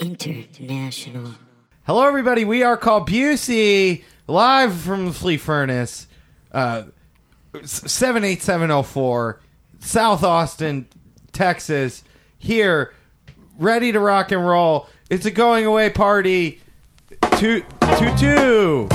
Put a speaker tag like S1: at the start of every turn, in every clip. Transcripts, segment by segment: S1: International.
S2: Hello, everybody. We are called Busey, live from the Flea Furnace, uh, 78704, South Austin, Texas, here, ready to rock and roll. It's a going away party. Toot, toot, toot.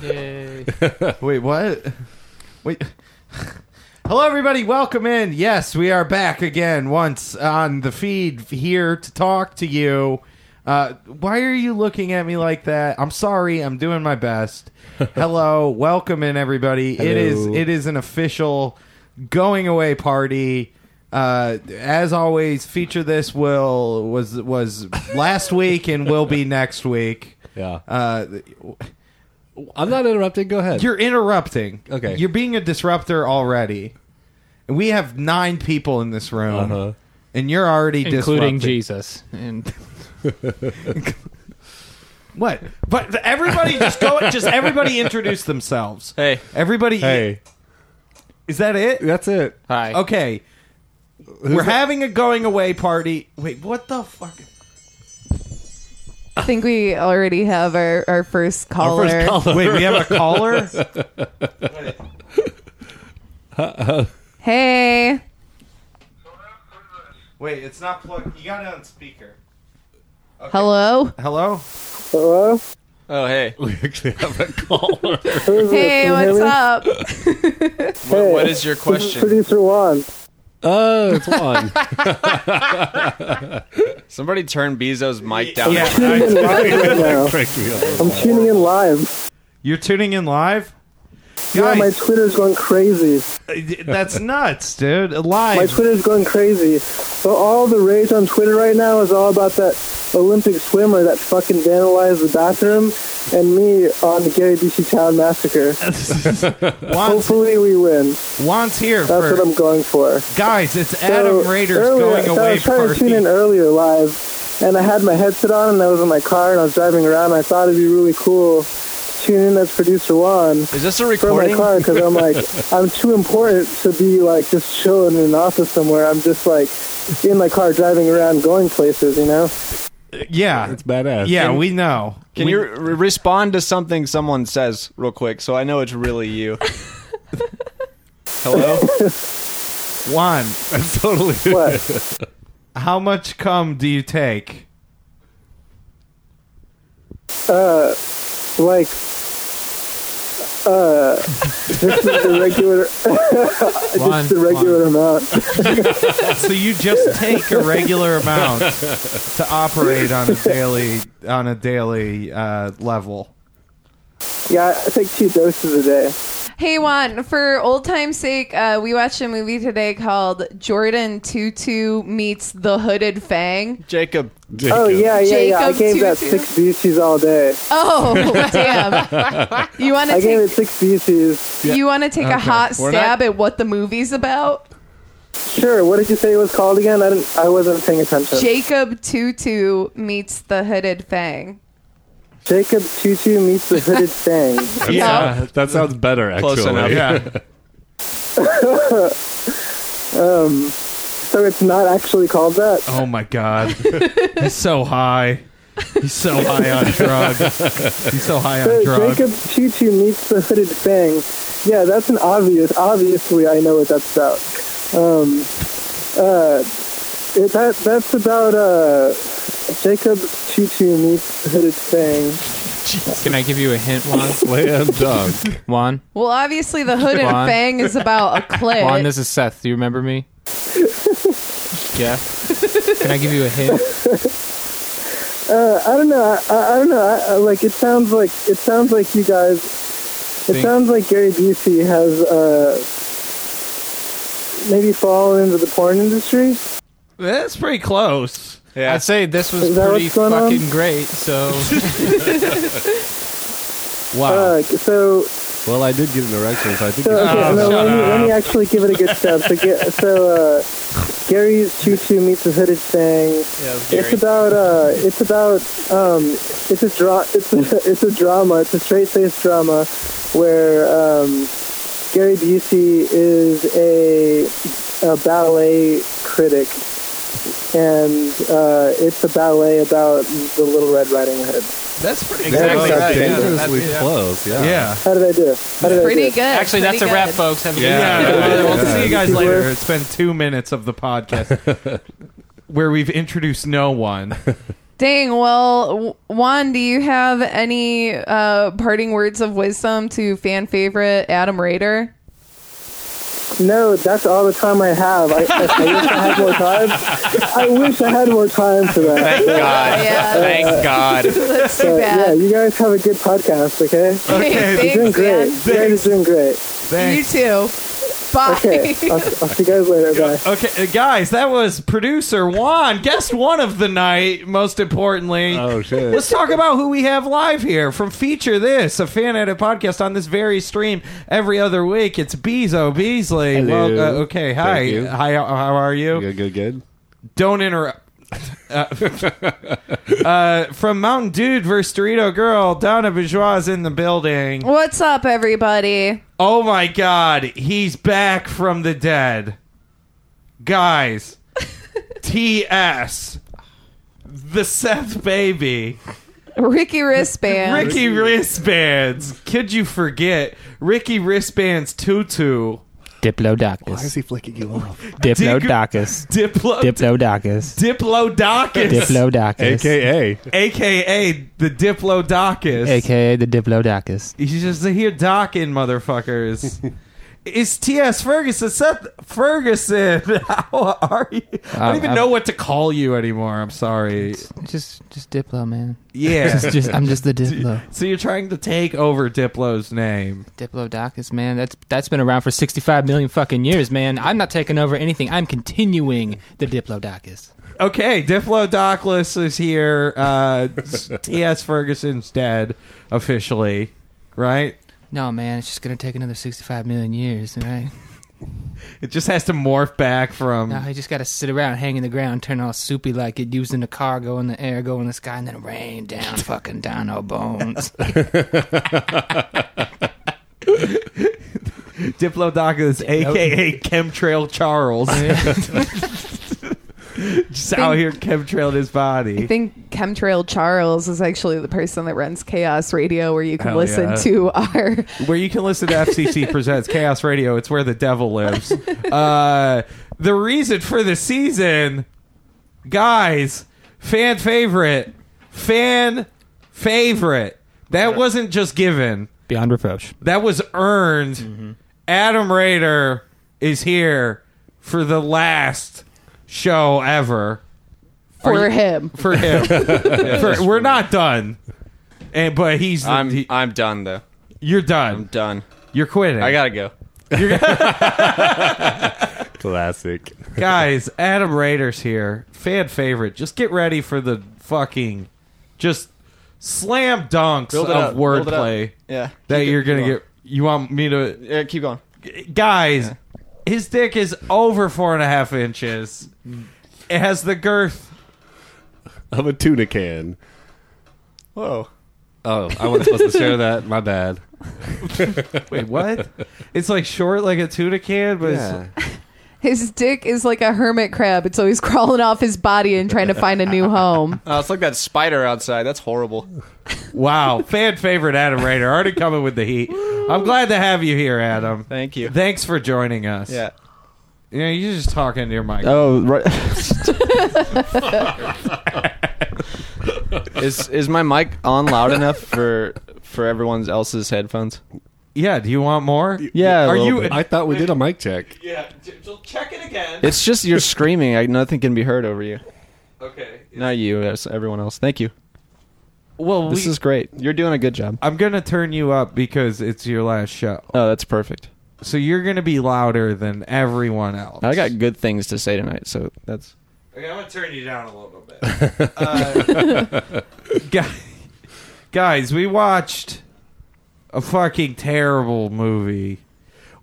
S2: Wait, what? Wait. Hello, everybody. Welcome in. Yes, we are back again once on the feed here to talk to you. Uh, why are you looking at me like that? I'm sorry. I'm doing my best. Hello, welcome in everybody. It is
S3: Hello.
S2: it is an official going away party. Uh, as always, feature this will was was last week and will be next week.
S3: Yeah.
S2: Uh,
S3: I'm not interrupting. Go ahead.
S2: You're interrupting.
S3: Okay.
S2: You're being a disruptor already. And we have nine people in this room,
S3: Uh-huh.
S2: and you're already
S4: including
S2: disrupting.
S4: Jesus. And
S2: What? But everybody just go. Just everybody introduce themselves.
S4: hey,
S2: Everybody.
S3: hey,
S2: Is that it?
S3: that's it.
S4: hi.
S2: Okay. We're having a going away party. Wait, what the fuck?
S5: I think we already have our, our first caller.
S3: Our first caller.
S2: Wait, we have a caller.
S5: Hey.
S2: Wait, it's not plugged. You got it on speaker.
S5: Hello.
S2: Hello.
S4: Oh, hey.
S3: We actually have a caller.
S5: Hey, what's up?
S4: What is your question?
S6: Producer Juan.
S3: oh, it's Juan.
S4: Somebody turn Bezo's mic down.
S6: Tuning in live right now.
S3: Correct me up.
S6: I'm tuning in live.
S2: You're tuning in live.
S6: Yeah, my
S2: Guys, Uh,
S6: Twitter's going crazy.
S2: that's nuts, dude.
S6: My
S2: Live.
S6: Twitter's going crazy. So all the rage on Twitter right now is all about that Olympic swimmer that fucking vandalized the bathroom and me on the Gary Busey Town Massacre.
S2: Juan's
S6: Hopefully we win.
S2: Juan's here
S6: That's
S2: for
S6: what I'm going for.
S2: guys. It's Adam
S6: So,
S2: Rader's
S6: earlier-
S2: going
S6: so I
S2: away
S6: was trying to tune
S2: party.
S6: in earlier live, and I had my headset on, and I was in my car, and I was driving around. And I thought it'd be really cool to tune in as producer Juan
S4: Is this a
S6: from my
S4: recording?
S6: car because I'm like, I'm too important to be like just chilling in an office somewhere. I'm just like in my car driving around, going places, you know.
S2: Yeah,
S3: It's badass.
S2: yeah, we know.
S4: Can you re- respond to something someone says real quick so I know it's really you? Hello?
S2: Juan,
S3: That's totally.
S6: What?
S2: how much cum do you take?
S6: uh, like Uh, this is the regular,
S2: One,
S6: just the regular amount.
S2: So you just take a regular amount to operate on a daily on a daily uh, level.
S6: Yeah, I take two doses a day.
S5: Hey Juan, for old time's sake, uh, we watched a movie today called Jordan Tutu meets the Hooded Fang.
S4: Jacob.
S6: Oh yeah, yeah, yeah. I
S5: Jacob
S6: gave that
S5: Tutu.
S6: six BCs all day.
S5: Oh damn! You want to
S6: I gave it
S5: take
S6: six BCs.
S5: you want to take a hot
S3: We're not-
S5: stab at what the movie's about?
S6: Sure. What did you say it was called again? I didn't. I wasn't paying attention.
S5: Jacob Tutu meets the Hooded Fang.
S6: Jacob Tutu meets the hooded fang.
S4: Yeah.
S3: Uh, that sounds better, actually.
S4: Close enough.
S2: Yeah.
S6: Um, So it's not actually called that.
S2: Oh my god. He's so high. He's so high on drugs. He's so high on
S6: So
S2: drugs.
S6: Jacob Tutu meets the hooded fang. Yeah, that's an obvious. Obviously, I know what that's about. Um, uh, it, that that's about uh, Jacob Tutu meets the hooded fang.
S1: Can I give you a hint, Juan?
S3: Slam dunk.
S1: Juan,
S5: Well, obviously, the Hooded
S1: Juan?
S5: Fang is about a clit.
S1: Juan, this is Seth. Do you remember me? Yeah. Can I give you a hint?
S6: Uh, I don't know. I, I, I don't know. I, I, like it sounds like it sounds like you guys. It
S1: Think-
S6: sounds like Gary Busey has uh, maybe fallen into the porn industry.
S2: That's pretty close.
S4: Yeah.
S1: I'd say this was
S6: Is that
S1: pretty
S6: what's going on?
S1: fucking great. So
S2: Wow.
S6: Uh, so
S3: Well, I did get an erection, so I think
S6: So
S3: it's-
S6: okay,
S2: Oh,
S6: no,
S2: shut
S6: let, me, let
S2: up.
S6: me actually give it a good stab. So, Ga- so uh, Gary's tutu meets the hooded thing. It's about uh, it's about um, it's a dra- it's a, it's a drama. It's a straight face drama where um, Gary Busey is a, a ballet critic, and uh, it's a ballet about the Little Red Riding Hood.
S2: That's pretty
S6: Exactly
S3: That was
S6: right, yeah.
S3: dangerously
S2: That's- yeah.
S3: close. Yeah.
S2: Yeah.
S6: How did I do? How did I do?
S5: pretty good.
S1: actually, that's a
S5: pretty
S1: wrap,
S5: good.
S1: folks. Have a
S2: Yeah.
S1: good night.
S2: yeah, We'll
S3: yeah.
S2: see you guys
S6: Yeah.
S2: later. It's been two minutes of the podcast where we've introduced no one.
S5: Dang. Well, W- Juan, do you have any uh, parting words of wisdom to fan favorite Adam Rader?
S6: No, that's all the time I have. I, I, I wish I had more time. I wish I had more time for that.
S4: Thank God.
S5: Yeah.
S4: Thank God.
S5: That's too
S6: But yeah,
S5: bad.
S6: you guys have a good podcast, okay?
S5: Hey,
S2: Okay,
S6: You're doing
S5: thanks,
S6: great.
S5: man.
S6: You guys are doing great.
S5: You
S2: Thanks.
S5: too. Bye.
S6: Okay, I'll, I'll see you guys later. Bye.
S2: Okay, uh, guys, that was producer Juan, guest one of the night, most importantly.
S3: Oh shit.
S2: Let's talk about who we have live here from Feature This, a fan edit podcast on this very stream every other week. It's Bezo Beasley.
S3: Hello.
S2: Well, uh, okay, hi.
S3: Thank you.
S2: Hi, how how are you?
S3: Good, good, good.
S2: Don't interrupt. Uh, uh, from Mountain Dude versus Dorito Girl, Donna Bourgeois is in the building.
S5: What's up, everybody?
S2: Oh my god, he's back from the dead. Guys, TS, the Seth Baby,
S5: Ricky Wristband.
S2: Ricky Wristbands. Could you forget Ricky Wristbands Tutu?
S1: Diplodocus.
S3: he flicking you off?
S1: Diplodocus.
S2: Diplo
S1: Diplodocus.
S2: Diplodocus,
S1: Diplodocus.
S3: AKA.
S2: aka the Diplodocus.
S1: AKA the Diplodocus.
S2: You should just hear docking, motherfuckers. it's T.S. Ferguson. Seth Ferguson. How are you? I don't
S1: Um,
S2: even
S1: I'm-
S2: know what to call you anymore. I'm sorry.
S1: Just, just Diplo, man.
S2: Yeah.
S1: Just, I'm just the Diplo.
S2: so you're trying to take over Diplo's name.
S1: Diplodocus, man. That's that's been around for 65 million fucking years, man. I'm not taking over anything. I'm continuing the Diplodocus.
S2: Okay, Diplo Dockless is here. Uh, T.S. Ferguson's dead officially, right?
S1: No, man, it's just gonna take another 65 million years, all right?
S2: It just has to morph back from.
S1: Now I just gotta sit around, hang in the ground, turn all soupy like it, used in the car, go in the air, go in the sky, and then rain down fucking dino bones.
S2: Diplo Dockless, aka Chemtrail Charles, just out here chemtrailing his body.
S5: I think Chemtrail Charles is actually the person that runs Chaos Radio, where you can
S2: Hell
S5: listen
S2: yeah.
S5: to our
S2: where you can listen to FCC Presents Chaos Radio. It's where the devil lives. Uh, the reason for the season, guys, fan favorite, fan favorite. That wasn't just given.
S7: Beyond reproach.
S2: that was earned. Adam Rader is here for the last show ever
S5: for him.
S2: for him. For- we're not done, and but he's the-
S4: I'm
S2: he-
S4: I'm done though.
S2: you're
S4: I'm
S2: done.
S4: done.
S2: You're quitting.
S4: I gotta go.
S3: Classic.
S2: guys. Adam Rader's here, fan favorite. Just get ready for the fucking just slam dunks
S4: Build it
S2: of
S4: up. Build it up.
S2: wordplay
S4: Yeah.
S2: that
S4: Keep it-
S2: you're gonna
S4: keep
S2: get. You want me to
S4: going. Yeah, keep going.
S2: guys, his dick is over four and a half inches. It has the girth.
S3: Of a tuna can.
S4: Whoa.
S3: Oh, I wasn't supposed to share that. My bad.
S2: Wait, what? it's like short, like a tuna can, but it's,
S5: His dick is like a hermit crab. It's always crawling off his body and trying to find a new home.
S4: Oh, it's like that spider outside. That's horrible.
S2: wow, fan favorite Adam Rader already coming with the heat. I'm glad to have you here, Adam.
S4: Thank you.
S2: Thanks for joining us.
S4: Yeah.
S2: you know, you're just talking to your mic.
S4: Oh, right. is is my mic on loud enough for for everyone else's headphones?
S2: Yeah, do you want more?
S4: Yeah, a
S2: Are
S4: little
S2: you?
S4: bit.
S3: I thought we did a mic check.
S2: Yeah, just check it again.
S4: It's just you're screaming. I, nothing can be heard over you.
S2: okay.
S4: Not you, it's everyone else. Thank you.
S2: Well,
S4: This
S2: we,
S4: is great. You're doing a good job.
S2: I'm gonna turn you up because it's your last show,
S4: Oh, that's perfect.
S2: so you're gonna be louder than everyone else.
S4: I got good things to say tonight, so that's
S2: Okay, I'm gonna turn you down a little bit. uh, guy- guys, we watched a fucking terrible movie.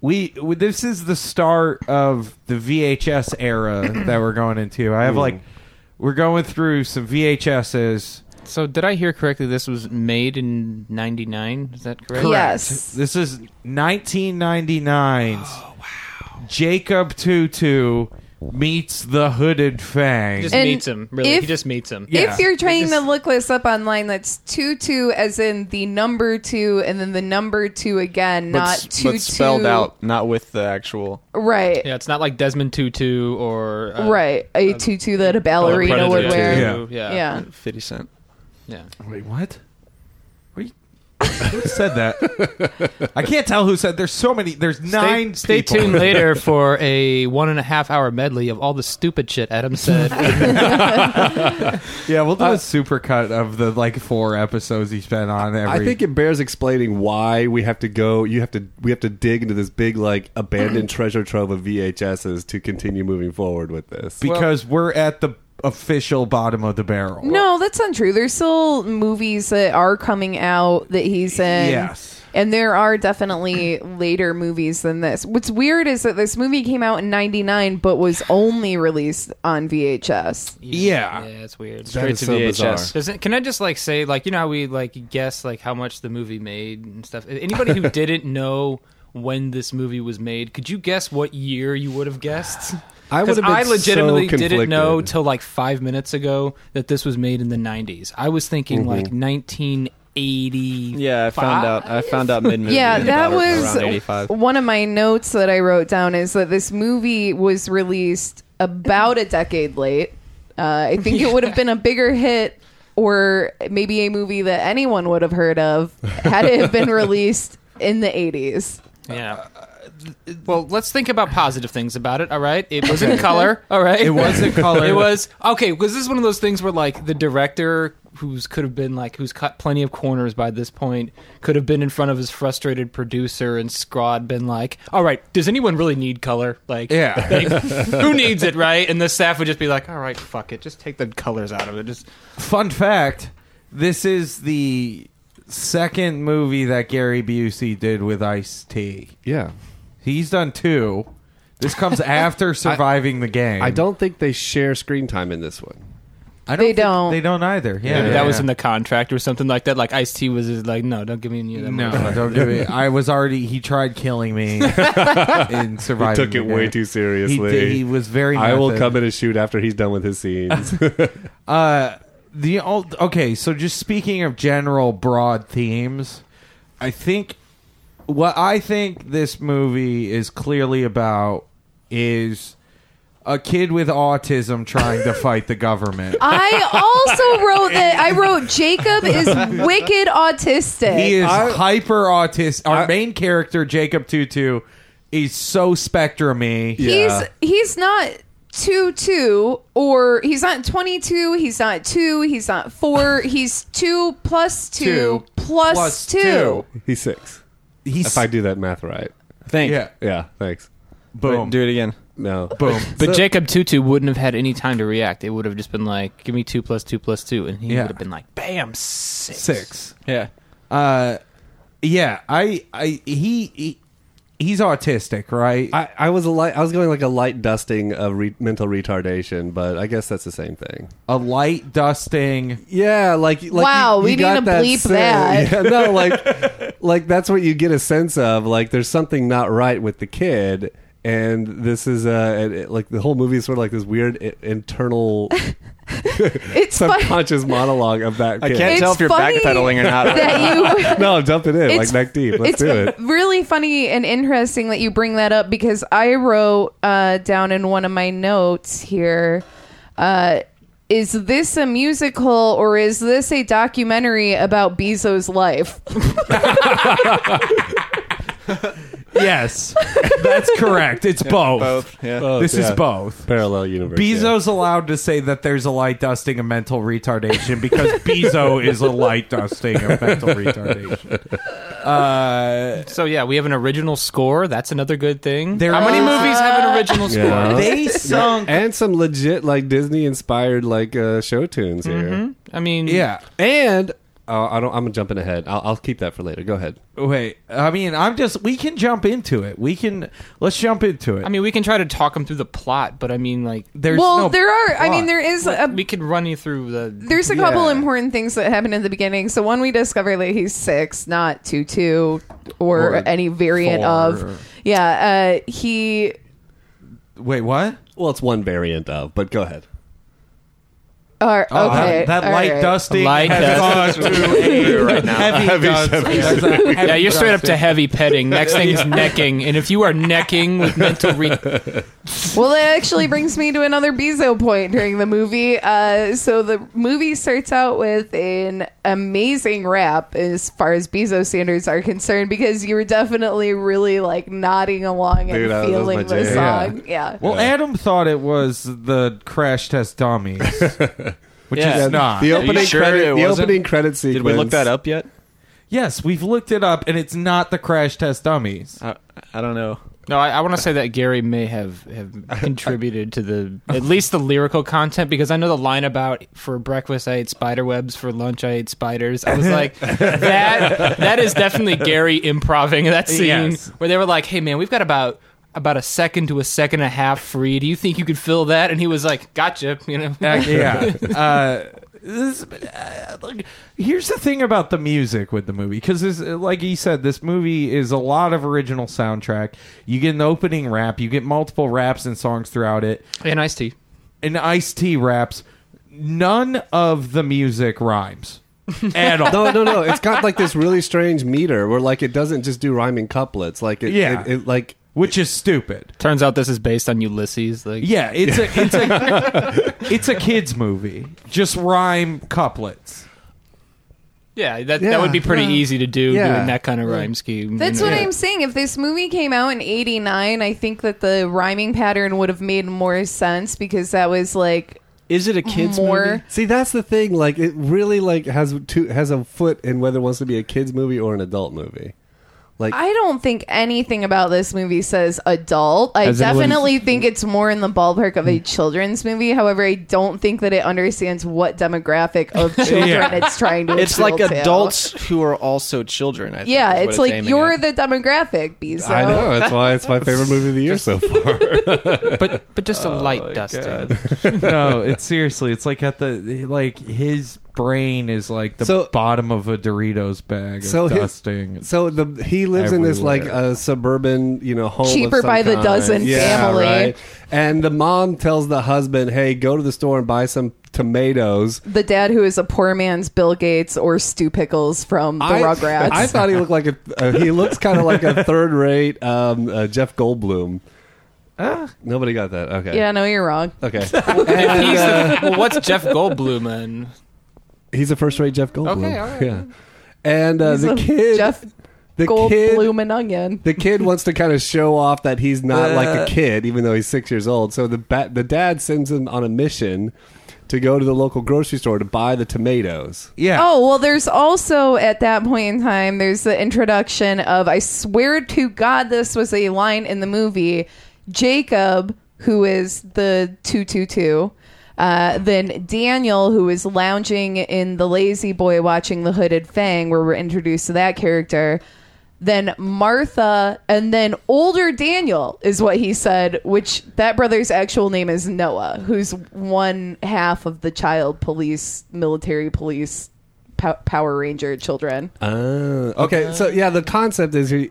S2: We we- this is the start of the VHS era that we're going into. I have like we're going through some VHSs.
S1: So did I hear correctly? This was made in '99. Is that correct?
S5: Yes.
S2: This is 1999's
S1: Oh,
S2: Jacob Tutu meets the Hooded Fang.
S1: He just
S5: And
S1: meets him. Really,
S5: if-
S1: he just meets him.
S2: Yeah.
S5: If you're trying to look this up online, that's tutu as in the number two and then the number two again, not
S4: but, s-
S5: tutu.
S4: but spelled out, not with the actual.
S5: Right.
S1: Yeah, it's not like Desmond Tutu or uh,
S5: right. A tutu that a ballerina
S1: Predator
S5: would wear.
S2: Yeah.
S1: Tutu. Yeah.
S5: Yeah.
S4: Fifty Cent.
S1: Yeah.
S2: Wait, what? What you, who said that? I can't tell who said. There's so many. There's nine.
S1: Stay
S2: people.
S1: tuned later for a one and a half hour medley of all the stupid shit Adam said.
S2: Yeah, we'll do a supercut of the like four episodes he's been on. Every
S3: I think it bears explaining why we have to go. You have to. We have to dig into this big, like, abandoned treasure trove of VHSs to continue moving forward with this.
S2: because we're at the official bottom of the barrel.
S5: No, that's untrue. There's still movies that are coming out that he's in.
S2: Yes.
S5: And there are definitely later movies than this. What's weird is that this movie came out in 99 but was only released on VHS.
S2: Yeah.
S1: Yeah, it's weird.
S3: That
S1: Straight
S3: is
S1: to
S3: so
S1: VHS.
S3: bizarre.
S1: Doesn't, can I just like say like you know how we like guess like how much the movie made and stuff? Anybody who didn't know when this movie was made, could you guess what year you would have guessed?
S3: I would
S1: Because
S3: have been
S1: I legitimately
S3: so
S1: didn't know
S3: conflicted.
S1: till like five minutes ago that this was made in the '90s. I was thinking like 1980.
S4: Yeah, I found out. I found out mid movie.
S5: Yeah, that
S4: around eighty
S5: was
S4: five.
S5: one of my notes that I wrote down is that this movie was released about a decade late. Uh, I think it would have been a bigger hit or maybe a movie that anyone would have heard of had it have been released in the 80s.
S1: Yeah. Uh, Well, let's think about positive things about it. All right, it was in color. All right,
S2: It was in color.
S1: It was okay because this is one of those things where like the director, who's could have been like who's cut plenty of corners by this point, could have been in front of his frustrated producer and Scrod been like, "All right, does anyone really need color? Like,
S2: Yeah.
S1: like, who needs it, right?" And the staff would just be like, "All right, fuck it, just take the colors out of it." Just
S2: Fun fact: This is the second movie that Gary Busey did with Ice T.
S3: Yeah.
S2: He's done two. This comes after surviving the game.
S3: I don't think they share screen time in this one.
S2: I
S5: They
S2: think-
S5: don't.
S2: They don't either. Yeah,
S1: that
S2: yeah,
S1: was
S2: yeah.
S1: in the contract or something like that. Like Ice T was just like, "No, don't give me any of that."
S2: No, don't do it. I was already. He tried killing me in
S3: He
S2: surviving.
S3: took it
S2: the
S3: way
S2: game.
S3: too
S2: He,
S3: seriously.
S2: did, he was very.
S3: I will
S2: method.
S3: come in and shoot after he's done with his scenes.
S2: Uh, the old, okay. So just speaking of general broad themes, I think what I think this movie is clearly about is a kid with autism trying to fight the government.
S5: I also wrote that. I wrote Jacob is wicked autistic.
S2: He is hyper autistic. Our main character, Jacob Tutu, is so spectrumy.
S5: He's
S3: Yeah.
S5: he's not two two or he's not twenty two. He's not two. He's not four. he's two plus two,
S2: Two
S5: plus,
S2: plus
S5: two.
S3: He's six.
S2: He's
S3: If I do that math right.
S4: Think.
S2: yeah.
S3: Yeah, thanks.
S4: Wait,
S2: Boom.
S4: do it again.
S3: No.
S2: Boom.
S1: But Jacob Tutu wouldn't have had any time to react. It would have just been like, "Give me two plus two plus two. and he
S2: Yeah.
S1: would have been like, "Bam, six.
S2: Six.
S4: Yeah.
S2: Uh, yeah. I. I. He. he He's autistic, right?
S3: I, I was a light, I was going like a light dusting of re- mental retardation, but I guess that's the same thing.
S2: A light dusting.
S3: Yeah, like, like
S5: Wow,
S3: you,
S5: we
S3: you got
S5: need to
S3: that
S5: bleep
S3: sense-
S5: that.
S3: Yeah, no, like, like that's what you get a sense of. Like, there's something not right with the kid, and this is uh, it- it- like the whole movie is sort of like this weird i- internal
S5: It's funny
S3: subconscious monologue of that.
S4: I
S3: Kid.
S4: can't
S5: It's
S4: tell if you're
S5: funny
S4: backpedaling or not.
S5: that you.
S3: No, dump it in
S5: It's-
S3: like neck deep. Let's
S5: it's
S3: do it.
S5: really funny and interesting that you bring that up because I wrote uh, down in one of my notes here. Uh, is this a musical or is this a documentary about Bezos' life?
S2: Yes, that's correct. It's both.
S4: Both. Yeah.
S2: This is
S3: Oh, yeah.
S2: both.
S3: Parallel universe. yeah.
S2: Bezos allowed to say that there's a light dusting of mental retardation because Bezo is a light dusting of mental retardation.
S1: Uh, So yeah, we have an original score. That's another good thing.
S2: There
S1: How many
S2: is-
S3: Uh,
S1: movies have an original score?
S3: Yeah.
S2: They sunk.
S3: and some legit like Disney inspired like uh, show tunes here.
S2: Mm-hmm.
S1: I mean,
S2: Yeah.
S3: And uh, I don't. I'm jumping ahead. I'll, I'll keep that for later. Go ahead.
S2: Wait. I mean, I'm just. We can jump into it. We can. Let's jump into it.
S1: I mean, we can try to talk them through the plot, but I mean, like,
S2: there's
S5: well,
S2: no
S5: there are. I
S2: plot.
S5: mean, there is a
S1: we could run you through the.
S5: There's a couple
S2: Yeah.
S5: important things that happen at the beginning. So one, we discover that he's six, not two two
S2: Or
S5: or, any variant
S2: four.
S5: of. Yeah, uh, he.
S2: Wait, what?
S3: Well, it's one variant of, but go ahead.
S5: Or, okay,
S2: Oh, that, that
S5: all
S2: light
S5: right.
S2: dusting
S1: Light
S2: has gone to a
S4: right now.
S2: heavy, dust. There's a heavy
S1: Yeah, you're straight up
S2: dusting.
S1: to heavy petting. Next thing is necking, and if you are necking with mental, re-
S5: Well, that actually brings me to another Bezo point during the movie. Uh, so the movie starts out with an amazing rap as far as Bezo standards are concerned, because you were definitely really like nodding along and
S3: Dude, that was my
S5: feeling the
S3: jam.
S5: song. Yeah.
S2: Well, Adam thought it was the crash test dummies, which
S1: Yeah.
S2: is not.
S3: The
S4: Are you
S3: opening
S4: sure
S3: credit.
S4: it
S3: The
S4: wasn't?
S3: opening credit sequence.
S4: Did we look that up yet?
S2: yes, we've looked it up, and it's not the crash test dummies.
S4: I, I don't know.
S1: no, I, I want to say that Gary may have have contributed to the at least the lyrical content because I know the line about for breakfast I ate spider webs, for lunch I ate spiders. I was like, that that is definitely Gary improving that scene
S2: Yes.
S1: where they were like, hey man, we've got about. About a second to a second and a half free. Do you think you could fill that? And he was like, "Gotcha," you know.
S2: Uh, yeah. Uh, this, uh, look, here's the thing about the music with the movie, because like he said, this movie is a lot of original soundtrack. You get an opening rap, you get multiple raps and songs throughout it,
S1: And iced tea.
S2: and Ice T raps. None of the music rhymes at all.
S3: No, no, no. It's got like this really strange meter where like it doesn't just do rhyming couplets. Like it,
S2: Yeah.
S3: it, it like
S2: which is stupid.
S1: Turns out this is based on Ulysses. Like,
S2: Yeah, it's a it's a it's a kids movie. Just rhyme couplets.
S1: yeah, that,
S3: Yeah.
S1: that would be pretty easy to do
S3: Yeah.
S1: doing that kind of rhyme scheme. you
S5: That's
S1: know?
S5: what I'm saying. If this movie came out in 89, I think that the rhyming pattern would have made more sense because that was like
S4: Is it a kids
S5: more.
S4: movie?
S3: see that's the thing. Like it really like has two has a foot in whether it wants to be a kids movie or an adult movie. Like
S5: I don't think anything about this movie says adult. I
S1: As in when-
S5: definitely think it's more in the ballpark of a children's movie. However, I don't think that it understands what demographic of children
S2: Yeah.
S5: it's trying to
S4: It's like
S5: appeal to.
S4: adults who are also children. I think,
S5: Yeah,
S4: is what
S5: it's, like
S4: aiming
S5: you're
S4: at.
S5: the demographic, Bezo.
S3: I know that's why it's my favorite movie of the year so far.
S1: But but just a
S2: Oh
S1: light dusting.
S2: no, it's seriously. It's like at the like his brain is like the
S3: So-
S2: bottom of a Doritos bag of
S3: So his-
S2: dusting.
S3: So the he lives in this like
S2: Everywhere.
S3: uh, suburban, you know, home of
S5: Cheaper
S3: some
S5: by the
S3: kind.
S5: dozen family.
S3: And the mom tells the husband, "Hey, go to the store and buy some tomatoes."
S5: The dad who is a poor man's Bill Gates or Stu Pickles from The Rugrats.
S3: I thought he looked like a uh, he looks kind of like a third rate um, uh, Jeff Goldblum. Nobody got that. Okay.
S5: Yeah, no, you're wrong. uh,
S3: Okay.
S1: If he's the- well, what's Jeff Goldblum in?
S3: He's a first rate Jeff Goldblum.
S1: Okay, all right.
S3: Yeah. And uh,
S5: He's
S3: the
S5: a
S3: kid,
S5: Jeff
S3: the kid,
S5: Goldblum and Onion.
S3: the kid wants to kind of show off that he's not like a kid, even though he's six years old. So the ba- the dad sends him on a mission to go to the local grocery store to buy the tomatoes.
S2: Yeah.
S5: Oh, well, there's also at that point in time, there's the introduction of I swear to God, this was a line in the movie. Jacob, who is the 222, uh, then Daniel, who is lounging in the lazy boy watching The Hooded Fang, where we're introduced to that character. Then Martha, and then older Daniel is what he said, which that brother's actual name is Noah, who's one half of the child police, military police, pow- Power Ranger children.
S3: Oh, okay. So yeah, the concept is he.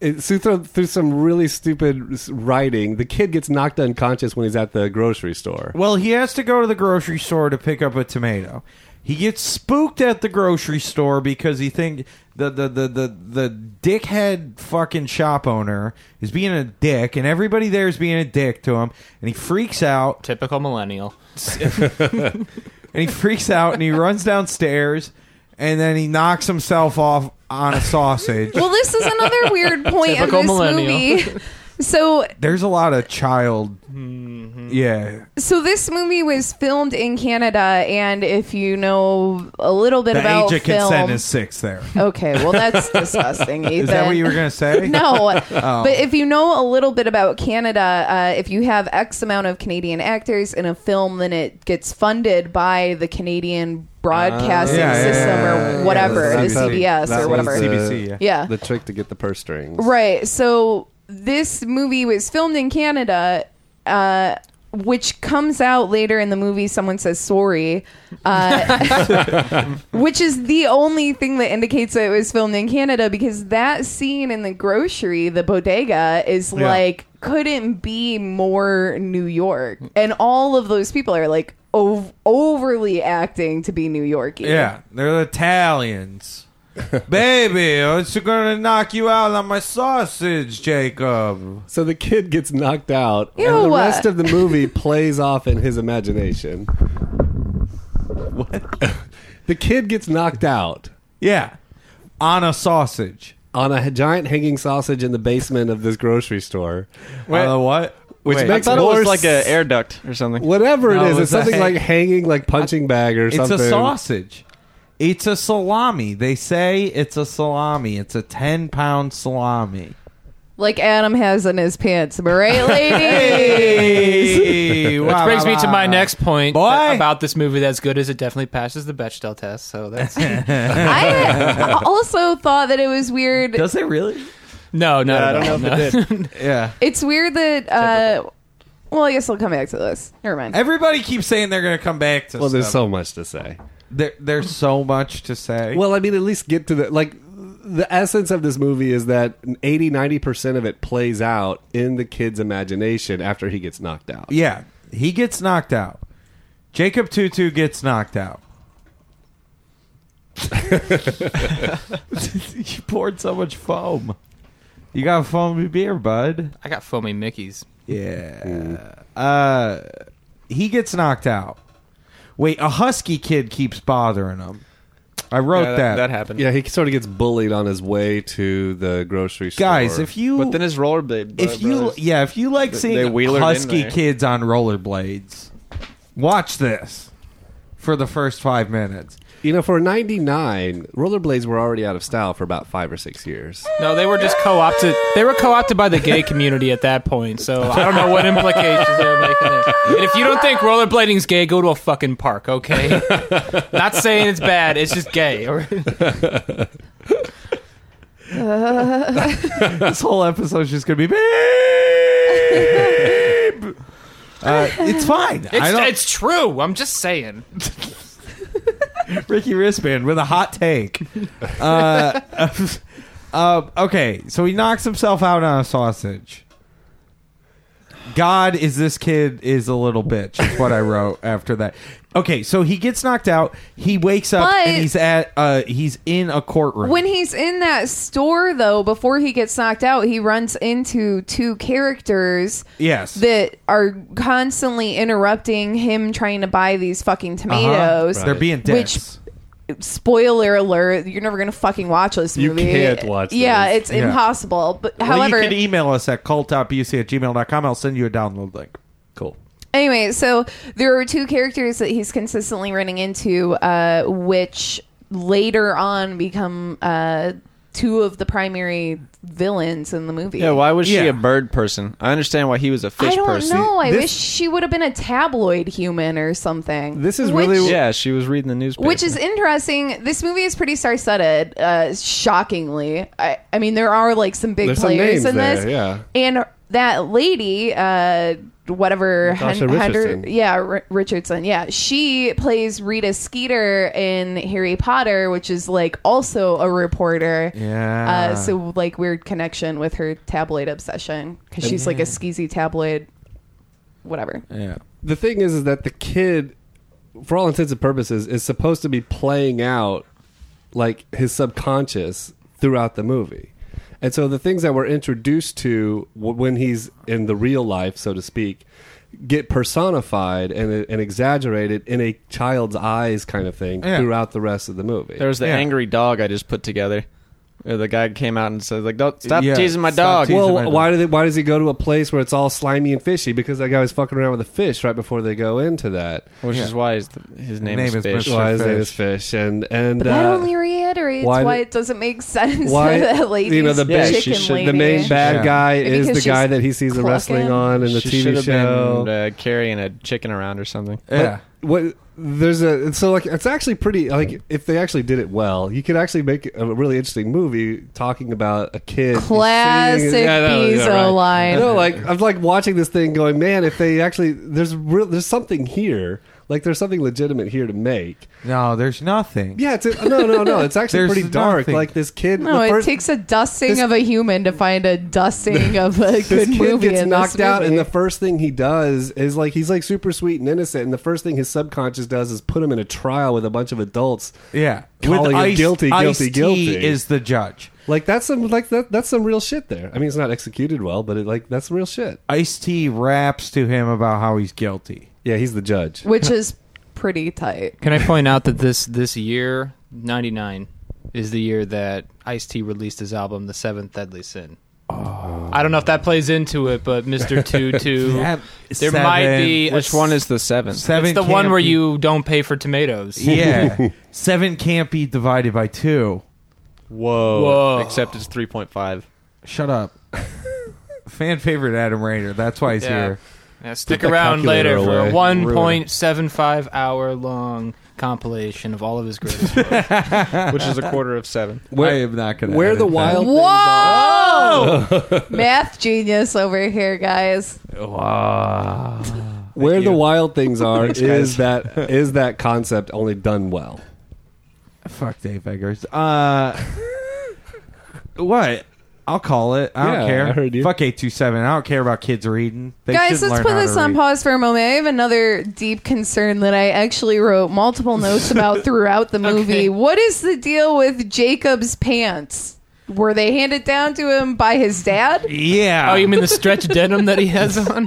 S3: It, so through, through some really stupid s- writing, the kid gets knocked unconscious when he's at the grocery store.
S2: Well, he has to go to the grocery store to pick up a tomato. He gets spooked at the grocery store because he think the the the the, the dickhead fucking shop owner is being a dick and everybody there is being a dick to him and he freaks out
S1: Typical millennial.
S2: and he freaks out and he runs downstairs and then he knocks himself off on a sausage.
S5: Well, this is another weird point of
S1: Typical
S5: this
S1: millennial.
S5: movie. So
S2: There's a lot of child
S1: Mm-hmm.
S2: Yeah.
S5: So this movie was filmed in Canada, and if you know a little bit
S2: The
S5: about
S2: age of
S5: film,
S2: consent is 6 there.
S5: okay, well that's disgusting. Ethan.
S2: Is that what you were going to say? Oh.
S5: No, but if you know a little bit about Canada, uh, if you have X amount of Canadian actors in a film, then it gets funded by the Canadian broadcasting
S2: Yeah, yeah,
S5: system
S2: yeah, yeah,
S5: or whatever,
S2: yeah,
S5: the
S2: that's how-
S5: CBS
S3: that was
S5: or whatever.
S3: the-
S2: CBC, yeah.
S5: yeah,
S3: The trick to get the purse strings.
S5: Right. So this movie was filmed in Canada, uh, which comes out later in the movie. Someone says sorry, uh, which is the only thing that indicates that it was filmed in Canada because that scene in the grocery, the bodega, is
S2: Yeah.
S5: like couldn't be more New York, and all of those people are like ov- overly acting to be New Yorky.
S2: Yeah, they're Italians. Baby, I'm just gonna knock you out on my sausage, Jacob.
S3: So the kid gets knocked out, and the
S5: Ew.
S3: rest of the movie plays off in his imagination. What? the kid gets knocked out
S2: Yeah, on a sausage.
S3: on a giant hanging sausage in the basement of this grocery store. Uh,
S2: Wait, on a what?
S3: Which
S2: Wait,
S4: I
S3: makes-
S4: thought it
S3: Or
S4: was like
S3: s-
S4: an air duct or something.
S3: Whatever
S2: No,
S3: it is,
S2: it
S3: it's
S2: was a
S3: something
S2: hang-
S3: like hanging like punching bag or
S2: it's
S3: something.
S2: a sausage. It's a salami. They say it's a salami. It's a ten pound salami.
S5: Like Adam has in his pants. Am I right, lady?
S2: Hey,
S1: Which brings me to my next point
S2: Boy.
S1: a- about this movie that's good is it definitely passes the Bechdel test. So that's
S5: I uh, also thought that it was weird.
S2: Does it really?
S1: no, no,
S4: I don't know if it did.
S2: Yeah.
S5: it's weird that. Uh, well, I guess I'll come back to this. Never mind.
S2: Everybody keeps saying they're gonna come back to.
S3: Well, there's
S2: stuff.
S3: so much to say.
S2: there, there's so much to say.
S3: Well, I mean, at least get to the like. The essence of this movie is that 80 90% of it plays out in the kid's imagination after he gets knocked out.
S2: Yeah, he gets knocked out. Jacob Tutu gets knocked out. you poured so much foam. You got foamy beer, bud.
S1: I got foamy Mickey's.
S2: Yeah. Uh, he gets knocked out. Wait, a husky kid keeps bothering him. I wrote
S4: Yeah,
S2: that.
S4: that happened.
S3: Yeah, he sort of gets bullied on his way to the grocery store.
S2: Guys, if you
S4: But then his rollerblade.
S2: if you
S4: brothers-
S2: yeah if you like
S4: They-
S2: seeing
S4: they wheelered in
S2: husky
S4: there.
S2: kids on rollerblades, watch this for the first five minutes.
S3: you know, for '99, rollerblades were already out of style for about five or six years.
S1: No, they were just co-opted. They were co-opted by the gay community at that point. So I don't know what implications they were making there. And if you don't think rollerblading's gay, go to a fucking park, okay? Not saying it's bad. It's just gay. all right?
S2: this whole episode's just gonna be beep. Uh, it's fine. I don't,
S1: It's, it's true. I'm just saying.
S2: Ricky wristband with a hot take. Uh, uh, okay, so he knocks himself out on a sausage. God is this kid is a little bitch. Is what I wrote after that. Okay, so he gets knocked out. He wakes up
S5: But-
S2: and he's at uh he's in a courtroom.
S5: When he's in that store, though, before he gets knocked out, he runs into two characters
S2: yes.
S5: that are constantly interrupting him trying to buy these fucking tomatoes.
S2: Uh-huh. They're being dicks.
S5: Spoiler alert! You're never gonna fucking watch this
S3: You
S5: movie.
S3: can't watch
S5: Yeah,
S3: those.
S5: it's
S2: Yeah.
S5: impossible. But
S2: Well,
S5: however,
S2: you can email us at cultopbc at gmail.com. I'll send you a download link.
S3: Cool.
S5: Anyway, so there are two characters that he's consistently running into, uh, which later on become uh, two of the primary villains in the movie.
S4: Yeah, why was she
S2: Yeah.
S4: a bird person? I understand why he was a fish
S5: I don't
S4: person.
S5: know. I
S2: This-
S5: wish she would have been a tabloid human or something.
S3: This is
S5: Which-
S3: really-
S4: Yeah, she was reading the newspaper.
S5: Which is interesting. This movie is pretty star-studded, uh, shockingly. I, I mean, there are like some big
S3: There's some
S5: players
S3: names
S5: in
S3: there,
S5: this,
S3: yeah.
S5: And that lady, uh, whatever,
S3: Natasha Richardson.
S5: yeah, R- Richardson, yeah, she plays Rita Skeeter in Harry Potter, which is like also a reporter.
S2: Yeah.
S5: Uh, so like weird connection with her tabloid obsession because she's like a skeezy tabloid, whatever.
S2: yeah.
S3: the thing is, is that the kid, for all intents and purposes, is supposed to be playing out like his subconscious throughout the movie. And so the things that we're introduced to w- when he's in the real life, so to speak, get personified and, and exaggerated in a child's eyes kind of thing
S2: Yeah.
S3: throughout the rest of the movie.
S4: There was the
S2: Yeah.
S4: angry dog I just put together. Where the guy came out and said, "Like, don't stop
S2: Yeah,
S4: teasing my dog."
S2: stop teasing-
S3: well,
S2: He's an
S3: why do they, why does he go to a place where it's all slimy and fishy? Because that guy was fucking around with a fish right before they go into that.
S4: which
S2: Yeah.
S4: is why his, his name,
S2: Name
S4: is
S2: is
S4: Fish.
S2: Mr.
S3: Why his name
S2: Fish.
S3: is fish? And and
S5: But that
S3: uh,
S5: only reiterates
S3: why
S5: why,
S3: did-
S5: it doesn't make sense.
S3: why-
S5: Why that lady's
S3: you know, the bad-
S5: chicken
S4: she should-
S5: lady.
S3: the main bad
S2: Yeah.
S3: guy
S5: Maybe
S3: is the
S5: because
S3: guy
S5: she's
S3: that he sees the wrestling
S5: clucking.
S3: on in the
S4: She
S3: TV
S4: should've
S3: show.
S4: been uh, carrying a chicken around or something.
S3: But what there's a so like it's actually pretty like if they actually did it well, you could actually make a really interesting movie talking about a kid.
S5: Classic
S3: singing- I know,
S5: Bezo
S3: right.
S5: line.
S3: No, like I'm like watching this thing going, man. If they actually there's real there's something here. Like there's something legitimate here to make.
S2: No, there's nothing.
S3: Yeah, it's no, no, no. It's actually
S2: There's
S3: pretty dark.
S2: nothing.
S3: Like this kid.
S5: No,
S3: the
S5: it
S3: first-
S5: takes a dusting
S3: this-
S5: of a human to find a dusting of a
S3: this
S5: good
S3: kid
S5: movie.
S3: gets
S5: in
S3: knocked
S5: this
S3: out, and
S5: movie.
S3: the first thing he does is like he's like super sweet and innocent, and the first thing his subconscious does is put him in a trial with a bunch of adults.
S2: Yeah.
S3: Calling him
S2: Ice-
S3: guilty, guilty,
S2: Ice-T
S3: guilty.
S2: is the judge.
S3: Like that's some like that that's some real shit there. I mean, it's not executed well, but it like that's some real shit.
S2: Ice T raps to him about how he's guilty.
S3: Yeah, he's the judge.
S5: which is pretty tight.
S1: Can I point out that this this year, ninety nine, is the year that Ice T released his album, The Seventh Deadly Sin.
S2: Oh.
S1: I don't know if that plays into it, but Mister Two Two,
S2: That
S1: there might
S2: seven-
S1: be a
S4: Which one is the seventh?
S2: Seven
S1: It's the
S2: can't
S1: one where
S2: be-
S1: you don't pay for tomatoes.
S2: Yeah. seven can't be divided by two.
S4: Whoa.
S1: Whoa.
S4: Except it's three point five.
S2: Shut up. Fan favorite Adam Rainer. That's why he's
S1: Yeah.
S2: here.
S1: Yeah, stick
S3: the
S1: around
S3: calculator
S1: later for
S3: away.
S1: a 1.75 hour long compilation of all of his greatest. works.
S4: which is a quarter of seven.
S2: I am not going to.
S3: Where the wild? things
S5: Whoa! Math genius over here, guys.
S3: Where the wild things are is that is that concept only done well?
S2: Fuck Dave Eggers. Uh, what? I'll call it. I
S3: Yeah,
S2: don't care.
S3: I heard you.
S2: Fuck eight two seven. I don't care about kids reading. They
S5: guys,
S2: should
S5: let's
S2: learn
S5: put
S2: how to
S5: this on
S2: read.
S5: pause for a moment. I have another deep concern that I actually wrote multiple notes about throughout the movie. What is the deal with Jacob's pants? Were they handed down to him by his dad? Uh,
S2: Yeah.
S1: oh, you mean the stretch denim that he has on?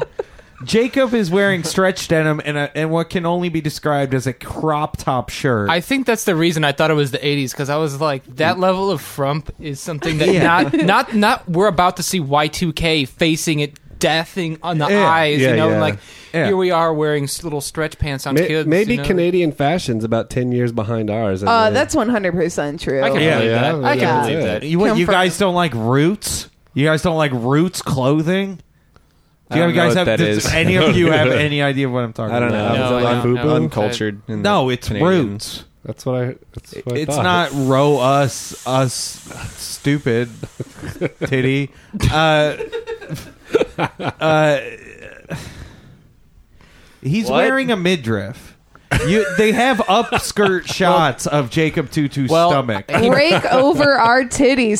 S2: Jacob is wearing stretch denim and a, and what can only be described as a crop top shirt.
S1: I think that's the reason I thought it was the 80s because I was like, that
S3: Mm.
S1: level of frump is something that not not not we're about to see Y2K facing it. Deathing on the
S2: Yeah,
S1: eyes,
S3: yeah,
S1: you know,
S3: yeah.
S1: and like
S2: Yeah.
S1: here we are wearing s- little stretch pants on
S3: May-
S1: kids.
S3: maybe
S1: you know?
S3: Canadian fashion's about ten years behind ours. and
S5: Uh,
S3: they're-
S5: that's 100% true.
S1: I can
S2: Yeah,
S1: believe
S3: yeah,
S1: that. I can
S5: yeah.
S1: believe that.
S2: you, what,
S5: Come
S2: you
S5: from-
S2: guys don't like roots? You guys don't like roots clothing? Do
S4: I
S2: you
S4: don't know
S2: guys
S4: what
S2: have
S4: that
S2: does
S4: is.
S2: any of you have any idea what I'm talking
S4: I don't know.
S2: about?
S1: No,
S3: Is it
S1: I
S3: like
S1: don't
S3: boo-boo?
S1: know.
S4: Uncultured. in
S2: No,
S4: the
S2: it's
S4: Canadian.
S2: roots.
S3: that's what I. That's what I
S2: It's
S3: thought.
S2: not row us us stupid titty. Uh, uh, he's wearing a midriff. You, they have upskirt shots of Jacob Tutu's
S1: well,
S2: stomach.
S5: Break over our titties,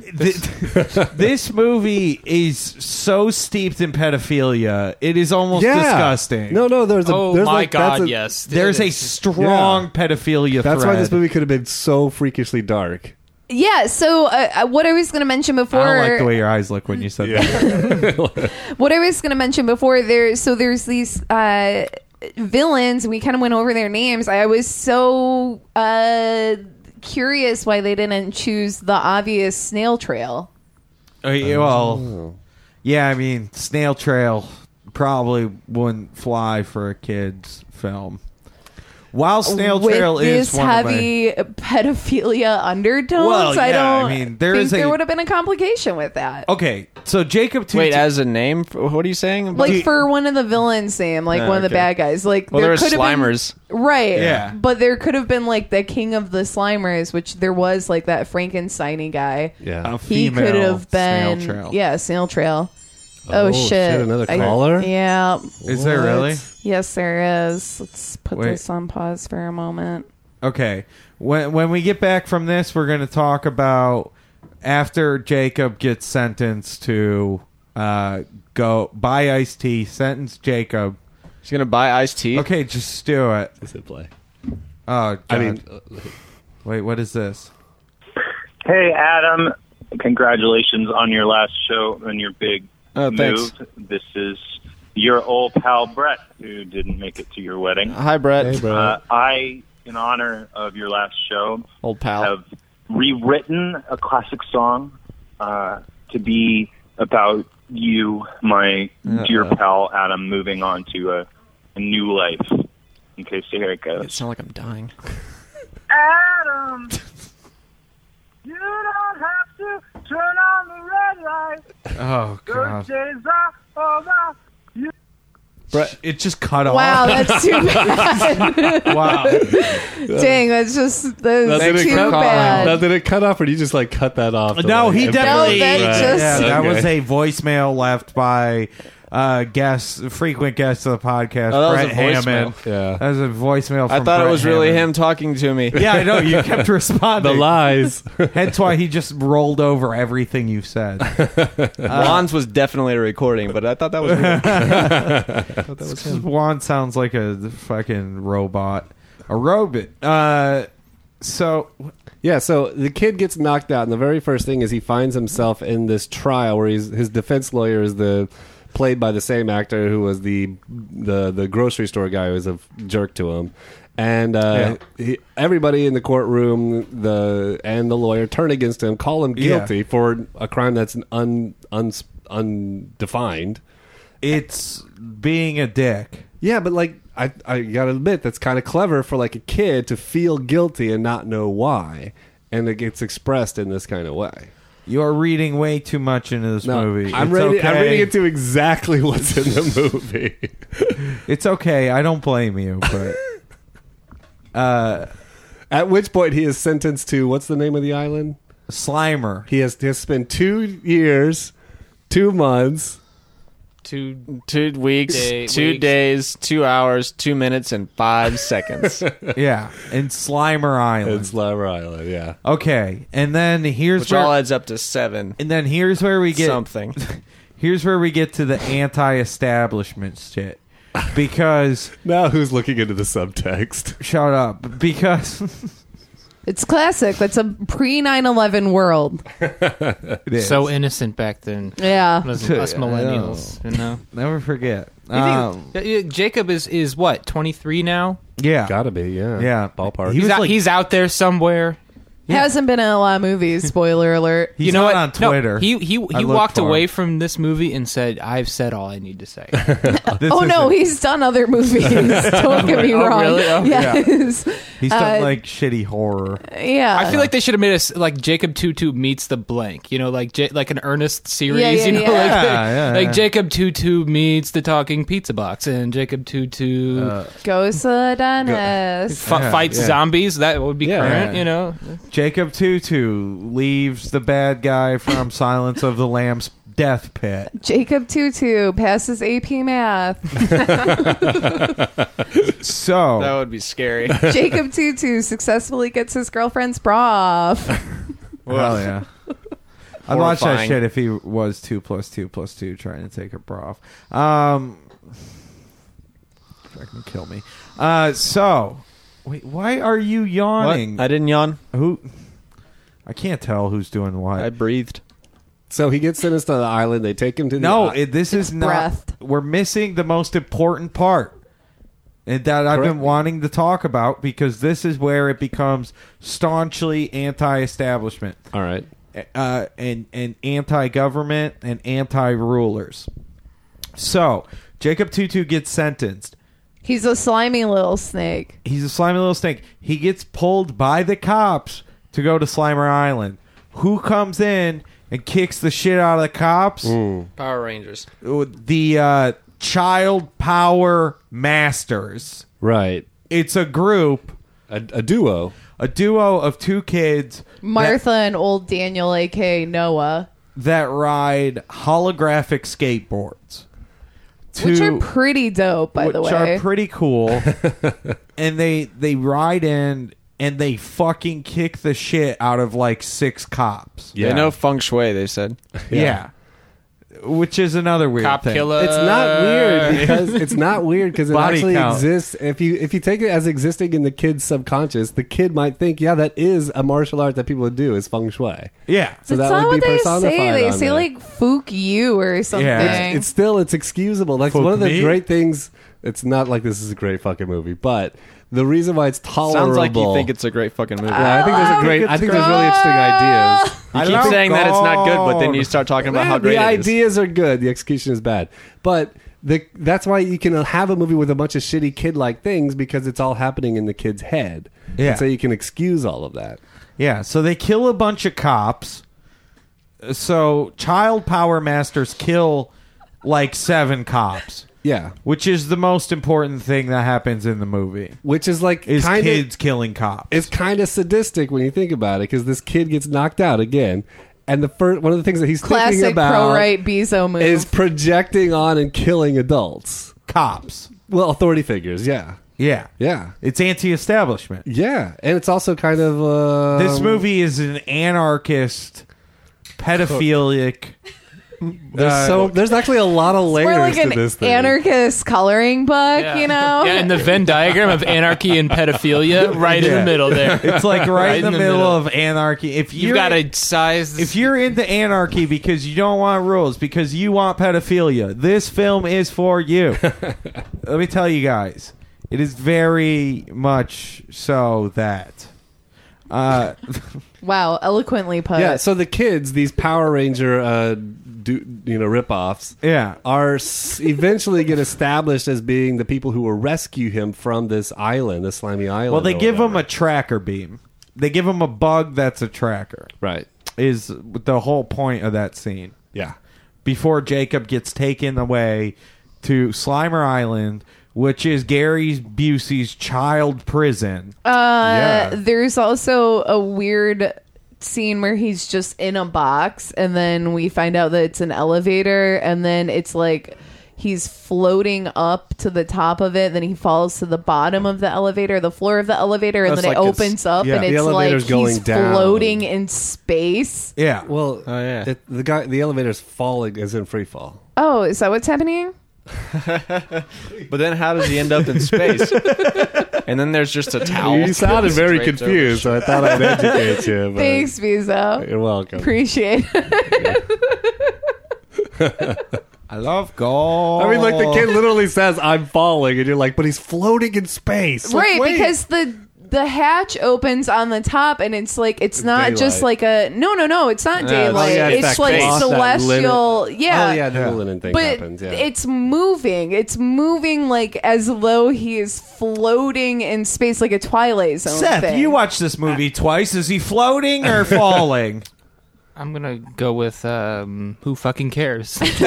S2: Th- this movie is so steeped in pedophilia. It is almost disgusting.
S3: No, no. There's a.
S1: oh
S3: there's
S1: my
S3: like, that's
S1: god,
S3: a-
S1: yes.
S2: there's a strong pedophilia.
S3: That's why this
S2: thread.
S3: movie could have been so freakishly dark.
S5: Yeah. So uh, uh, what I was going to mention before,
S2: I don't like the way your eyes look when you said that.
S5: what I was going to mention before there. So there's these. Uh, villains and we kind of went over their names i was so uh curious why they didn't choose the obvious snail trail
S2: Uh, yeah,
S3: Oh,
S2: well, yeah, I mean, Snail Trail probably wouldn't fly for a kid's film.
S1: Oh,
S2: While Snail
S5: with
S2: Trail
S5: this
S2: is one of my-
S5: heavy pedophilia undertones.
S2: Well,
S5: I
S2: yeah,
S5: don't.
S2: I mean, there
S5: think
S2: is a-
S5: there would have been a complication with that.
S2: okay, so Jacob Tutu.
S4: Wait, as a name? For, what are you saying? about-
S5: Like for one of the villains, Sam, like
S4: Yeah,
S5: one of the
S4: okay.
S5: bad guys, like
S4: well, there are
S5: could have
S4: Slimers.
S5: been, right?
S2: Yeah.
S5: but there could have been like the king of the Slimers, which there was like that Frankenstein guy.
S3: Yeah.
S2: a
S5: he
S2: female
S5: could have been,
S2: Snail Trail.
S5: yeah, Snail Trail. Oh, shit.
S3: Another
S5: I-
S3: caller.
S5: yeah.
S2: Is there
S3: What?
S2: really?
S5: Yes, there is. Let's put
S2: Wait.
S5: this on pause for a moment.
S2: Okay. When when we get back from this, we're going to talk about after Jacob gets sentenced to uh go buy iced tea, sentence Jacob.
S4: He's gonna buy iced tea.
S2: Okay, just do it.
S3: Is it play?
S2: Oh, God.
S3: I mean,
S2: wait, what is this?
S7: Hey, Adam. Congratulations on your last show and your big
S4: Oh,
S7: move.
S4: thanks.
S7: This is your old pal Brett, who didn't make it to your wedding.
S4: Hi, Brett.
S7: Uh, I, in honor of your last show,
S4: Old pal.
S7: have rewritten a classic song uh, to be about you, my dear pal Adam, moving on to a, a new life. Okay, so here it goes.
S4: It sounds like I'm dying.
S7: Adam, you don't have to turn on the red light.
S2: Oh, God.
S7: days are over.
S2: Brett, it just cut
S5: Wow,
S2: off.
S5: that's too bad.
S2: Wow.
S5: Dang, that's just that's,
S3: That's
S5: too
S3: it cut-
S5: bad.
S3: Now, did it cut off, or did you just like cut that off? to,
S2: no,
S3: like,
S2: he
S3: emphasize-
S2: definitely.
S5: No, that just-
S2: yeah, that
S3: Okay.
S2: was a voicemail left by uh guests, frequent guest of the podcast,
S4: Oh, that
S2: Brett
S4: was a voicemail.
S2: Hammond.
S3: Yeah.
S2: That was a voicemail.
S4: I
S2: Oh, from
S4: thought it
S2: Brett
S4: was really
S2: Hammond.
S4: him talking to me.
S2: Yeah, I know. You kept
S3: the
S2: responding.
S3: lies.
S2: Hence why he just rolled over everything you said. Uh,
S4: Lon's was definitely a recording, but I thought that was weird.
S2: Juan sounds like a fucking robot. A robot. Uh, so,
S3: Yeah, so the kid gets knocked out, and the very first thing is he finds himself in this trial where he's, his defense lawyer is the played by the same actor who was the the the grocery store guy who was a jerk to him, and uh, he, everybody in the courtroom, the and the lawyer turn against him, call him
S2: Yeah.
S3: guilty for a crime that's un, un undefined.
S2: it's being a dick.
S3: Yeah, but like I, I gotta admit that's kind of clever for like a kid to feel guilty and not know why, and it gets expressed in this kind of way.
S2: You're reading way too much into this movie.
S3: I'm
S2: It's
S3: reading. I'm
S2: okay.
S3: reading it to exactly what's in the movie.
S2: It's okay. I don't blame you, but uh,
S3: At which point he is sentenced to what's the name of the island?
S2: Slimer.
S3: He has, he has spent two years, two months.
S1: Two
S4: two weeks,
S1: Day-
S4: two
S1: weeks.
S4: days, two hours, two minutes, and five seconds.
S2: Yeah, in Slimer
S3: in
S2: Island.
S3: Slimer Island. Yeah,
S2: Okay, and then here's
S4: which
S2: where,
S4: all adds up to seven
S2: and then here's where we get
S4: something.
S2: here's where we get to the anti-establishment shit because
S3: now who's looking into the subtext?
S2: shut up because
S5: it's classic. That's a pre 9 11 world.
S1: so innocent back then.
S5: Yeah.
S1: Us, us millennials, you know.
S2: Never forget.
S1: You
S2: Um,
S1: think- uh, Jacob is is what twenty three now.
S2: yeah,
S3: Gotta be. Yeah.
S2: yeah.
S3: Ballpark.
S2: He
S1: He's
S2: was
S1: out,
S2: like,
S1: he's out there somewhere.
S5: Hasn't been in a lot of movies, spoiler alert.
S2: he's
S1: you know what?
S2: not on
S1: No,
S2: Twitter.
S1: he he he
S2: I looked
S1: walked
S2: for
S1: away
S2: him.
S1: from this movie and said, "I've said all I need to say."
S2: This
S5: Oh
S2: isn't-
S5: no, he's done other movies. Don't get me
S1: Oh,
S5: wrong.
S1: really? Oh,
S2: yeah.
S5: yes.
S2: he's done
S5: uh,
S2: like shitty horror.
S5: Yeah.
S1: I feel like they should have made us like Jacob Tutu meets the blank, you know, like J- like an Ernest series,
S5: Yeah, yeah,
S1: you know,
S5: yeah.
S1: like,
S2: Yeah, yeah,
S1: like
S2: yeah.
S1: Jacob Tutu meets the talking pizza box, and Jacob Tutu
S5: Ghost of Dennis.
S1: fi-
S2: Uh, yeah,
S1: fights
S2: yeah.
S1: zombies. That would be
S3: Yeah.
S1: current,
S2: Yeah.
S1: you know.
S2: Jacob Tutu leaves the bad guy from Silence of the Lambs death pit.
S5: Jacob Tutu passes AP math.
S2: So
S4: That would be scary.
S5: Jacob Tutu successfully gets his girlfriend's bra off.
S2: Hell yeah. I'd watch that
S4: Horrifying.
S2: shit if he was two plus two plus two trying to take a bra off. Um, fucking kill me. Uh, so wait, why are you
S4: What?
S2: yawning?
S4: I didn't yawn.
S2: Who? I can't tell who's doing what.
S4: I breathed.
S3: So he gets sentenced to the island. They take him to the
S2: no,
S3: i-
S2: it, this is not.
S5: breath.
S2: We're missing the most important part. And that I've
S3: Correct
S2: been
S3: me.
S2: wanting to talk about because this is where it becomes staunchly anti-establishment.
S3: all right.
S2: uh, and and anti-government and anti-rulers. So Jacob Tutu gets sentenced.
S5: He's a slimy little snake.
S2: He's a slimy little snake. He gets pulled by the cops to go to Slimer Island. Who comes in and kicks the shit out of the cops?
S8: Power Rangers.
S2: The uh, Child Power Masters.
S3: Right.
S2: It's a group,
S3: A, a duo.
S2: a duo of two kids
S5: Martha and old Daniel, a.k.a. Noah,
S2: that ride holographic skateboards.
S5: which
S2: To-
S5: are pretty dope, by
S2: which
S5: the way.
S2: are pretty cool. and they they ride in and they fucking kick the shit out of like six cops.
S3: Yeah.
S4: They know feng shui. They said.
S2: Yeah. Which is another weird
S8: Cop
S2: thing.
S8: killer.
S3: It's not weird because it's not weird because it
S2: Body
S3: actually
S2: count.
S3: exists. If you if you take it as existing in the kid's subconscious, the kid might think, yeah, that is a martial art that people would do is feng shui.
S2: Yeah.
S3: So
S5: That's
S3: that
S5: not
S3: would
S5: what
S3: be
S5: they
S3: personified.
S5: say. They
S3: on
S5: say
S3: there.
S5: like "fuck you" or something.
S2: It's-
S3: it's still it's excusable. Like
S2: Fuck
S3: one of the
S2: me.
S3: great things. It's not like this is a great fucking movie, but the reason why it's tolerable.
S4: Sounds like you think it's a great fucking movie.
S6: Uh,
S3: Yeah, I think there's a great. I think there's really interesting ideas.
S4: You
S2: I
S4: keep
S2: love
S4: saying that it's not good, but then
S2: gold.
S4: you start talking about how
S3: the
S4: great it is.
S3: ideas are good. The execution is bad, but the that's why you can have a movie with a bunch of shitty kid like things because it's all happening in the kid's head.
S2: Yeah.
S3: And so you can excuse all of that.
S2: Yeah, so they kill a bunch of cops. So child power masters kill like seven cops.
S3: Yeah,
S2: Which is the most important thing that happens in the movie.
S3: which is like
S2: Is
S3: kind of
S2: kids killing cops.
S3: it's kind of sadistic when you think about it because this kid gets knocked out again, and the first one of the things that he's thinking
S5: Classic
S3: about
S5: pro right Bezo move.
S3: is projecting on and killing adults.
S2: cops.
S3: Well, authority figures. Yeah,
S2: Yeah.
S3: yeah,
S2: It's anti-establishment.
S3: yeah, and it's also kind of uh,
S2: This movie is an anarchist, pedophilic.
S3: There's
S2: uh,
S3: so there's actually a lot of
S5: It's
S3: layers
S5: more like
S3: to
S5: an
S3: this thing.
S5: anarchist coloring book, you know?
S1: Yeah, and the Venn diagram of anarchy and pedophilia, right in
S2: Yeah.
S1: the middle there.
S2: It's like right, in the, middle, of anarchy. If
S8: You've
S2: you
S8: got to size.
S2: if you're into anarchy because you don't want rules because you want pedophilia, this film is for you. Let me tell you guys, it is very much so that. Uh,
S5: Wow, eloquently put.
S3: yeah, so the kids, these Power Ranger, uh, do, you know, ripoffs,
S2: yeah.
S3: are s- eventually get established as being the people who will rescue him from this island, this slimy island.
S2: Well, they
S3: or
S2: give him a
S3: whatever.
S2: tracker beam. They give him a bug that's a tracker.
S3: right.
S2: Is the whole point of that scene.
S3: Yeah,
S2: before Jacob gets taken away to Slimer Island, which is Gary Busey's child prison.
S5: Uh,
S3: Yeah.
S5: There's also a weird scene where he's just in a box, and then we find out that it's an elevator, and then it's like he's floating up to the top of it, then he falls to the bottom of the elevator, the floor of the elevator, and
S4: That's
S5: then it
S4: like it's-
S5: opens up,
S3: yeah,
S5: and
S3: the
S5: it's like
S3: elevator's
S5: he's
S3: going down.
S5: floating in space.
S2: yeah.
S3: Well,
S4: Oh, yeah.
S3: it- the guy, the elevator's falling is in free fall.
S5: Oh, is that what's happening?
S4: But then how does he end up in space? and then there's just a towel.
S3: You sounded
S4: that's
S3: very
S4: draped over
S3: confused, so I thought I'd educate you. But
S5: Thanks, Visa.
S3: You're welcome.
S5: Appreciate it.
S2: I love gold.
S3: I mean, like the kid literally says, "I'm falling," and you're like, "But he's floating in space." Like,
S5: right
S3: wait.
S5: because the the hatch opens on the top and it's like it's not just like
S3: Daylight.
S5: a no no no it's not daylight
S3: yeah,
S5: it's,
S3: it's that
S5: like
S3: face.
S5: celestial yeah
S3: Oh yeah, the linen thing
S5: but
S3: happens. Yeah.
S5: it's moving it's moving like as though he is floating in space like a twilight zone
S2: Seth,
S5: thing.
S2: you watched this movie twice. Is he floating or falling?
S1: I'm gonna go with um, who fucking cares.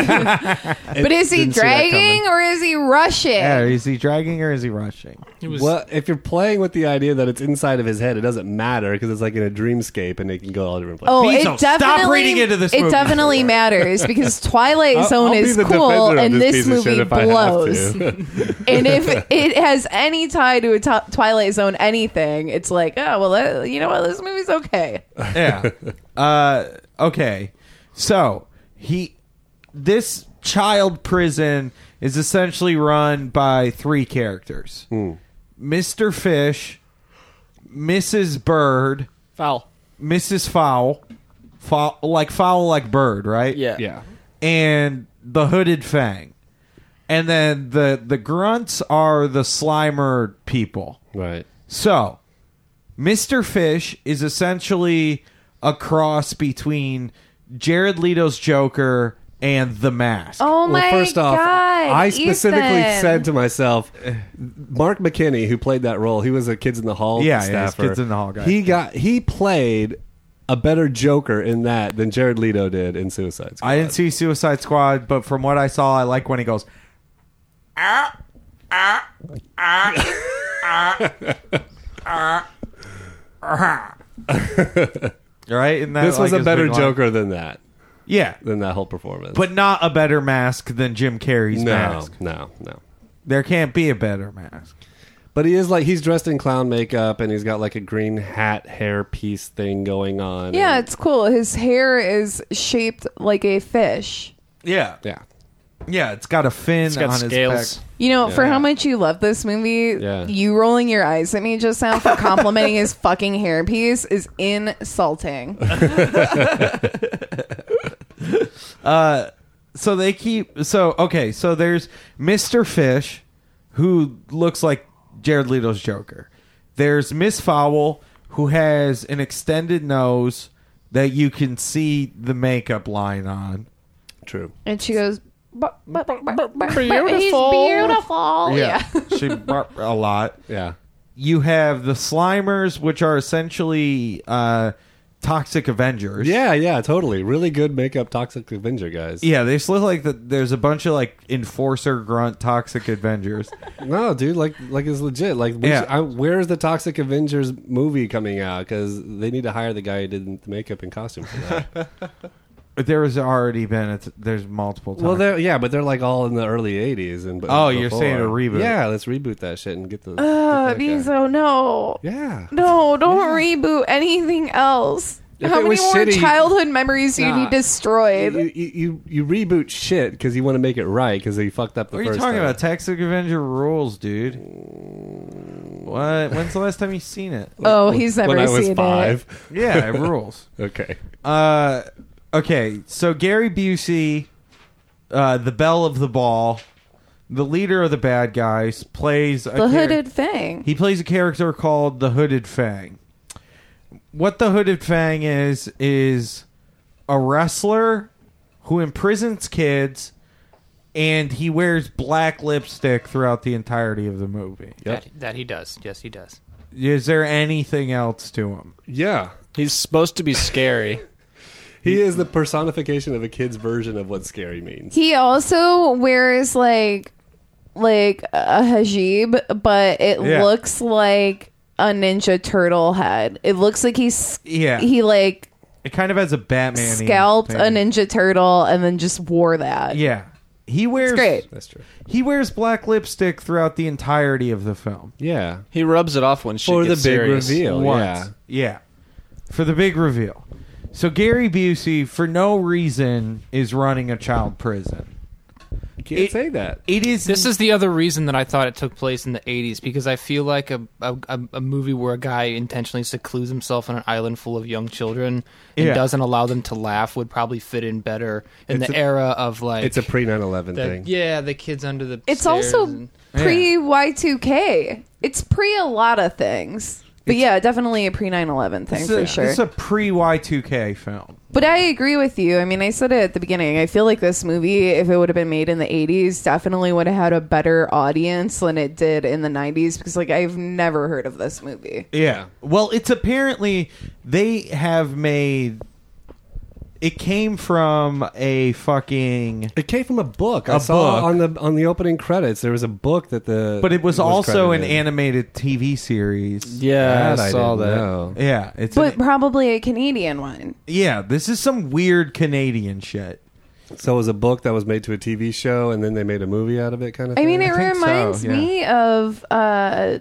S5: But is he
S1: Didn't see that
S5: dragging or is he rushing?
S2: Yeah, is he dragging or is he rushing?
S1: It was
S3: well, if you're playing with the idea that it's inside of his head, it doesn't matter because it's like in a dreamscape and it can go all different places.
S5: Oh,
S2: Please
S5: it
S2: don't. Stop
S5: definitely
S2: reading into this
S5: it
S2: movie.
S5: definitely matters because Twilight
S3: I'll-
S5: Zone
S3: I'll be
S5: is
S3: the
S5: cool,
S3: defender of
S5: and this,
S3: piece of shit
S5: movie
S3: if I have
S5: blows.
S3: to.
S5: and if it has any tie to a to- Twilight Zone anything, it's like, oh well, uh, you know what, this movie's okay.
S2: yeah. Uh, okay. So he, this child prison is essentially run by three characters: Mr. Fish, Mrs. Bird,
S1: foul.
S2: Mrs. Fowl, Fowl like Fowl like Bird, right?
S8: Yeah.
S3: yeah.
S2: And the Hooded Fang, and then the the grunts are the Slimer people.
S3: Right.
S2: So, Mr. Fish is essentially a cross between Jared Leto's Joker and The Mask.
S5: Oh my
S3: well, first off,
S5: god!
S3: I specifically
S5: Ethan.
S3: said to myself, Mark McKinney, who played that role, he was a Kids in the Hall
S2: Yeah, yeah, he's
S3: staffer.
S2: Kids in the Hall guy.
S3: He got he played a better Joker in that than Jared Leto did in Suicide Squad.
S2: I didn't see Suicide Squad, but from what I saw, I like when he goes. "Ah, ah, ah, ah, ah, ah." Right, and that,
S3: this was
S2: like,
S3: a
S2: his
S3: better
S2: big line.
S3: Joker than that
S2: yeah,
S3: than that whole performance.
S2: but not a better mask than Jim Carrey's
S3: no,
S2: mask.
S3: no, no.
S2: There can't be a better mask.
S3: But he is like he's dressed in clown makeup and he's got like a green hat hair piece thing going on.
S5: yeah,
S3: and-
S5: it's cool. His hair is shaped like a fish.
S2: Yeah,
S3: yeah.
S2: Yeah, it's got a fin
S1: It's got
S2: on
S1: scales.
S2: his back.
S5: You know, for how much you love this movie,
S3: Yeah.
S5: you rolling your eyes at me just now for complimenting his fucking hairpiece is insulting.
S2: Uh, So they keep so okay, so there's Mr. Fish who looks like Jared Leto's Joker. There's Miss Fowl who has an extended nose that you can see the makeup line on.
S3: True.
S5: And she goes, but, but, but, but, but he's beautiful. Oh, Yeah.
S2: she burp a lot.
S3: Yeah.
S2: You have the Slimers which are essentially uh toxic Avengers.
S3: Yeah, yeah, totally. Really good makeup toxic Avenger guys.
S2: Yeah, they just look like the, there's a bunch of like enforcer grunt toxic Avengers.
S3: No, dude, like like it's legit. Like, we
S2: Yeah.
S3: should- I, where's the Toxic Avengers movie coming out? Because they need to hire the guy who did the makeup and costume for that.
S2: There has already been. It's, there's multiple. Times.
S3: well, they're yeah, but they're like all in the early '80s and. but
S2: Oh, you're saying a reboot.
S3: Yeah, let's reboot that shit and get the.
S5: Uh,
S3: get that guy.
S5: because, oh, no.
S3: yeah.
S5: No, don't reboot anything else.
S3: If
S5: How
S3: it
S5: many
S3: was
S5: more
S3: shitty-
S5: childhood memories do you
S3: Nah.
S5: need destroyed?
S3: You, you, you, you reboot shit because you want to make it right because they fucked up the
S2: what are
S3: first
S2: you talking
S3: time.
S2: about? Toxic Avenger rules, dude. What? When's the last time you seen it?
S5: oh, he's never
S3: when I was
S5: seen it.
S3: five.
S2: Yeah, it rules.
S3: Okay.
S2: Uh, okay. So Gary Busey, uh, the bell of the ball, the leader of the bad guys, plays a
S5: The
S2: char-
S5: hooded fang.
S2: He plays a character called the Hooded Fang. What the Hooded Fang is is a wrestler who imprisons kids and he wears black lipstick throughout the entirety of the movie.
S1: That, that he does. Yes, he does.
S2: Is there anything else to him?
S3: Yeah.
S4: He's supposed to be scary.
S3: He is the personification of a kid's version of what scary means.
S5: He also wears like like a hijab, but it
S2: Yeah.
S5: looks like a ninja turtle head. It looks like he's
S2: Yeah.
S5: he like
S2: It kind of has a Batman
S5: scalped a ninja turtle and then just wore that.
S2: Yeah. He wears
S5: great.
S3: That's true.
S2: he wears black lipstick throughout the entirety of the film.
S3: Yeah.
S4: He rubs it off when she
S3: For the big
S4: gets serious.
S3: reveal.
S2: once.
S3: Yeah.
S2: Yeah. For the big reveal. So Gary Busey, for no reason, is running a child prison.
S3: Can't
S2: It-
S3: say that.
S2: It is
S1: This is the other reason that I thought it took place in the 80s because I feel like a a, a- a movie where a guy intentionally secludes himself on an island full of young children and
S2: Yeah.
S1: doesn't allow them to laugh would probably fit in better in
S3: It's
S1: the
S3: a-
S1: era of like
S3: It's a pre 9 11
S1: the-
S3: thing.
S1: yeah the kids under the
S5: It's
S1: stairs
S5: also
S1: and-
S5: pre Y2K. It's pre a lot of things. But yeah, definitely a pre 9/11 thing
S2: this
S5: for
S2: is a,
S5: sure.
S2: This is a pre Y two K film.
S5: But I agree with you. I mean, I said it at the beginning. I feel like this movie, if it would have been made in the 80s, definitely would have had a better audience than it did in the 90s because, like, I've never heard of this movie.
S2: Yeah. Well, it's apparently they have made It came from a fucking.
S3: It came from a book. I
S2: A
S3: saw
S2: book.
S3: on the on the opening credits there was a book that the
S2: But it was, also an
S3: credited in.
S2: animated TV series.
S1: Yeah,
S3: That
S1: I
S3: I
S1: saw
S3: didn't
S1: that.
S3: know.
S2: Yeah, it's
S5: but
S2: an-
S5: probably a Canadian one.
S2: yeah. This is some weird Canadian shit.
S3: So it was a book that was made to a TV show, and then they made a movie out of it, kind of.
S5: I
S3: thing?
S5: mean, it
S2: think so,
S5: reminds
S2: yeah.
S5: me of uh,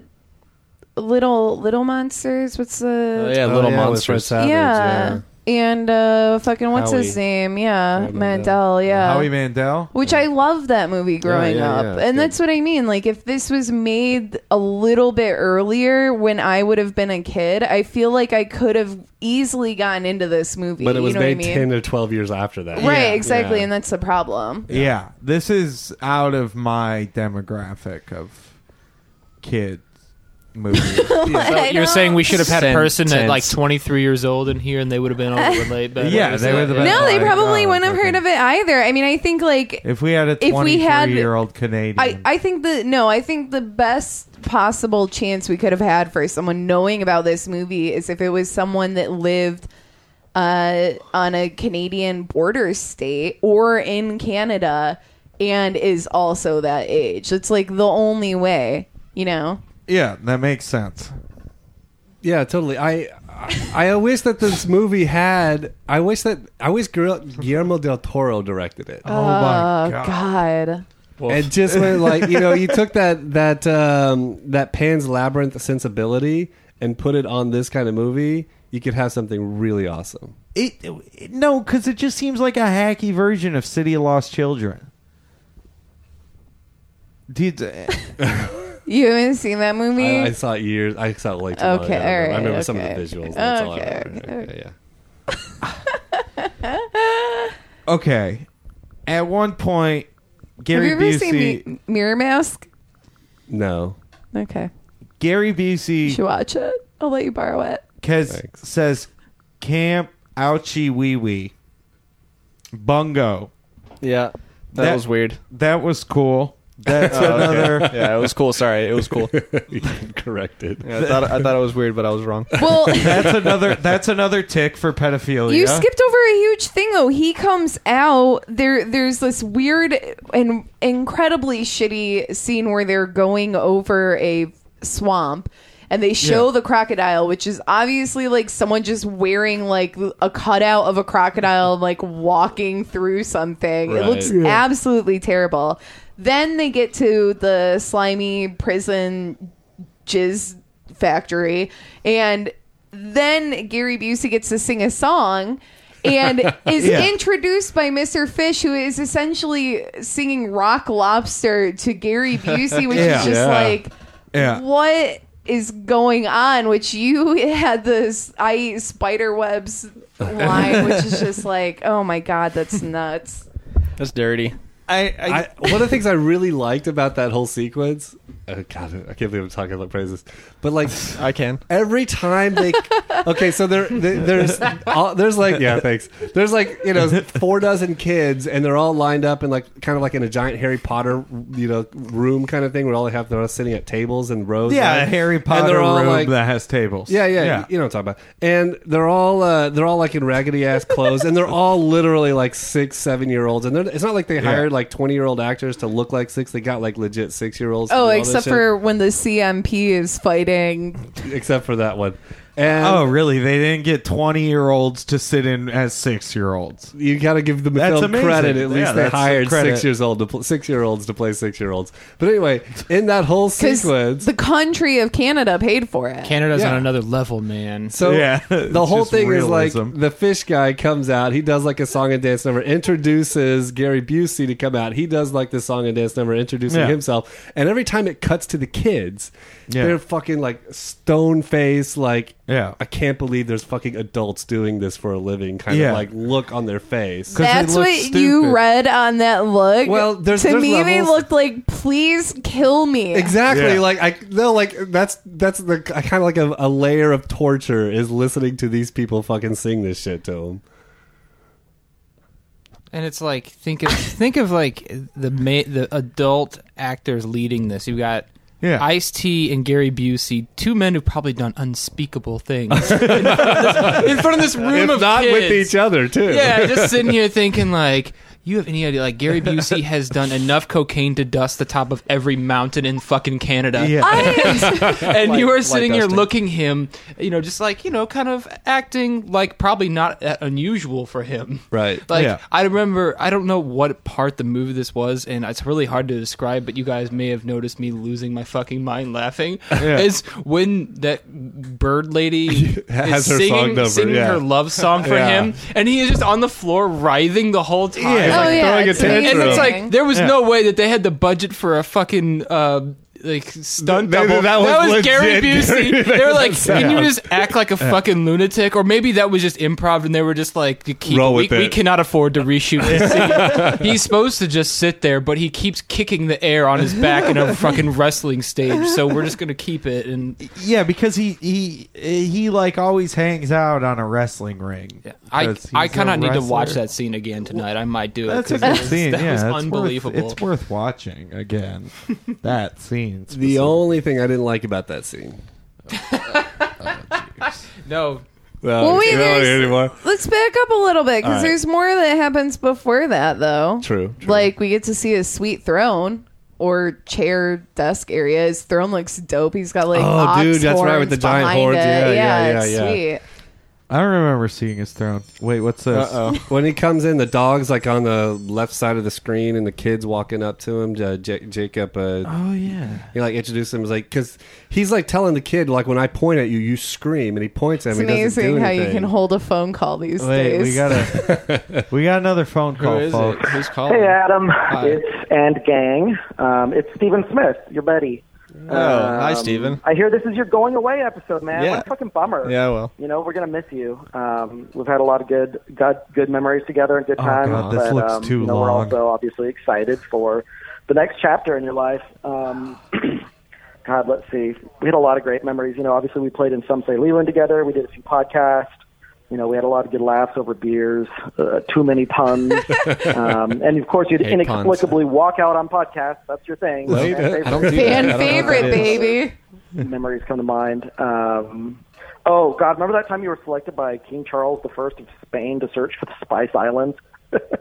S5: little little monsters. What's the
S4: Oh, yeah,
S3: Oh,
S4: Little
S3: yeah, with Fred
S4: Monsters.
S3: Savage,
S5: yeah. And uh, fucking what's his
S3: Howie.
S5: name? Yeah,
S3: Howie Mandel.
S5: Mandel. Yeah,
S2: Howie Mandel.
S5: which I love that movie growing
S3: yeah, yeah,
S5: up,
S3: it's
S5: and
S3: good.
S5: that's what I mean. Like, if this was made a little bit earlier, when I would have been a kid, I feel like I could have easily gotten into this movie.
S3: But it was
S5: you know
S3: made
S5: what I mean?
S3: ten or twelve years after that.
S5: right?
S2: Yeah,
S5: exactly,
S3: yeah.
S5: and that's the problem.
S2: Yeah. this is out of my demographic of kid movies.
S5: I
S1: You're
S5: don't-
S1: saying we should have had a person at
S4: Sentence.
S1: like 23 years old in here, and they would have been able to relate better.
S2: Yeah, they were the best.
S5: No, they
S2: Like,
S5: probably
S2: oh,
S5: wouldn't have
S2: okay.
S5: heard of it either. I mean, I think like
S2: if we had a
S5: If we had-
S2: twenty-three-year-old Canadian,
S5: I, I think the no, I think the best possible chance we could have had for someone knowing about this movie is if it was someone that lived uh, on a Canadian border state or in Canada and is also that age. It's like the only way, you know.
S2: yeah, that makes sense.
S3: Yeah, totally. I I I wish that this movie had. I wish that I wish Guer- Guillermo del Toro directed it.
S2: Oh my
S5: Oh
S2: god.
S5: God.
S3: It just went like you know you took that that um, that Pan's Labyrinth sensibility and put it on this kind of movie. You could have something really awesome.
S2: It, it no, because it just seems like a hacky version of City of Lost Children. Dude, uh,
S5: You haven't seen that movie?
S3: I, I saw it years. I saw it like too long
S5: Eh. Okay,
S3: ago. I remember,
S5: all right,
S3: I remember some of the
S5: okay.
S3: visuals. That's all I
S5: Okay,
S3: remember.
S5: okay, okay.
S3: Yeah,
S2: okay, at one point, Gary
S5: have you ever
S2: Busey,
S5: seen Mi- Mirror Mask?
S3: no.
S5: Okay.
S2: Gary
S5: You
S2: Busey,
S5: should watch it. I'll let you borrow it.
S2: Kes
S3: Thanks.
S2: says, "Camp ouchie wee wee, bungo."
S4: Yeah, that,
S2: That-
S4: was weird.
S2: That was cool. That's
S4: Oh, okay.
S2: another.
S4: Yeah, it was cool. Sorry, it was cool.
S3: Corrected.
S4: Yeah, I thought I thought it was weird, but I was wrong.
S5: Well,
S2: That's another. That's another tick for pedophilia.
S5: You skipped over a huge thing though. He comes out there there's this weird and incredibly shitty scene where they're going over a swamp and they show
S2: Yeah.
S5: the crocodile which is obviously like someone just wearing like a cutout of a crocodile like walking through something. It
S3: Right.
S5: looks absolutely terrible. Then they get to the slimy prison jizz factory and then Gary Busey gets to sing a song and is
S2: Yeah.
S5: introduced by Mr. Fish who is essentially singing Rock Lobster to Gary Busey which
S2: Yeah.
S5: is just
S2: Yeah.
S5: like
S2: Yeah.
S5: what is going on which you had this I eat spider webs line which is just like oh my god that's nuts
S4: That's dirty.
S2: I, I,
S3: I, one of the things I really liked about that whole sequence, oh God, I can't believe I'm talking about praises, but like
S4: I can.
S3: every time they, okay, so there, there- there's, all, there's like, yeah, thanks. There's like, you know, four dozen kids, and they're all lined up in like, kind of like in a giant Harry Potter, you know, room kind of thing, where all they have they're all sitting at tables and rows.
S2: yeah, a
S3: right?
S2: Harry
S3: And
S2: Potter
S3: they're all,
S2: room
S3: like-
S2: that has tables.
S3: yeah, yeah, You know what I'm talking about. And they're all uh, they're all like in raggedy ass clothes, and they're all literally like six, seven year olds. And they're- it's not like they hired like twenty year old actors to look like six. They got like legit six year olds. to do
S5: oh
S3: all this
S5: except
S3: shit.
S5: for when the CMP is fighting
S3: except for that one. And
S2: Oh, really? They didn't get twenty-year-olds to sit in as six-year-olds.
S3: you got to give them
S2: That's
S3: film
S2: amazing.
S3: credit. At least
S2: Yeah,
S3: they
S2: that's
S3: hired
S2: credit.
S3: six years old to pl- six year olds to play six year olds. But anyway, in that whole
S5: because
S3: sequence,
S5: the country of Canada paid for it.
S1: Canada's
S3: Yeah.
S1: on another level, man.
S3: So
S2: Yeah,
S3: the
S2: it's
S3: whole
S2: just
S3: thing is
S2: realism.
S3: like the fish guy comes out. He does like a song and dance number, introduces Gary Busey to come out. He does like this song and dance number, introducing
S2: Yeah.
S3: himself. And every time it cuts to the kids,
S2: Yeah.
S3: they're fucking like stone face, like
S2: Yeah.
S3: I can't believe there's fucking adults doing this for a living. Kind
S2: Yeah.
S3: of like look on their face.
S2: they
S5: That's
S2: look
S5: what
S2: stupid.
S5: you read on that look.
S3: Well, there's-
S5: to
S3: there's
S5: me they
S3: levels.
S5: looked like, please kill me.
S3: Exactly,
S2: Yeah.
S3: like I no, like that's that's the kind of like a, a layer of torture is listening to these people fucking sing this shit to them.
S1: And it's like think of think of like the ma- the adult actors leading this. You got
S2: Yeah.
S1: Ice T and Gary Busey, two men who've probably done unspeakable things in, front of this, in front of this room
S3: If
S1: of
S3: not with
S1: kids.
S3: each other too.
S1: Yeah, just sitting here thinking like. You have any idea? Like Gary Busey has done enough cocaine to dust the top of every mountain in fucking Canada,
S2: Yeah.
S1: and you
S4: Like-
S1: are
S4: like
S1: sitting here
S4: dusting.
S1: looking him, you know, just like you know, kind of acting like probably not that unusual for him,
S3: Right.
S1: Like
S2: Yeah.
S1: I remember, I don't know what part the movie this was, and it's really hard to describe. But you guys may have noticed me losing my fucking mind laughing. Is when that bird lady
S3: Has her song
S1: is singing,
S3: number,
S1: singing
S3: yeah.
S1: her love song for
S3: Yeah.
S1: him, and he is just on the floor writhing the whole time.
S2: Yeah.
S5: oh
S1: Like,
S5: yeah,
S3: throwing a
S5: it's
S3: tantrum.
S1: and it's
S5: amazing.
S1: like there was no way that they had the budget for a fucking uh, like stunt
S3: Th- th-
S1: double.
S3: that was legit
S1: Gary Busey.
S3: Gary-
S1: they were like,
S3: that
S1: "Can you
S3: sound."
S1: just act like a fucking lunatic?" Or maybe that was just improv, and they were just like, "You keep-
S3: Roll
S1: we,
S3: with
S1: we
S3: it."
S1: cannot afford to reshoot this scene." He's supposed to just sit there, but he keeps kicking the air on his back in a fucking wrestling stage. So we're just gonna keep it. And
S2: Yeah, because he he he like always hangs out on a wrestling ring.
S1: I
S2: Because he's
S1: I kind
S2: a
S1: of need to watch
S2: wrestler.
S1: that scene again tonight. I might do it.
S2: That's a
S1: 'cause
S2: good
S1: that was-
S2: scene.
S1: That
S2: yeah,
S1: was
S2: it's worth-
S1: unbelievable.
S2: it's worth watching again. that scene.
S3: The
S2: specifically.
S3: only thing I didn't like about that scene.
S1: no,
S2: Oh,
S5: Well, wait,
S3: you know,
S5: there's-
S3: anymore.
S5: Let's back up a little bit because
S3: All right.
S5: there's more that happens before that, though.
S3: True, true.
S5: Like we get to see his sweet throne or chair desk area. His throne looks dope. He's got like
S3: Oh,
S5: ox
S3: dude, that's right,
S5: horns
S3: with the giant
S5: behind
S3: horns.
S5: it.
S3: Yeah, yeah,
S5: it's
S3: yeah, yeah.
S5: sweet.
S2: I don't remember seeing his throne. Wait, what's this?
S3: Uh-uh. when he comes in, the dog's like on the left side of the screen, and the kids walking up to him. Ja- Ja- Jacob, uh,
S2: Oh yeah.
S3: he like introduced him. He's like, because he's like telling the kid, like, when I point at you, you scream, and he points at
S5: It's
S3: him. he doesn't do
S5: amazing how you
S3: anything.
S5: can hold a phone call these
S2: Wait,
S5: days.
S2: we got a we got another phone
S4: Who
S2: call,
S4: is it?
S2: folks.
S4: Who's calling?
S9: Hey, Adam. It's and gang. Um, it's Stephen Smith, your buddy. Um,
S4: Oh, hi, Steven.
S9: I hear this is your going away episode, man.
S4: Yeah.
S9: What a fucking bummer.
S4: Yeah, well.
S9: You know, we're gonna miss you. Um, we've had a lot of good, good, good memories together and good
S4: Oh,
S9: times.
S2: God, this
S9: but,
S2: looks
S9: um,
S2: too
S9: you know, We're
S2: long.
S9: also obviously excited for the next chapter in your life. Um, God, let's see. We had a lot of great memories. You know, obviously we played in Some Say Leland together. We did a few podcasts. You know, we had a lot of good laughs over beers, uh, too many puns, um, and of course you'd
S4: Hate puns.
S9: inexplicably walk out on podcasts. That's your thing. Fan favorite
S4: I don't do that. I
S5: Fan
S4: don't know what
S5: favorite,
S4: that is.
S5: baby.
S9: memories come to mind. Um, oh God, remember that time you were selected by King Charles I of Spain to search for the Spice Islands?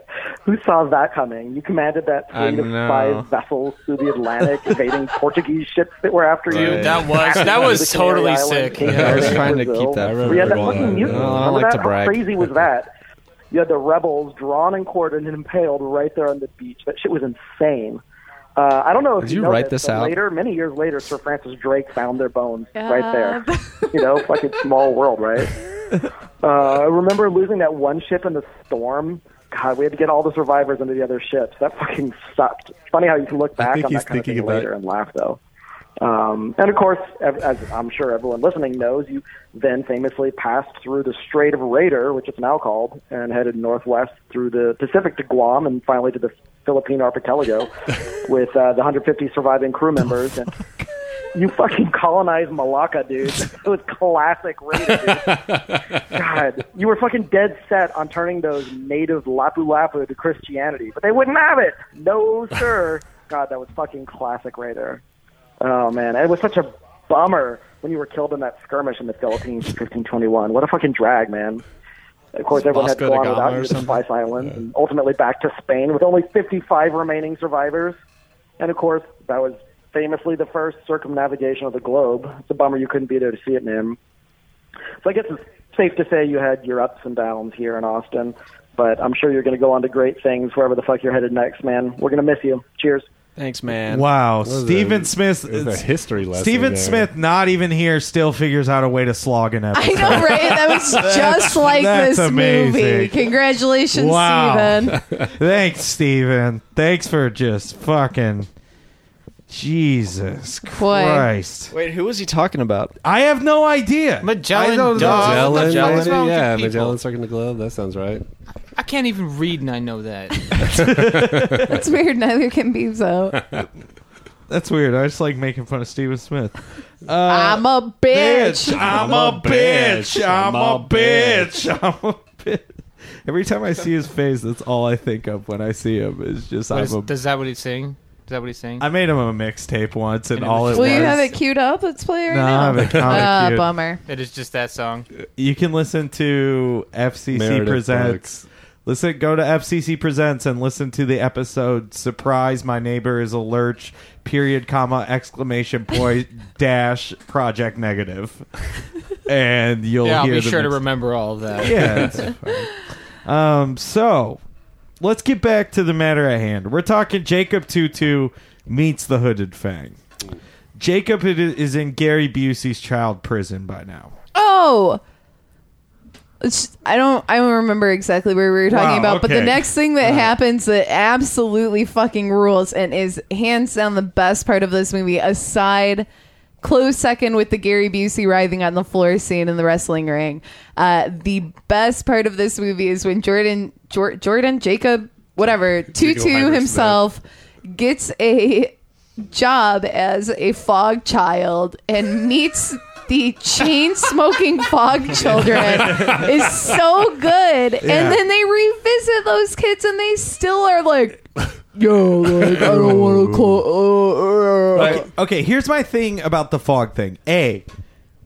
S9: Who saw that coming? You commanded that
S4: I
S9: fleet of
S4: know.
S9: spies vessels through the Atlantic, invading Portuguese ships that were after you.
S4: Right.
S1: that was that was totally sick.
S4: Yeah, I was trying to keep that.
S9: We had that
S3: Everyone-
S9: fucking mutiny.
S4: No, I
S9: Remember
S4: don't like
S9: that?
S4: to brag.
S9: How crazy was that? You had the rebels drawn and quartered and impaled right there on the beach. That shit was insane. Uh, I don't know if
S4: Did
S9: you,
S4: you
S9: know
S4: write this
S9: but
S4: out?
S9: Later, many years later, Sir Francis Drake found their bones right there.
S5: God.
S9: You know, fucking small world, right? Uh, I remember losing that one ship in the storm. God, we had to get all the survivors into the other ships. That fucking sucked. It's funny how you can look back
S3: think
S9: on
S3: he's
S9: that kind of
S3: thinking
S9: thing
S3: about-
S9: later and laugh, though. Um, and of course, as, as I'm sure everyone listening knows, you then famously passed through the Strait of Raider, which it's now called, and headed northwest through the Pacific to Guam and finally to the Philippine archipelago with uh, the 150 surviving crew members. And you fucking colonized Malacca, dude. It was classic Raider, dude. God, you were fucking dead set on turning those native Lapu Lapu to Christianity, but they wouldn't have it. No, sir. God, that was fucking classic Raider. Oh man, it was such a bummer when you were killed in that skirmish in the Philippines in 1521. What a fucking drag, man! Of course, everyone had to go
S4: Vasco
S9: on
S4: da
S9: without you
S4: Gama or
S9: to the
S4: something?
S9: Spice Islands, and ultimately back to Spain with only 55 remaining survivors. And of course, that was famously the first circumnavigation of the globe. It's a bummer you couldn't be there to see it, man. So I guess it's safe to say you had your ups and downs here in Austin, but I'm sure you're going to go on to great things wherever the fuck you're headed next, man. We're going to miss you. Cheers.
S4: Thanks, man.
S2: Wow,
S3: was
S2: Stephen
S3: a-
S2: Smith.
S3: It was a history lesson.
S2: Stephen
S3: there.
S2: Smith, not even here, still figures out a way to slog an
S5: I
S2: episode.
S5: know, right? That was
S2: That's-
S5: just like
S2: that's
S5: this movie.
S2: amazing.
S5: Congratulations,
S2: Wow.
S5: Steven.
S2: Thanks, Steven. Thanks for just fucking. Jesus Christ.
S4: Wait, who was he talking about?
S2: I have no idea.
S1: Magellan
S2: I don't know.
S1: Dog.
S3: Magellan,
S1: Magellan, what's wrong with you
S3: yeah,
S1: people?
S3: Magellan circling the globe. That sounds right.
S1: I can't even read, and I know that.
S5: That's weird. Neither can be so.
S2: Uh, That's weird. I just like making fun of Steven Smith.
S5: I'm a bitch.
S2: I'm a bitch. I'm a bitch. I'm a bitch. Every time I see his face, that's all I think of when I see him. Is just
S1: What
S2: I'm
S1: is-
S2: a
S1: does that what he's saying? Is that what he's saying?
S2: I made him a mixtape once, and,
S1: And it
S2: all it
S1: was
S5: Will
S2: was.
S5: you have it queued up? Let's play it right
S2: No,
S5: now.
S2: I have it- I have it
S5: Ah,
S2: queued.
S5: bummer.
S1: It is just that song.
S2: you can listen to FCC
S3: Meredith
S2: Presents. Listen, go to FCC Presents and listen to the episode "Surprise! My Neighbor is a Lurch." Period, comma, exclamation point, dash, project negative, and you'll
S1: yeah, I'll
S2: hear
S1: be
S2: the
S1: sure to
S2: mix-
S1: remember all of that.
S2: Yeah. it's fine. um. So, let's get back to the matter at hand. We're talking Jacob Tutu meets the Hooded Fang. Jacob i- is in Gary Busey's child prison by now.
S5: Oh. It's- I don't. I don't remember exactly where we were talking
S2: Wow,
S5: about, but the
S2: okay. Uh-huh.
S5: next thing that
S2: Wow.
S5: happens that absolutely fucking rules and is hands down the best part of this movie, aside close second with the Gary Busey writhing on the floor scene in the wrestling ring. Uh, the best part of this movie is when Jordan, Jor- Jordan, Jacob, whatever, Tutu
S3: Heimersman.
S5: himself gets a job as a fog child and meets the chain smoking fog children is so Oh, good. And then they revisit those kids and they still are like, yo, like, I don't want to close. Uh, uh, uh."
S2: Okay, okay, here's my thing about the fog thing. A,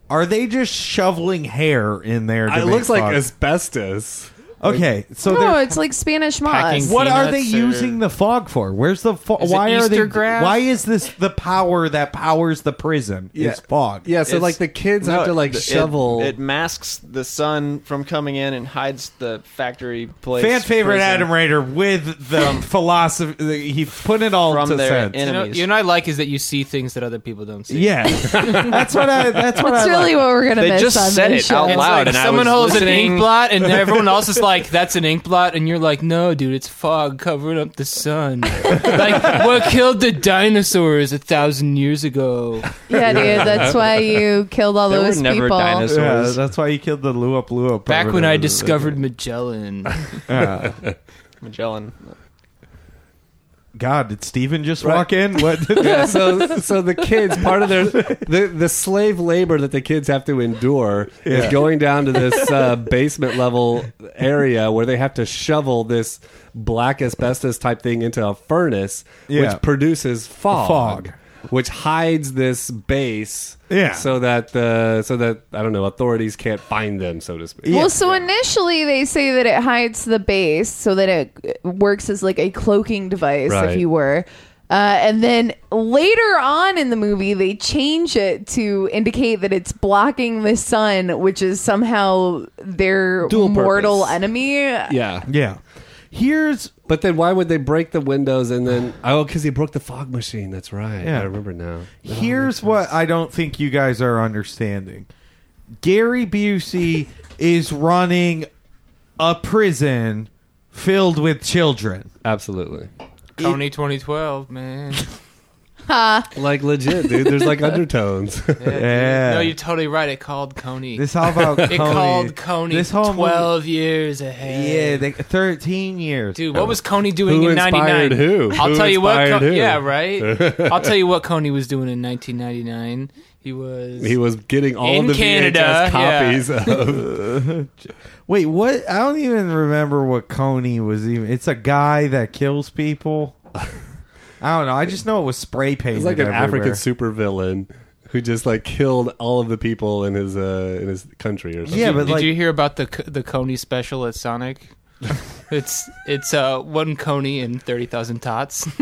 S2: are they just shoveling hair in there? To
S3: It
S2: make
S3: looks like
S2: fog?
S3: asbestos.
S2: okay. So
S5: No,
S2: they're
S5: it's like Spanish moss.
S1: Packing-
S2: what are they
S1: peanuts or-
S2: using the fog for? Where's the fog?
S1: Is it
S2: Why are
S1: Easter
S2: they?
S1: grass?
S2: Why is this the power that powers the prison?
S3: Yeah.
S2: Is fog?
S3: Yeah, so
S4: It's-
S3: like the kids
S4: No,
S3: have to like
S4: it-
S3: shovel.
S4: It, masks the sun from coming in and hides the factory place.
S2: Fan favorite
S4: prison
S2: Adam Raider with the philosophy. the- He put it all
S4: from
S2: to
S4: their
S2: sense.
S1: You know,
S4: enemies.
S1: you know what I like is that you see things that other people don't see.
S2: yeah, that's what I. That's what
S5: That's
S2: I like.
S5: really what we're going to
S4: They
S5: miss
S4: just
S5: on
S4: said
S5: this
S4: it
S5: show.
S4: out
S1: It's
S4: loud,
S1: like
S4: and I
S1: someone
S4: was
S1: holds
S4: listening.
S1: an ink blot, and everyone else is like, "That's an ink blot," and you're like, "No, dude, it's fog covering up the sun. like what killed the dinosaurs a thousand years ago."
S5: Yeah, dude, that's why you killed all
S4: There were
S5: those
S4: never
S5: people.
S4: dinosaurs.
S2: Yeah, that's why you killed the Luop Luop.
S1: Back
S2: over
S1: when
S2: there.
S1: I discovered Magellan.
S2: Yeah.
S4: Magellan.
S2: God, did Steven just
S3: Right.
S2: walk in? What?
S3: yeah, so so the kids part of their the, the slave labor that the kids have to endure
S2: Yeah.
S3: is going down to this uh, basement level area where they have to shovel this black asbestos type thing into a furnace
S2: Yeah.
S3: which produces fog,
S2: Fog.
S3: which hides this base
S2: Yeah.
S3: so that the so that I don't know authorities can't find them so to speak
S5: Well, so initially they say that it hides the base so that it works as like a cloaking device, if
S3: Right.
S5: you were. Uh, and then later on in the movie, they change it to indicate that it's blocking the sun, which is somehow their
S3: Dual
S5: mortal
S3: purpose.
S5: enemy.
S3: yeah
S2: yeah. Here's
S3: but then why would they break the windows and then oh because he broke the fog machine that's right
S2: Yeah.
S3: I remember now
S2: here's what I don't think you guys are understanding. Gary Busey is running a prison filled with children.
S3: absolutely.
S1: Coney 2012, man.
S5: Uh,
S3: Like legit, dude. There's like undertones.
S2: Yeah.
S1: No, you're totally right. It called Coney.
S2: This all about
S1: it
S2: Coney.
S1: called Coney
S2: This whole movie-
S1: 12 years ahead.
S2: Yeah, they, thirteen years.
S1: Dude, what was Coney doing
S3: Who
S1: in
S3: inspired
S1: '99?
S3: who?
S1: I'll
S3: Who
S1: tell you what.
S3: inspired
S1: Con-
S3: who?
S1: yeah, right. I'll tell you what Coney was doing in 1999. He was.
S3: he was getting all
S1: In
S3: the
S1: Canada,
S3: VHS
S1: yeah.
S3: copies of.
S2: Wait, what? I don't even remember what Coney was even. It's a guy that kills people. I don't know. I just know it was spray painted.
S3: He's like an
S2: everywhere.
S3: African supervillain who just like killed all of the people in his uh, in his country or something.
S2: Yeah, but
S1: Did
S2: like,
S1: you hear about the C- the Coney special at Sonic? it's it's uh one Coney and thirty thousand tots.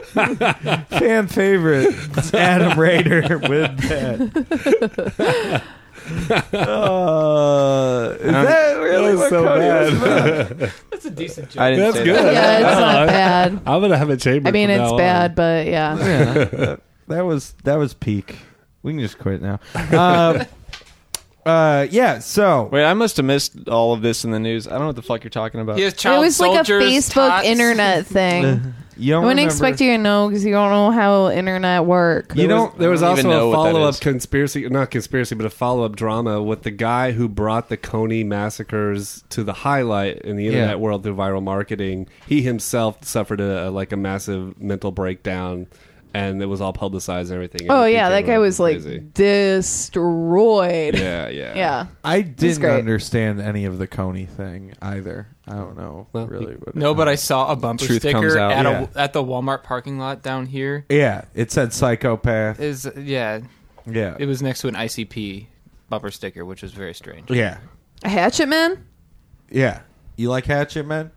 S2: fan favorite It's Adam Raider with that. Uh, is that really
S3: was
S2: what
S3: so
S2: Cody
S3: bad.
S2: was about?
S1: That's a decent joke.
S4: I didn't
S3: That's
S4: say
S3: good.
S4: that.
S5: Yeah, it's not bad.
S3: I'm gonna have a chamber.
S5: I mean,
S3: from
S5: it's
S3: now on.
S5: bad, but yeah.
S2: That was that was peak. We can just quit now. Um, uh, yeah. So
S4: Wait, I must have missed all of this in the news. I don't know what the fuck you're talking about.
S1: He has
S5: It
S1: child
S5: was like a
S1: soldiers,
S5: Facebook
S1: tots.
S5: internet thing.
S2: you don't
S5: I wouldn't
S2: remember-
S5: expect you to know because you don't know how internet work.
S2: You
S3: There was-
S2: don't-
S3: there was
S4: I don't even
S3: also
S4: know
S3: a
S4: what that
S3: follow up
S4: is.
S3: conspiracy, not conspiracy, but a follow up drama with the guy who brought the Coney massacres to the highlight in the internet
S2: Yeah.
S3: world through viral marketing. He himself suffered a, a- like a massive mental breakdown and it was all publicized and everything.
S5: Oh
S3: And
S5: yeah,
S3: people
S5: that guy
S3: were
S5: was like
S3: crazy.
S5: destroyed.
S3: Yeah, yeah.
S5: yeah.
S2: I
S5: It's
S2: didn't
S5: great.
S2: understand any of the Coney thing either. I don't know really. What
S1: No, but I saw a bumper
S4: Truth comes
S1: sticker
S4: out.
S1: at,
S2: Yeah.
S1: a, at the Walmart parking lot down here.
S2: yeah, it said psychopath.
S1: Is yeah,
S2: yeah,
S1: it was next to an ICP bumper sticker, which was very strange.
S2: yeah,
S5: A hatchet man?
S2: yeah. You like Hatchet Man?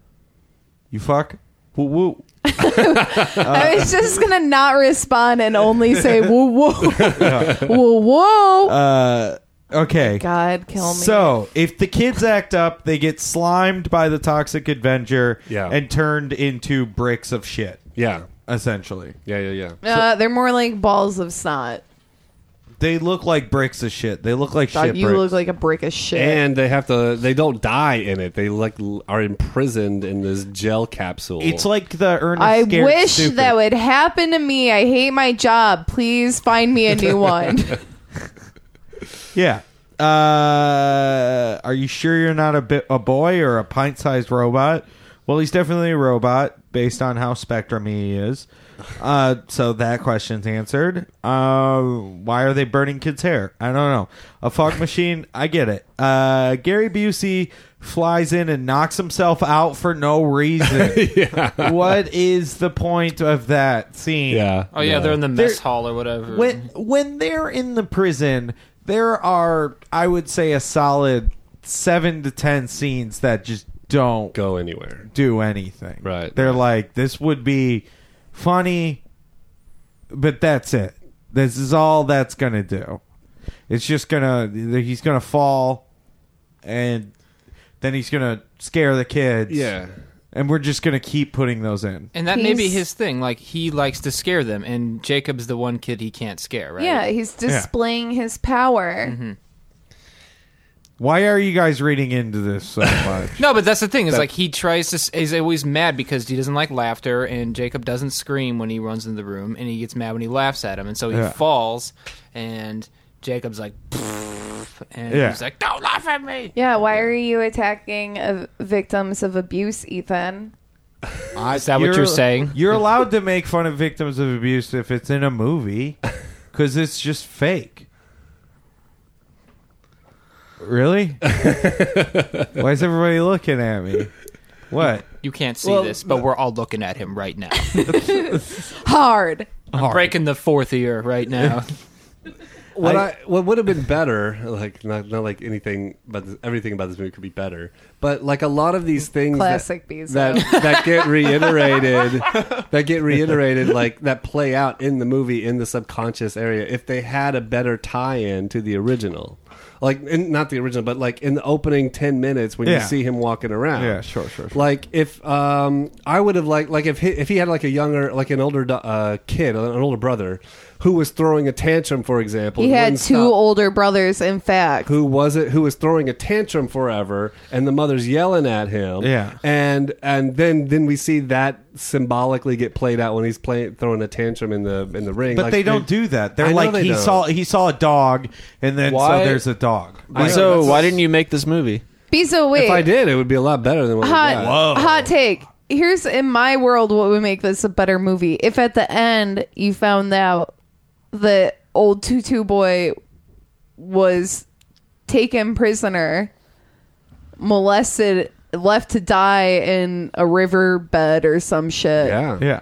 S2: You fuck. Woo woo. Uh,
S5: I was just gonna not respond and only say whoa whoa whoa whoa.
S2: Uh, okay.
S5: God kill me.
S2: So if the kids act up, they get slimed by the toxic Avenger
S3: Yeah.
S2: and turned into bricks of shit,
S3: yeah,
S2: essentially.
S3: yeah, yeah, yeah.
S5: uh, they're more like balls of snot.
S2: They look like bricks of shit. They look like
S5: Dog,
S2: shit
S5: you
S2: bricks.
S5: look like a brick of shit.
S3: And they have to. They don't die in it. They like l- are imprisoned in this gel capsule.
S2: it's like the Ernest
S5: I
S2: Scared
S5: wish
S2: Stupid.
S5: that would happen to me. I hate my job. Please find me a new one.
S2: Yeah. Uh, are you sure you're not a bit a boy or a pint sized robot? Well, he's definitely a robot based on how spectrum he is. Uh, so that question's answered. Uh, why are they burning kids' hair? I don't know. A fog machine. I get it. Uh, Gary Busey flies in and knocks himself out for no reason. What is the point of that scene?
S3: yeah.
S1: Oh yeah, they're in the mess
S2: They're-
S1: hall or whatever.
S2: when when they're in the prison, there are I would say a solid seven to ten scenes that just don't
S3: go anywhere.
S2: do anything.
S3: Right.
S2: They're like this would be funny, but that's it. This is all that's gonna do. It's just gonna he's gonna fall, and then he's gonna scare the kids.
S3: Yeah.
S2: and we're just gonna keep putting those in.
S1: and that may be
S5: He's-
S1: his thing. Like he likes to scare them, and Jacob's the one kid he can't scare. Right? Mm-hmm.
S5: yeah, he's displaying his power.
S2: Why are you guys reading into this so much?
S1: No, but that's the thing. Is like he tries to. s- He's always mad because he doesn't like laughter, and Jacob doesn't scream when he runs in the room, and he gets mad when he laughs at him, and so he
S2: Yeah.
S1: falls, and Jacob's like, "Pfft," and
S2: Yeah.
S1: he's like, "Don't laugh at me."
S5: Yeah, why are you attacking uh, victims of abuse, Ethan?
S1: Is that what you're saying?
S2: You're allowed to make fun of victims of abuse if it's in a movie, because it's just fake. Really? Why is everybody looking at me? What?
S1: You can't see this, but we're all looking at him right now.
S5: Hard.
S1: I'm breaking the fourth ear right now.
S3: What I, what would have been better, like not not like anything, but everything about this movie could be better. But like a lot of these things, that-
S5: Classic Bezo.
S3: that that get reiterated, that get reiterated, like that play out in the movie in the subconscious area. If they had a better tie-in to the original, like in, not the original, but like in the opening ten minutes when you
S2: Yeah.
S3: see him walking around,
S2: Yeah, sure, sure, sure.
S3: like if um I would have like like if he, if he had like a younger like an older uh, kid an older brother who was throwing a tantrum for example
S5: He
S3: and
S5: had two
S3: wouldn't stop-
S5: older brothers, in fact.
S3: who was it who was throwing a tantrum forever and the mother's yelling at him
S2: Yeah.
S3: and and then then we see that symbolically get played out when he's playing throwing a tantrum in the in the ring
S2: But
S3: Like,
S2: they don't do that. They're
S3: I know
S2: like
S3: they
S2: he
S3: don't.
S2: saw he saw a dog, and then
S4: Why-
S2: so there's a dog.
S3: I know,
S4: so
S3: that's-
S4: why didn't you make this movie?
S5: Bezo, wait.
S3: if I did it would be a lot better than what we got.
S5: Hot, hot take. Here's in my world what would make this a better movie. If at the end you found out the old tutu boy was taken prisoner, molested, left to die in a riverbed or some shit.
S3: yeah
S2: yeah,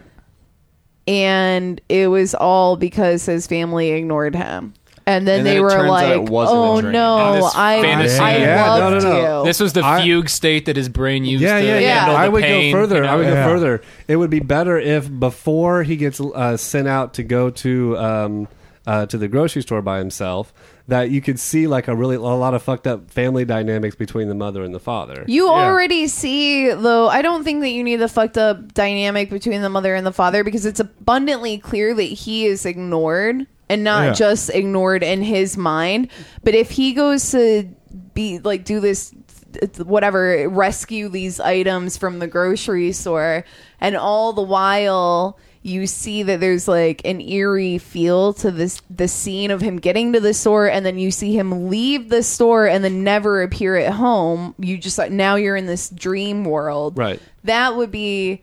S5: and it was all because his family ignored him. And then,
S4: And then
S5: they
S4: it
S5: were
S4: turns out it
S5: like,
S4: wasn't a
S5: "Oh
S4: dream."
S1: Oh,
S5: no,
S1: this
S5: I,
S1: fantasy.
S5: I
S1: Yeah,
S3: no,
S5: loved
S3: no, no.
S5: you."
S1: This was the
S3: I-
S1: fugue state that his brain used.
S3: yeah,
S1: to
S3: yeah, yeah.
S1: handle
S3: I
S1: the
S3: would
S1: pain,
S3: go further.
S1: you know?
S3: I would
S2: Yeah.
S3: go further. It would be better if before he gets uh, sent out to go to um, uh, to the grocery store by himself, that you could see like a really a lot of fucked up family dynamics between the mother and the father.
S5: you already see, though. I don't think that you need the fucked up dynamic between the mother and the father because it's abundantly clear that he is ignored and not
S2: Yeah.
S5: just ignored in his mind. But if he goes to be like do this th- whatever rescue these items from the grocery store and all the while you see that there's like an eerie feel to this the scene of him getting to the store and then you see him leave the store and then never appear at home you just like now you're in this dream world
S3: Right.
S5: that would be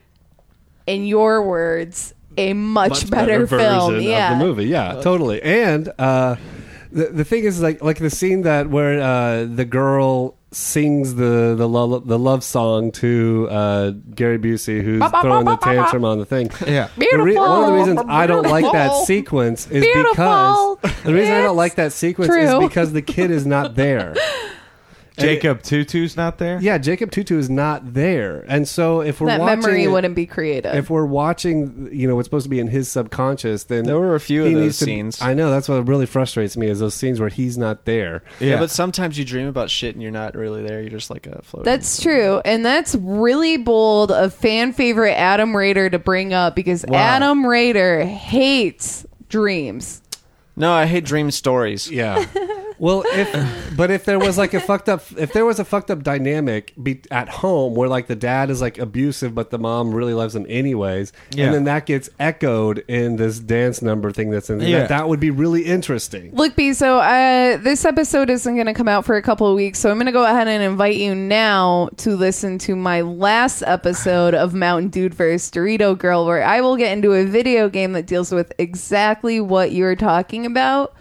S5: in your words a much, better, film.
S3: version
S5: yeah.
S3: of the movie. Yeah, totally. And uh, the the thing is, like like the scene that where uh, the girl sings the the, lull, the love song to uh, Gary Busey, who's throwing the tantrum on the thing.
S2: Yeah.
S3: The re- one of the reasons I don't like that
S5: Beautiful.
S3: sequence is
S5: Beautiful.
S3: because the reason I don't like that sequence is
S5: true.
S3: because the kid is not there.
S2: Jacob Tutu's not there.
S3: Yeah, Jacob Tutu is not there, and so if we're
S5: That
S3: watching
S5: memory
S3: it-
S5: wouldn't be creative.
S3: if we're watching, you know, what's supposed to be in his subconscious, then
S4: There were a few
S3: he
S4: of
S3: needs
S4: those
S3: to-
S4: scenes.
S3: I know that's what really frustrates me is those scenes where he's not there.
S4: Yeah, but sometimes you dream about shit and you're not really there. You're just like a floating.
S5: That's true. And that's really bold of fan favorite Adam Rader to bring up because Adam Rader hates dreams.
S4: no, I hate dream stories.
S3: Yeah. Well, if but if there was like a fucked up, if there was a fucked up dynamic be, at home where like the dad is like abusive, but the mom really loves him anyways,
S2: Yeah.
S3: and then that gets echoed in this dance number thing that's in there,
S2: Yeah.
S3: that, that would be really interesting.
S5: Look, B, so uh, this episode isn't going to come out for a couple of weeks, so I'm going to go ahead and invite you now to listen to my last episode of Mountain Dude vs. Dorito Girl, where I will get into a video game that deals with exactly what you're talking about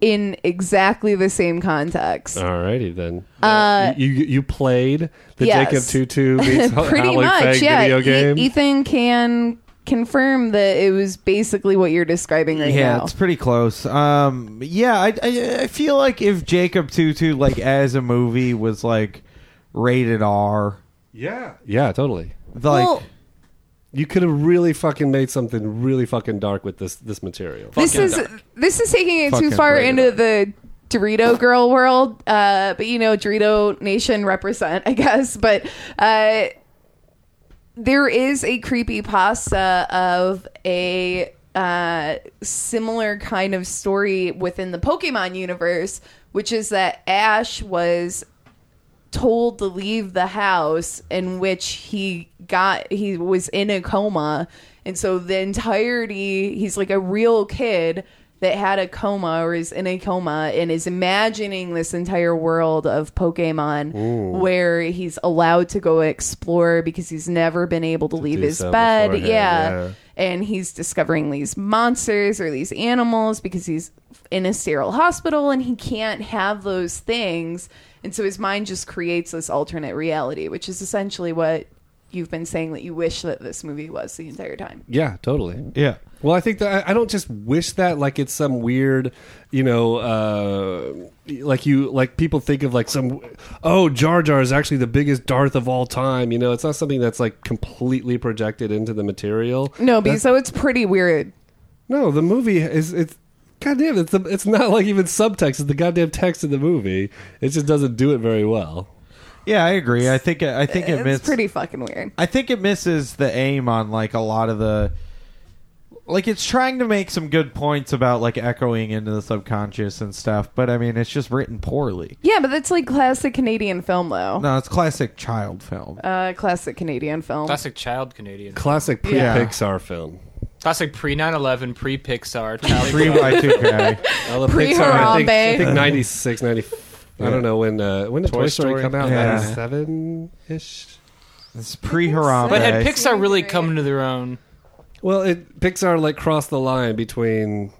S5: in exactly the same context.
S3: Alrighty then. Uh, you, you you played the
S5: yes.
S3: Jacob Tutu meets
S5: pretty
S3: Howling
S5: much
S3: Fang
S5: yeah
S3: video
S5: E-
S3: game.
S5: ethan can confirm that it was basically what you're describing right
S2: yeah,
S5: now
S2: it's pretty close. Um, yeah, I, I I feel like if Jacob Tutu like as a movie was like rated R,
S3: yeah, yeah, totally.
S2: like
S5: well
S3: You could have really fucking made something really fucking dark with this this material.
S5: this is this is taking it
S2: Fucking
S5: too far
S2: rated
S5: into the Dorito girl world, uh, but you know, Dorito Nation represent, I guess. But uh, there is a creepy pasta of a uh, similar kind of story within the Pokemon universe, which is that Ash was told to leave the house in which he got he was in a coma and so the entirety he's like a real kid that had a coma or is in a coma and is imagining this entire world of pokemon where he's allowed to go explore because he's never been able to, leave
S3: do
S5: his
S3: so
S5: bed
S3: beforehand, yeah.
S5: yeah and he's discovering these monsters or these animals because he's in a sterile hospital and he can't have those things and so his mind just creates this alternate reality which is essentially what you've been saying that you wish that this movie was the entire time
S3: Yeah, totally.
S2: yeah,
S3: Well, I think that I I don't just wish that like it's some weird, you know, uh, like you like people think of like some oh Jar Jar is actually the biggest Darth of all time. You know, it's not something that's like completely projected into the material.
S5: no
S3: That's-
S5: but so it's pretty weird
S3: No, the movie is it's goddamn. It's the, it's not like even subtext. It's the goddamn text of the movie. It just doesn't do it very well.
S2: yeah. I agree. I think I think it
S5: it's
S2: missed.
S5: pretty fucking weird
S2: I think it misses the aim on like a lot of the like it's trying to make some good points about like echoing into the subconscious and stuff, but I mean it's just written poorly.
S5: yeah but that's like classic canadian film
S3: Oh.
S5: though
S2: No, it's classic child film.
S5: uh classic canadian film
S1: Classic child Canadian.
S3: Classic pre
S2: Yeah.
S3: Pixar film.
S1: Classic pre 9 11, pre Pixar.
S2: Three by two guy.
S3: All the
S5: Pre
S3: Pixar, I think,
S5: Harambe.
S3: I think 96, 90 I don't know when uh, when did Toy,
S4: Toy
S3: Story,
S4: Story.
S3: come out?
S2: Yeah.
S3: 97 ish.
S2: It's pre Harambe.
S1: But had
S5: Pix-
S1: Pixar really come to their own?
S3: Well, it Pixar like crossed the line between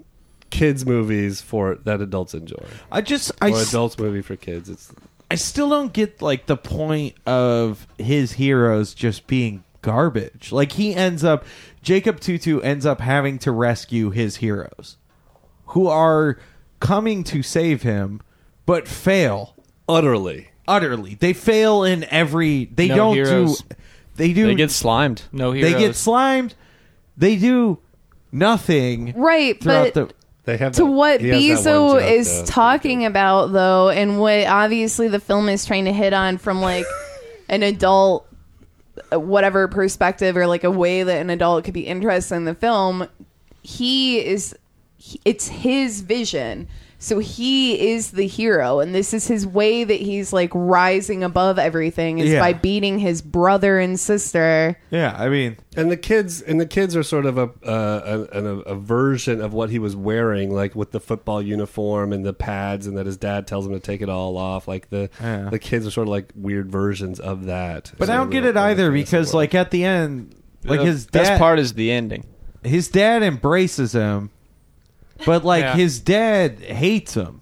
S3: kids movies for that adults enjoy
S2: I just I,
S3: or
S2: s-
S3: adults movie for kids. It's
S2: I still don't get like the point of his heroes just being garbage. Like he ends up Jacob Tutu ends up having to rescue his heroes who are coming to save him but fail
S3: utterly
S2: utterly. They fail in every they
S1: No
S2: don't
S1: heroes.
S2: do they do
S4: They get slimed.
S1: No
S2: they
S1: heroes.
S2: get slimed. They do nothing
S5: right
S2: throughout
S5: but
S2: the
S3: they have
S5: to
S3: that-
S5: what
S3: he has that
S5: Bezo
S3: one joke,
S5: is
S3: uh,
S5: talking about, though, and what obviously the film is trying to hit on from like an adult, uh, whatever perspective or like a way that an adult could be interested in the film, he is, he- it's his vision. So he is the hero, and this is his way that he's like rising above everything is
S2: Yeah.
S5: by beating his brother and sister.
S2: Yeah, I mean
S3: and the kids and the kids are sort of a uh, a, a, a version of what he was wearing, like with the football uniform and the pads, and that his dad tells him to take it all off. Like the
S2: Yeah.
S3: the kids are sort of like weird versions of that.
S2: But I don't
S3: So
S2: get
S3: we're-
S2: it either
S3: we're-
S2: because like at the end like
S4: The
S2: his
S4: best
S2: dad
S4: part is the ending.
S2: his dad embraces him, but like
S4: Yeah.
S2: his dad hates him.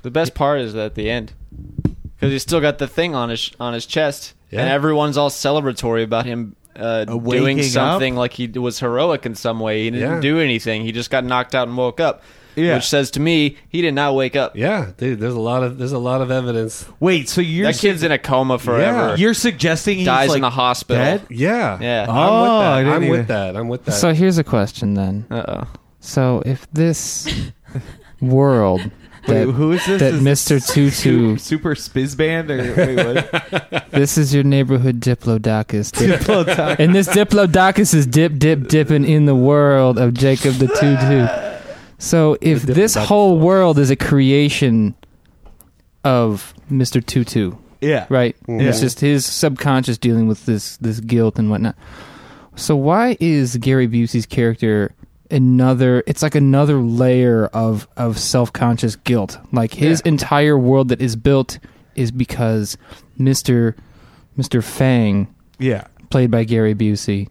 S4: The best part is at the end because he's still got the thing on his on his chest,
S2: Yeah.
S4: and everyone's all celebratory about him uh,
S2: waking
S4: doing
S2: up?
S4: something like he was heroic in some way. He didn't
S3: Yeah.
S4: do anything. He just got knocked out and woke up.
S2: Yeah.
S4: Which says to me, he did not wake up.
S3: Yeah, dude. There's a lot of there's a lot of evidence.
S2: Wait, so you're
S4: that kid's in a coma forever.
S2: you're suggesting he
S4: dies in the hospital.
S2: dead?
S3: Yeah,
S4: Yeah.
S3: I'm
S2: Oh,
S3: with
S2: I
S3: that.
S2: didn't
S3: I'm
S2: even-
S3: with that. I'm with that.
S1: So here's a question then.
S4: Uh oh.
S1: So if this world
S2: Wait,
S1: that,
S2: who is this?
S1: that
S2: Is
S1: Mr.
S2: this
S1: Tutu,
S2: Super Spiz Band or wait, what?
S1: this is your neighborhood Diplodocus. and this Diplodocus is dip, dip, dipping in the world of Jacob the Tutu. So if this whole world is a creation of Mr. Tutu,
S2: yeah.
S1: right? And It's
S2: Yeah.
S1: just his subconscious dealing with this this guilt and whatnot. So why is Gary Busey's character another? It's like another layer of of self conscious guilt. Like his entire world that is built is because Mister Mister Fang,
S2: Yeah.
S1: played by Gary Busey,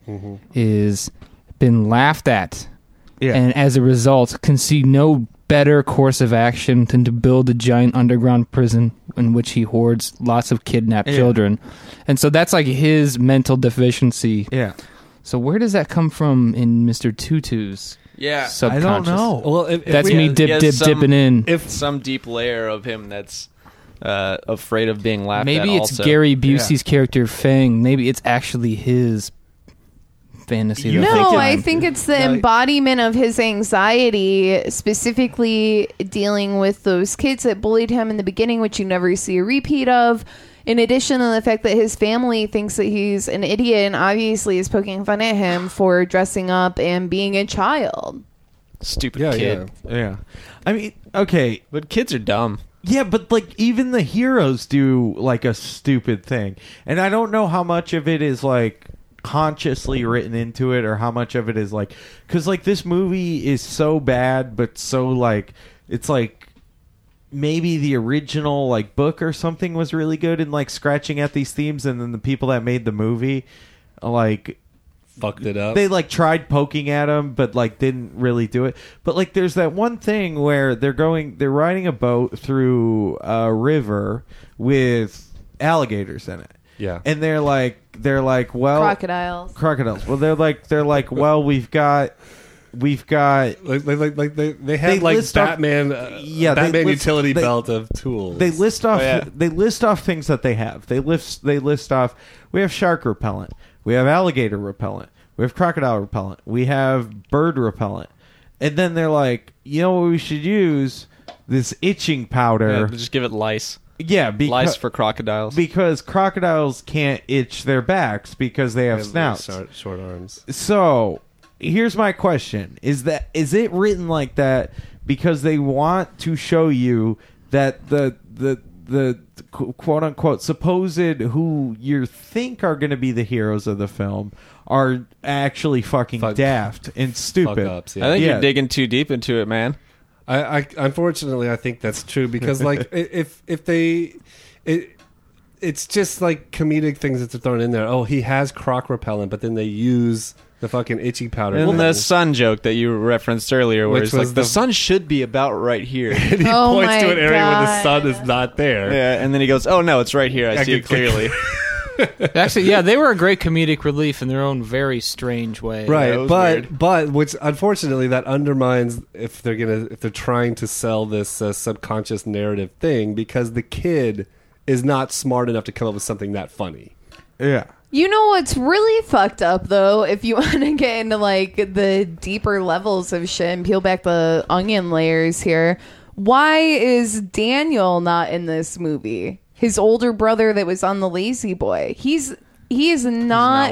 S1: is been laughed at
S2: Mm-hmm. Yeah.
S1: and as a result can see no better course of action than to build a giant underground prison in which he hoards lots of kidnapped
S2: Yeah.
S1: children and so that's like his mental deficiency
S2: yeah.
S1: so where does that come from in mr tutu's
S4: Yeah.
S2: I
S1: subconscious
S2: don't know.
S3: well, if, if
S1: that's
S3: we-
S1: me
S4: dip,
S1: dip
S4: yes,
S1: dip
S4: some-
S1: dipping in
S4: If some deep layer of him that's uh, afraid of being laughed at.
S1: maybe it's
S4: also.
S1: gary busey's character fang maybe it's actually his fantasy
S2: You
S1: the
S2: think
S1: whole
S5: No,
S2: it-
S5: I
S1: time.
S5: think it's the embodiment of his anxiety, specifically dealing with those kids that bullied him in the beginning, which you never see a repeat of. In addition to the fact that his family thinks that he's an idiot and obviously is poking fun at him for dressing up and being a child.
S4: stupid
S3: yeah,
S4: kid.
S3: yeah.
S2: Yeah. I mean, okay.
S4: But kids are dumb.
S2: Yeah, but like even the heroes do like a stupid thing. And I don't know how much of it is like consciously written into it or how much of it is like cuz like this movie is so bad but so like it's like maybe the original like book or something was really good in like scratching at these themes and then the people that made the movie like
S3: Fucked it up.
S2: they like tried poking at him but like didn't really do it but like there's that one thing where they're going they're riding a boat through a river with alligators in it
S3: Yeah.
S2: and they're like they're like well
S5: Crocodiles.
S2: crocodiles well they're like they're like well we've got we've got
S3: like, like, like, like they they had
S2: They
S3: like
S2: list off-
S3: Batman, uh,
S2: Yeah, they
S3: Batman
S2: list-
S3: utility
S2: they-
S3: belt of tools.
S2: they list off
S4: Oh, yeah.
S2: they list off things that they have. They list they list off we have shark repellent, we have alligator repellent, we have crocodile repellent, we have bird repellent. And then they're like, you know what we should use? This itching
S4: Yeah,
S2: powder.
S4: just give it lice.
S2: Yeah, because
S4: lice for crocodiles.
S2: because crocodiles can't itch their backs because they have
S3: They have really
S2: snouts.
S3: short, short arms.
S2: So here's my question: Is that is it written like that because they want to show you that the the the qu- quote unquote supposed who you think are going to be the heroes of the film are actually fucking
S3: Fuck-
S2: daft and
S3: Fuck
S2: stupid?
S3: ups. Yeah.
S4: I think
S2: Yeah.
S4: you're digging too deep into it, man.
S3: I, I unfortunately I think that's true because like i- if if they it it's just like comedic things that are thrown in there. Oh, he has croc repellent, but then they use the fucking itchy powder.
S4: Well,
S3: thing.
S4: the sun joke that you referenced earlier, where
S3: Which
S4: it's like
S3: was
S4: the,
S3: the-
S4: sun should be about right here.
S3: and he
S5: Oh
S3: points to
S5: my
S3: an area where the
S5: God.
S3: sun is not there.
S4: yeah, and then he goes, "Oh no, it's right here. I,
S3: I
S4: see it
S3: can click."
S4: clearly."
S1: actually yeah they were a great comedic relief in their own very strange way
S4: that
S3: Right,
S4: was
S3: but
S4: weird.
S3: but which unfortunately that undermines if they're gonna if they're trying to sell this uh, subconscious narrative thing because the kid is not smart enough to come up with something that funny.
S2: Yeah.
S5: You know what's really fucked up though, if you want to get into like the deeper levels of shit and peel back the onion layers here, why is Daniel not in this movie? His older brother that was on the Lazy Boy. He's he is not,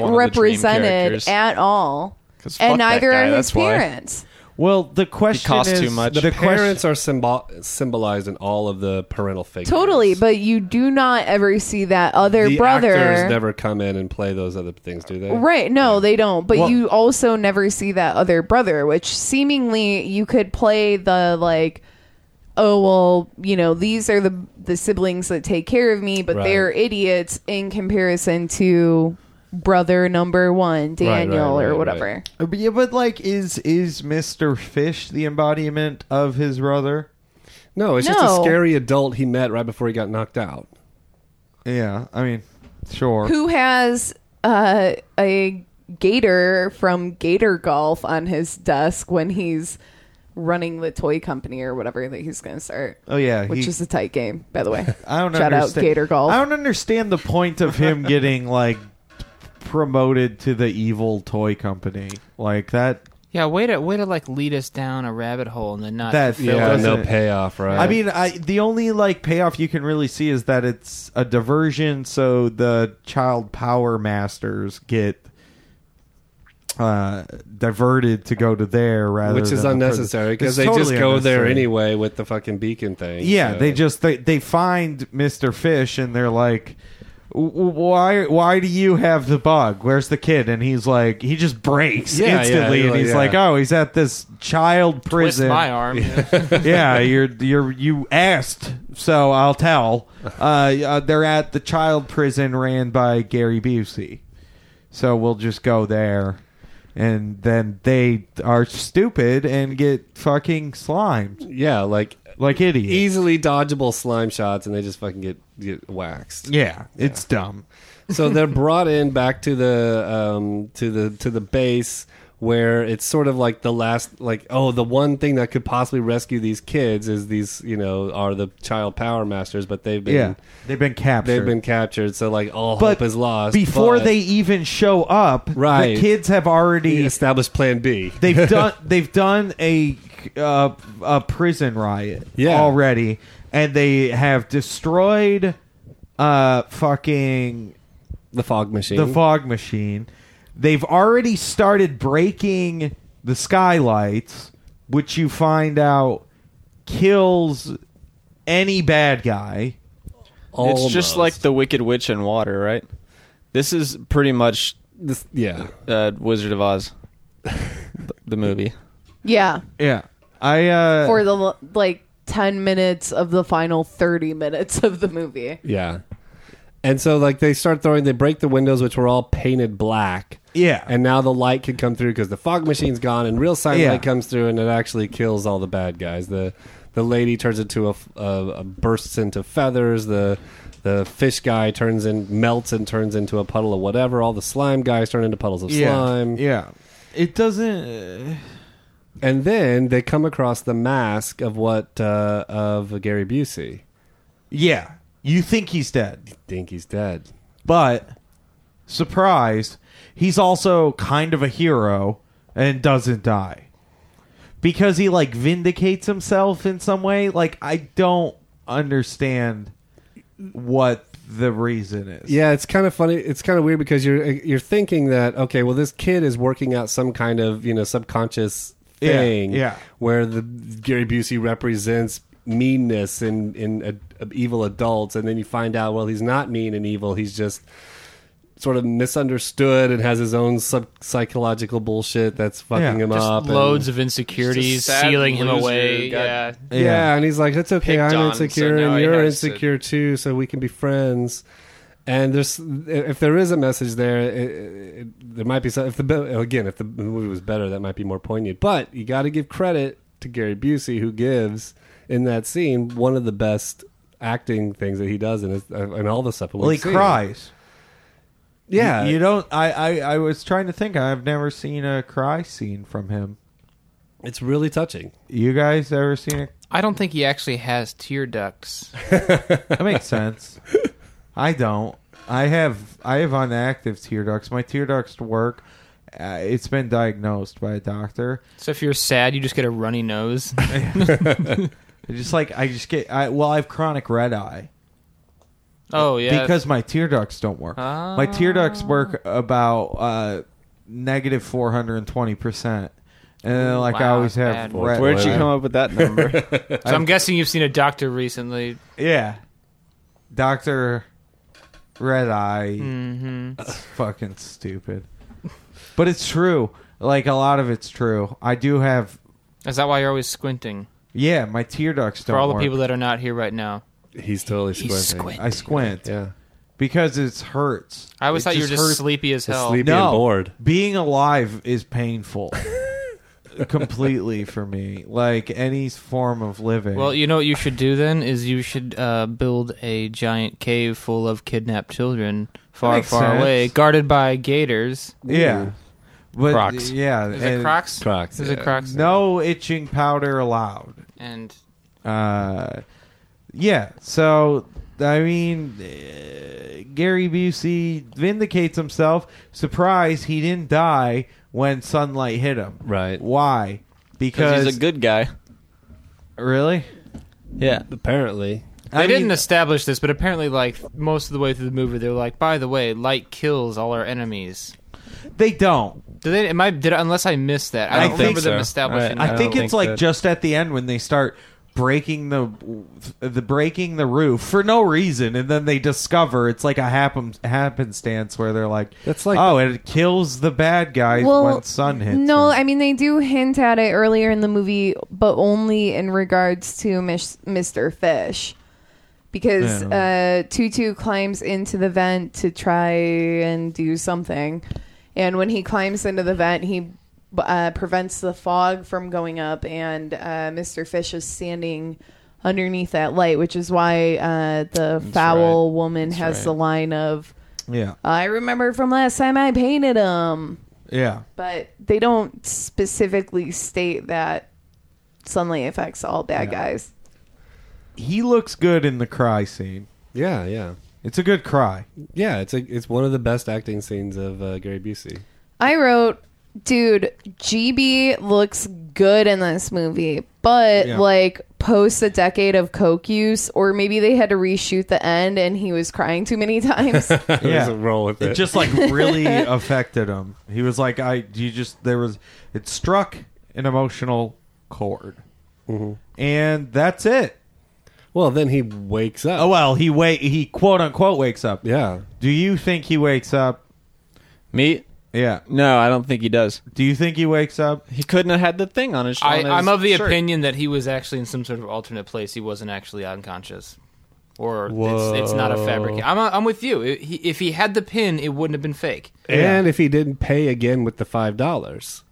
S4: one of the dream
S5: represented
S4: characters.
S5: at all.
S4: 'Cause fuck
S5: And
S4: that
S5: neither
S4: guy,
S5: are his
S4: that's why.
S5: parents.
S2: Well, the question
S4: costs
S2: is
S4: too much.
S2: The,
S4: The
S2: parents.
S3: Parents are symbol- symbolized in all of the parental figures.
S5: Totally, but you do not ever see that other
S3: the
S5: brother.
S3: actors never come in and play those other things, do they?
S5: Right. No, they don't. But
S2: Well-
S5: you also never see that other brother, which seemingly you could play the like, oh well, you know, these are the the siblings that take care of me, but
S3: Right.
S5: they're idiots in comparison to brother number one, Daniel, or whatever.
S2: Uh, But yeah, but like, is is Mister Fish the embodiment of his brother?
S3: No, it's just
S5: No.
S3: a scary adult he met right before he got knocked out.
S2: Yeah, I mean, sure.
S5: Who has uh, a gator from Gator Golf on his desk when he's running the toy company or whatever that he's going to start?
S2: Oh, yeah,
S5: which
S2: he-
S5: is a tight game, by the way.
S2: I don't
S5: Shout out
S2: understand.
S5: Gator Golf.
S2: I don't understand the point of him getting like promoted to the evil toy company like that.
S1: Yeah, way to way to like lead us down a rabbit hole and then not
S2: That
S1: fulfill
S2: yeah,
S1: us.
S3: no
S2: doesn't-
S3: payoff, right?
S2: I mean, I the only like payoff you can really see is that it's a diversion, so the child power masters get uh diverted to go to there rather
S3: which is
S2: than the prison.
S3: unnecessary because
S2: It's
S3: they
S2: totally
S3: just go there
S2: unnecessary.
S3: anyway with the fucking beacon thing.
S2: Yeah,
S3: so-
S2: they just they, they find Mr. Fish and they're like "W- why why do you have the bug? Where's the kid? And he's like he just breaks
S3: Yeah, yeah,
S2: instantly
S3: he's
S2: and
S3: like,
S2: he's
S3: yeah.
S2: like, "Oh, he's at this child
S1: Twist
S2: prison."
S1: my arm.
S2: yeah, you're you're you asked, so I'll tell. Uh, uh, they're at the child prison ran by Gary Busey, so we'll just go there, and then they are stupid and get fucking slimed
S3: yeah, like
S2: like idiots.
S3: easily dodgeable slime shots, and they just fucking get get waxed.
S2: Yeah, it's dumb.
S3: so they're brought in back to the um, to the to the base where it's sort of like the last like oh the one thing that could possibly rescue these kids is these you know are the child power masters but they've been
S2: yeah, they've been captured.
S3: they've been captured so like all
S2: But
S3: hope is lost
S2: before
S3: but
S2: they even show up.
S3: Right.
S2: the kids have already
S3: he established plan B
S2: they've done they've done a uh, a prison riot
S3: Yeah.
S2: already, and they have destroyed uh fucking
S3: the fog machine
S2: the fog machine. They've already started breaking the skylights, which you find out kills any bad guy.
S4: It's
S3: Almost.
S4: just like the Wicked Witch and Water, right? This is pretty much
S3: This- yeah
S4: uh, Wizard of Oz, the- the movie.
S5: yeah,
S2: Yeah, I uh,
S5: for the l- like ten minutes of the final thirty minutes of the movie.
S3: yeah and so like they start throwing they break the windows which were all painted black
S2: yeah,
S3: And now the light can come through because the fog machine's gone, and real sunlight
S2: Yeah.
S3: comes through, and it actually kills all the bad guys. the The lady turns into a, f- a- a- bursts into feathers. The the fish guy turns in melts and turns into a puddle of whatever. All the slime guys turn into puddles of
S2: yeah,
S3: slime.
S2: yeah. It doesn't. Uh,
S3: And then they come across the mask of what uh, of Gary Busey.
S2: yeah, you think he's dead.
S3: Think he's dead.
S2: but surprise, he's also kind of a hero and doesn't die because he like vindicates himself in some way. Like I don't understand what the reason is.
S3: Yeah, it's kind of funny. It's kind of weird because you're you're thinking that okay, well, this kid is working out some kind of you know subconscious
S2: Yeah,
S3: thing.
S2: yeah.
S3: where the Gary Busey represents meanness in in uh, evil adults, and then you find out well, he's not mean and evil. He's just sort of misunderstood and has his own sub psychological bullshit that's fucking
S2: Yeah.
S3: him
S2: Just
S3: up.
S1: Just
S3: and-
S1: loads of insecurities
S8: Just a sad
S1: sealing him
S8: loser
S1: away.
S8: got-
S1: Yeah.
S2: Yeah.
S3: yeah. and he's like, "It's okay,
S8: Picked
S3: I'm
S8: on,
S3: insecure,
S8: so now
S3: and
S8: he
S3: you're
S8: has to-
S3: insecure too, so we can be friends." And there's, if there is a message there, it, it, there might be some. If the be- again, if the movie was better, that might be more poignant. But you got to give credit to Gary Busey, who gives in that scene one of the best acting things that he does in, his, uh, in all the stuff. that
S2: Well, he
S3: we've seen.
S2: cries.
S3: Yeah,
S2: you, you don't. I, I I was trying to think. I've never seen a cry scene from him.
S3: it's really touching.
S2: You guys ever seen it?
S1: I don't think he actually has tear ducts.
S2: That makes sense. I don't. I have I have unactive tear ducts. My tear ducts work. Uh, it's been diagnosed by a doctor.
S1: So if you're sad, you just get a runny nose.
S2: It's just like I just get. I, well, I have chronic red eye
S1: Oh Ah. yeah,
S2: because my tear ducts don't work. My tear ducts work about uh, negative four hundred and twenty percent, and like I
S1: Wow,
S2: always have.
S1: bad.
S2: Red
S4: Where'd you
S2: eye.
S4: come up with that number?
S1: so I'm guessing you've seen a doctor recently.
S2: Yeah, Doctor Red Eye.
S1: Mm-hmm.
S2: It's fucking stupid, but it's true. Like a lot of it's true. I do have.
S1: Is that why you're always squinting?
S2: Yeah, my tear ducts don't
S1: For all the
S2: work.
S1: people that are not here right now,
S3: He's totally squinting.
S1: he's squinting.
S2: I squint
S3: Yeah,
S2: because it hurts.
S1: I always
S2: It
S1: thought you were just
S2: hurts.
S1: sleepy as Just hell.
S3: sleepy and bored.
S2: Being alive is painful. completely for me like any form of living
S1: Well, you know what you should do then is you should uh, build a giant cave full of kidnapped children far,
S2: Makes
S1: far
S2: sense.
S1: away, guarded by gators.
S2: Yeah. But,
S1: Crocs.
S2: Yeah.
S1: Is it
S2: and-
S1: Crocs? Crocs, Is it yeah. Crocs?
S2: No itching powder allowed.
S1: And-
S2: uh, yeah. So I mean, uh, Gary Busey vindicates himself. Surprise! He didn't die when sunlight hit him. Right. Why? Because
S4: because he's a good guy.
S2: Really?
S4: Yeah.
S3: Apparently.
S1: They didn't establish this, but apparently, like most of the way through the movie, they're like, "By the way, light kills all our enemies."
S2: They don't.
S1: Do they? Am I? Did I, unless I missed that? I don't remember them establishing.
S2: I,
S1: that.
S2: think it's like just at the end when they start breaking the the breaking the roof for no reason, and then they discover it's like a happen, happenstance where they're like, "That's like oh, it kills the bad guys when sun hits."
S5: No, I mean they do hint at it earlier in the movie, but only in regards to Mish- Mr. Fish, because uh, Tutu climbs into the vent to try and do something, and when he climbs into the vent, he uh, prevents the fog from going up, and uh, Mr. Fish is standing underneath that light, which is why uh, the foul woman
S2: That's
S5: has
S2: right.
S5: the line of.
S2: Yeah,
S5: I remember from last time I painted him
S2: yeah.
S5: but they don't specifically state that sunlight affects all bad guys.
S2: He looks good in the cry scene.
S3: Yeah, yeah.
S2: It's a good cry.
S3: Yeah, it's a, it's one of the best acting scenes of uh, Gary Busey.
S5: I wrote, dude, GB looks good in this movie, but
S3: Yeah.
S5: like post a decade of coke use, or maybe they had to reshoot the end and he was crying too many times.
S3: Just roll with it.
S2: just like really affected him. He was like, "I you just there was it struck an emotional chord."
S3: Mm-hmm.
S2: And that's it.
S3: Well, then he wakes up.
S2: Oh well, he wait he quote unquote wakes up.
S3: Yeah.
S2: Do you think he wakes up?
S4: Me?
S2: Yeah.
S4: No, I don't think he does.
S2: Do you think he wakes up?
S4: He couldn't have had the thing on his.
S1: I,
S4: on his
S1: I'm of the
S4: shirt.
S1: opinion that he was actually in some sort of alternate place. He wasn't actually unconscious, or
S3: Whoa.
S1: it's, it's not a fabric. I'm, I'm with you. If he- if he had the pin, it wouldn't have been fake.
S3: And if he didn't pay again with the five dollars,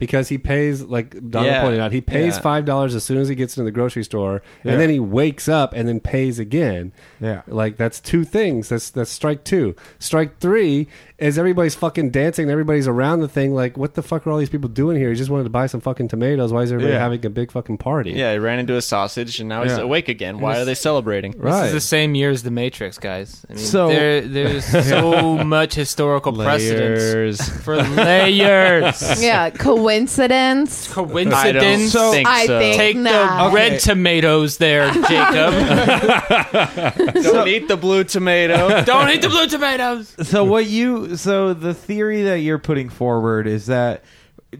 S3: because he pays like Donald
S1: Yeah.
S3: pointed out, he pays
S1: Yeah.
S3: five dollars as soon as he gets into the grocery store,
S2: Yeah.
S3: and then he wakes up and then pays again.
S2: Yeah.
S3: like that's two things. That's that's strike two. Strike three is everybody's fucking dancing. and Everybody's around the thing. Like, what the fuck are all these people doing here? He just wanted to buy some fucking tomatoes. Why is everybody
S4: Yeah.
S3: having a big fucking party?
S4: Yeah, he ran into a sausage, and now he's
S3: Yeah.
S4: awake again.
S1: And
S4: Why
S1: this-
S4: are they celebrating?
S1: This is the same year as The Matrix, guys. I mean,
S4: So-
S1: there, there's so much historical precedence
S4: Layers.
S1: for layers.
S5: yeah, coincidence.
S1: Coincidence?
S5: I, think
S1: Take
S5: not.
S1: the red tomatoes there, Jacob.
S4: Don't eat the blue tomato.
S1: Don't eat the blue tomatoes.
S2: So what you so the theory that you're putting forward is that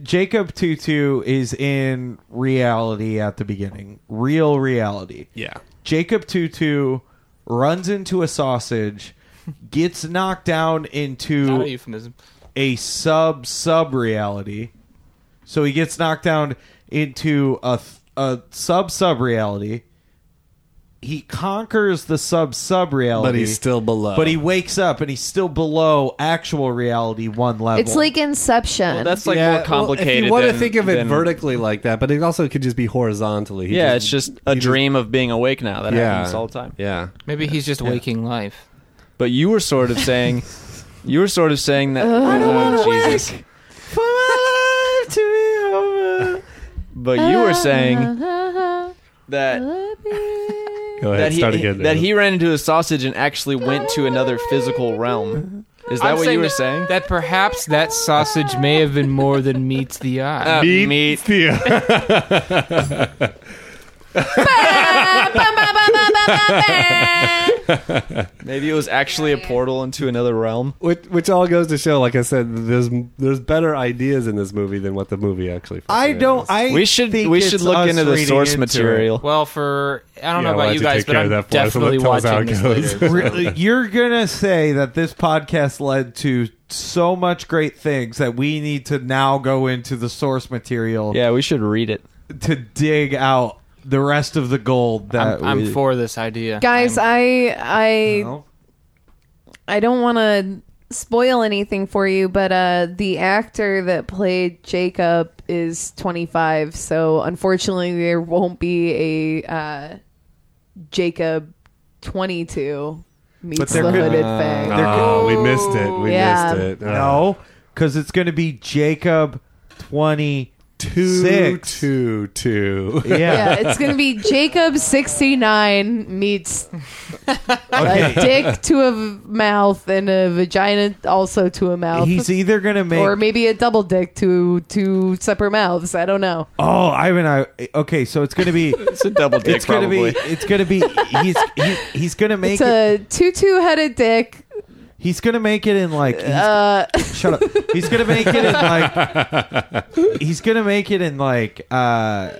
S2: Jacob Tutu is in reality at the beginning, real reality.
S3: Yeah.
S2: Jacob Tutu runs into a sausage, gets knocked down
S1: Not
S2: into
S1: a euphemism.
S2: a sub sub reality. So he gets knocked down into a th- a sub sub reality. He conquers the sub sub reality,
S3: But he's still below.
S2: But he wakes up and he's still below actual reality one level.
S5: It's like Inception.
S3: Yeah, well, if you want to think of it vertically like that, but it also could just be horizontally. He
S4: yeah, it's just a dream of being awake now. That
S3: Yeah.
S4: happens all the time.
S3: Yeah.
S1: Maybe he's just waking life.
S4: But you were sort of saying, you were sort of saying that.
S1: I don't
S4: Oh,
S1: wanna
S4: Jesus.
S2: For my life to be over.
S4: But you
S1: Uh,
S4: were
S1: uh-huh.
S4: saying that
S3: Go ahead,
S4: that he
S3: start again.
S4: that he ran into a sausage and actually went to another physical realm. Is that
S1: I'm
S4: what you were
S1: that-
S4: saying?
S1: That perhaps that sausage may have been more than meets the eye.
S4: Uh, Meet- meet- Maybe it was actually a portal into another realm.
S3: Which, which all goes to show, like I said, there's there's better ideas in this movie than what the movie actually.
S2: I don't. I
S4: We should-
S2: think
S4: we
S2: it's
S4: should look
S2: us
S4: into the
S2: reading
S4: source
S2: into
S4: material.
S1: Well, for I don't
S3: Yeah,
S1: know
S3: why
S1: about you
S3: don't you
S1: guys,
S3: take
S1: but
S3: care of
S1: I'm
S3: that for us and
S1: definitely
S3: tell us how
S1: watching
S3: it
S1: this
S3: goes.
S1: later.
S2: Really, You're gonna say that this podcast led to so much great things that we need to now go into the source material
S4: Yeah, we should read it.
S2: to dig out the rest of the gold that
S1: I'm
S2: we-
S1: for this idea,
S5: Guys, I I I don't want to spoil anything for you, but uh, the actor that played Jacob is 25, so unfortunately there won't be a uh, Jacob 22 meets the hooded thing.
S3: Ah, we missed it. We
S5: Yeah.
S3: missed it. Ah.
S2: No, because it's going to be Jacob twenty
S3: Two,
S2: six.
S3: two, two.
S2: Yeah.
S5: Yeah, it's gonna be Jacob sixty nine meets a dick to a v- mouth and a vagina also to a mouth,
S2: He's either going to make.
S5: or maybe a double dick to two separate mouths. I don't know.
S2: oh, Ivan. I okay. So it's going to be.
S4: It's a double dick,
S2: It's gonna
S4: probably.
S2: be. It's gonna be. He's he, he's gonna make
S5: It's
S2: it.
S5: a two two headed dick.
S2: He's gonna make it in like. he's-
S5: Uh,
S2: shut up. He's gonna make it in like. he's gonna make it in like. uh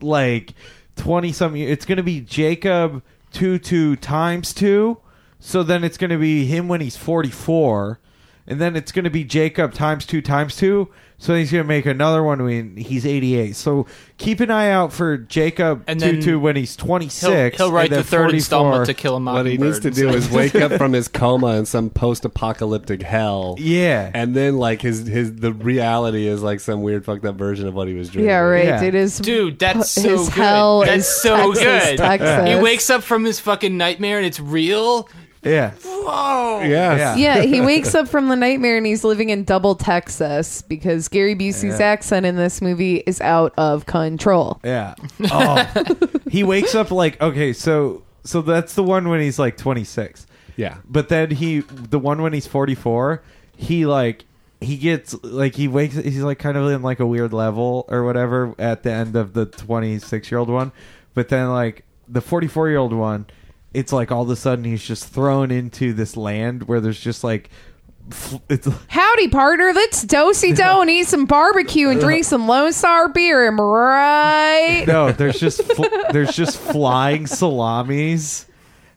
S2: Like twenty some. years. It's gonna be Jacob two two times two. So then it's gonna be him when he's forty four, and then it's gonna be Jacob times two times two. So he's gonna make another one when he's eighty eight. So keep an eye out for Jacob
S1: And
S2: two
S1: then
S2: two when he's twenty
S1: He'll,
S2: six.
S1: he'll write the third installment to Kill a Mockingbird.
S3: What he needs to do is wake up from his coma in some post-apocalyptic hell.
S2: Yeah.
S3: and then like his his the reality is like some weird fucked up version of what he was dreaming.
S5: yeah, right.
S2: Yeah.
S5: It is
S1: Dude, that's so
S5: his
S1: good.
S5: hell
S1: That's
S5: is
S1: so
S5: Texas,
S1: good.
S5: Texas.
S1: He wakes up from his fucking nightmare and it's real.
S2: yeah.
S1: Whoa.
S3: Yes.
S2: Yeah.
S5: Yeah, he wakes up from the nightmare and he's living in double Texas because Gary Busey's accent in this movie is out of control.
S2: Yeah. Oh. he wakes up like okay, so so that's the one when he's like 26.
S3: Yeah.
S2: But then he the one when he's 44, he like he gets like he wakes he's like kind of in like a weird level or whatever at the end of the 26-year-old one. But then like the 44-year-old one, it's like all of a sudden he's just thrown into this land where there's just like f- it's
S5: Howdy, partner. Let's dosey do and eat some barbecue and drink some Lone Star beer. Am I right?
S2: No, there's just fl- there's just flying salamis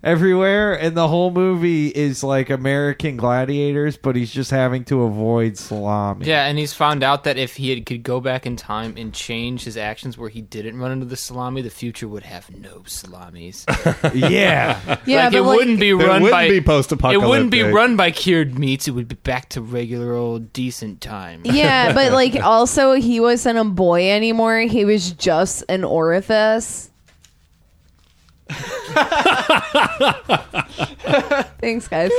S2: everywhere, and the whole movie is like American gladiators, but he's just having to avoid salami.
S1: Yeah, and he's found out that if he had, could go back in time and change his actions where he didn't run into the salami, the future would have no salamis.
S2: yeah,
S5: Yeah,
S1: like
S5: but
S1: it
S5: like,
S1: wouldn't be
S3: It
S1: run
S3: wouldn't
S1: by
S3: be post-apocalyptic.
S1: It wouldn't be run by cured meats. It would be back to regular old decent time.
S5: Yeah, but like also he wasn't a boy anymore. He was just an orifice. Thanks, guys.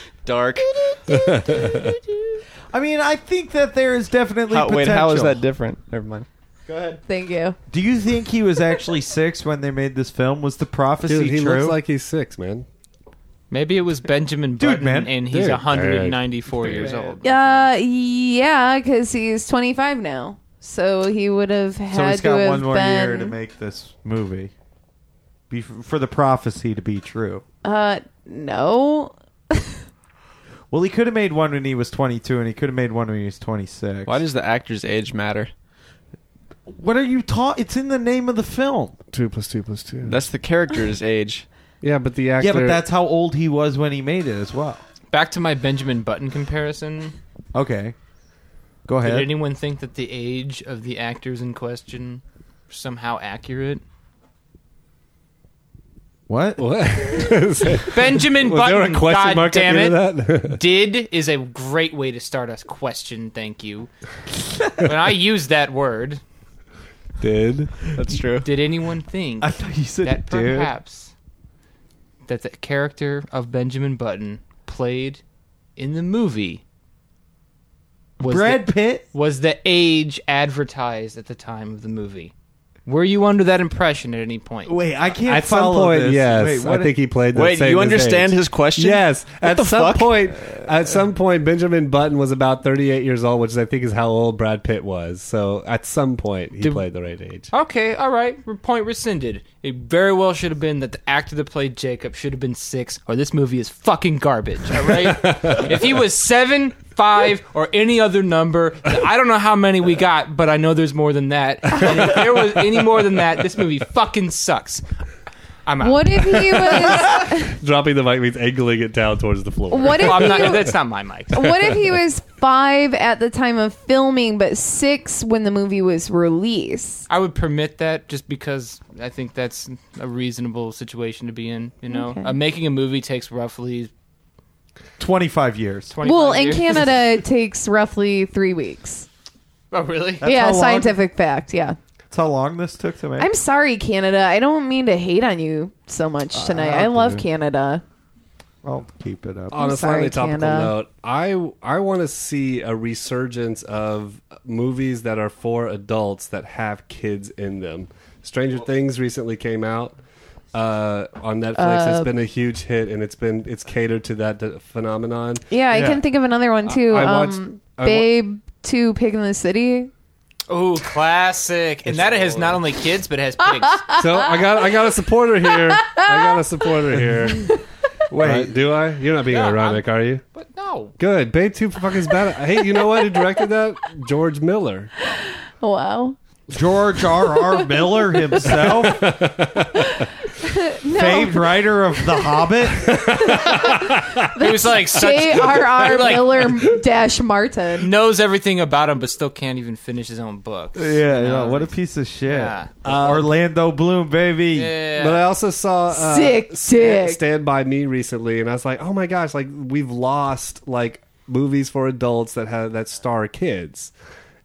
S4: Dark.
S2: I mean, I think that there is definitely
S4: How,
S2: potential.
S4: wait, how is that different? Never mind.
S5: Thank you.
S2: Do you think he was actually six when they made this film? Was the prophecy
S3: Dude, he
S2: true?
S3: looks like he's six, man.
S1: Maybe it was Benjamin
S2: Dude,
S1: Button,
S2: man.
S1: and he's
S3: Dude.
S1: 194 years old.
S5: Uh, yeah, because he's 25 now, so he would have had
S2: so he's
S5: to
S2: got
S5: have
S2: one more
S5: been.
S2: year to make this movie. Be for the prophecy to be true.
S5: Uh, no.
S2: Well, he could have made one when he was 22, and he could have made one when he was 26.
S4: Why does the actor's age matter?
S2: What are you taught? It's in the name of the film.
S3: Two plus two plus two.
S4: That's the character's age.
S3: yeah, but the actor.
S2: Yeah, but that's how old he was when he made it as well.
S1: Back to my Benjamin Button comparison.
S2: Okay. Go
S1: Did
S2: ahead.
S1: anyone think that the age of the actors in question somehow accurate?
S2: what?
S3: what? was
S1: Benjamin Button.
S3: there a question
S1: God
S3: mark
S1: damn
S3: at
S1: it.
S3: the end of that?
S1: Did is a great way to start a question. Thank you. when I use that word,
S3: Did
S4: That's true.
S1: did anyone think
S2: I thought you said
S1: that
S2: dude.
S1: perhaps that the character of Benjamin Button played in the movie was
S2: Brad
S1: the,
S2: Pitt?
S1: was the age advertised at the time of the movie. Were you under that impression at any point?
S2: Wait, I can't
S3: at some point? Yes, I think he played. That
S4: Wait,
S3: same
S4: you
S3: as
S4: understand
S3: age.
S4: his question?
S3: Yes.
S4: What
S3: at
S4: the
S3: some
S4: fuck?
S3: point, at some point, Benjamin Button was about 38 years old, which I think is how old Brad Pitt was. So at some point, he
S1: Did-
S3: played the right age.
S1: Okay, all right. Point rescinded. It very well should have been that the actor that played Jacob should have been six, or this movie is fucking garbage. All right. if he was seven, five, or any other number, I don't know how many we got, but I know there's more than that. And if there was any more than that, this movie fucking sucks. I'm out.
S5: What if he was?
S3: Dropping the mic means angling it down towards the floor.
S5: What if
S1: Well, I'm not,
S5: he?
S1: that's not my mic.
S5: What if he was five at the time of filming, but six when the movie was released?
S1: I would permit that just because I think that's a reasonable situation to be in. You know, uh, making a movie takes roughly
S2: 25 years.
S1: twenty.
S5: Well, in
S1: years.
S5: Canada, it takes roughly three weeks.
S1: Oh, really?
S2: That's how
S5: yeah,
S2: long-
S5: scientific fact. Yeah.
S2: That's how long this took to make.
S5: I'm sorry, Canada. I don't mean to hate on you so
S2: Uh,
S5: much tonight. I love Canada.
S2: I'll keep it up.
S3: on a slightly
S5: sorry,
S3: topical
S5: Canada.
S3: note, I I want to see a resurgence of movies that are for adults that have kids in them. Stranger Things recently came out uh, on Netflix. it's been a huge hit, and it's been it's catered to that d- phenomenon.
S5: Yeah, I
S2: Yeah.
S5: can think of another one too.
S3: I watched-
S5: um,
S3: I wa-
S5: Babe Two, Pig in the City.
S1: Oh, classic! And that it has not only kids but it has pigs.
S3: So uh, I got I got a supporter here. I got a supporter here.
S2: Wait,
S3: Right, do I? You're not being
S1: No, I'm-
S3: ironic, are you?
S1: but no,
S3: Good. Babe Two fucking is bad. Hey, you know what? Who directed that? George Miller.
S5: Wow.
S2: George R. R. Miller himself,
S5: No,
S2: famed writer of The Hobbit.
S1: he was like such
S5: J.R.R.
S1: Like-
S5: Miller dash Martin.
S1: knows everything about him, but still can't even finish his own books.
S2: Yeah,
S1: No,
S2: yeah, what a piece of shit.
S1: Yeah.
S2: Uh, Orlando Bloom, baby.
S1: Yeah.
S3: But I also saw uh,
S5: Sick
S3: Sta-
S5: dick.
S3: Stand by Me recently, and I was like, oh my gosh, like we've lost like movies for adults that have that star kids,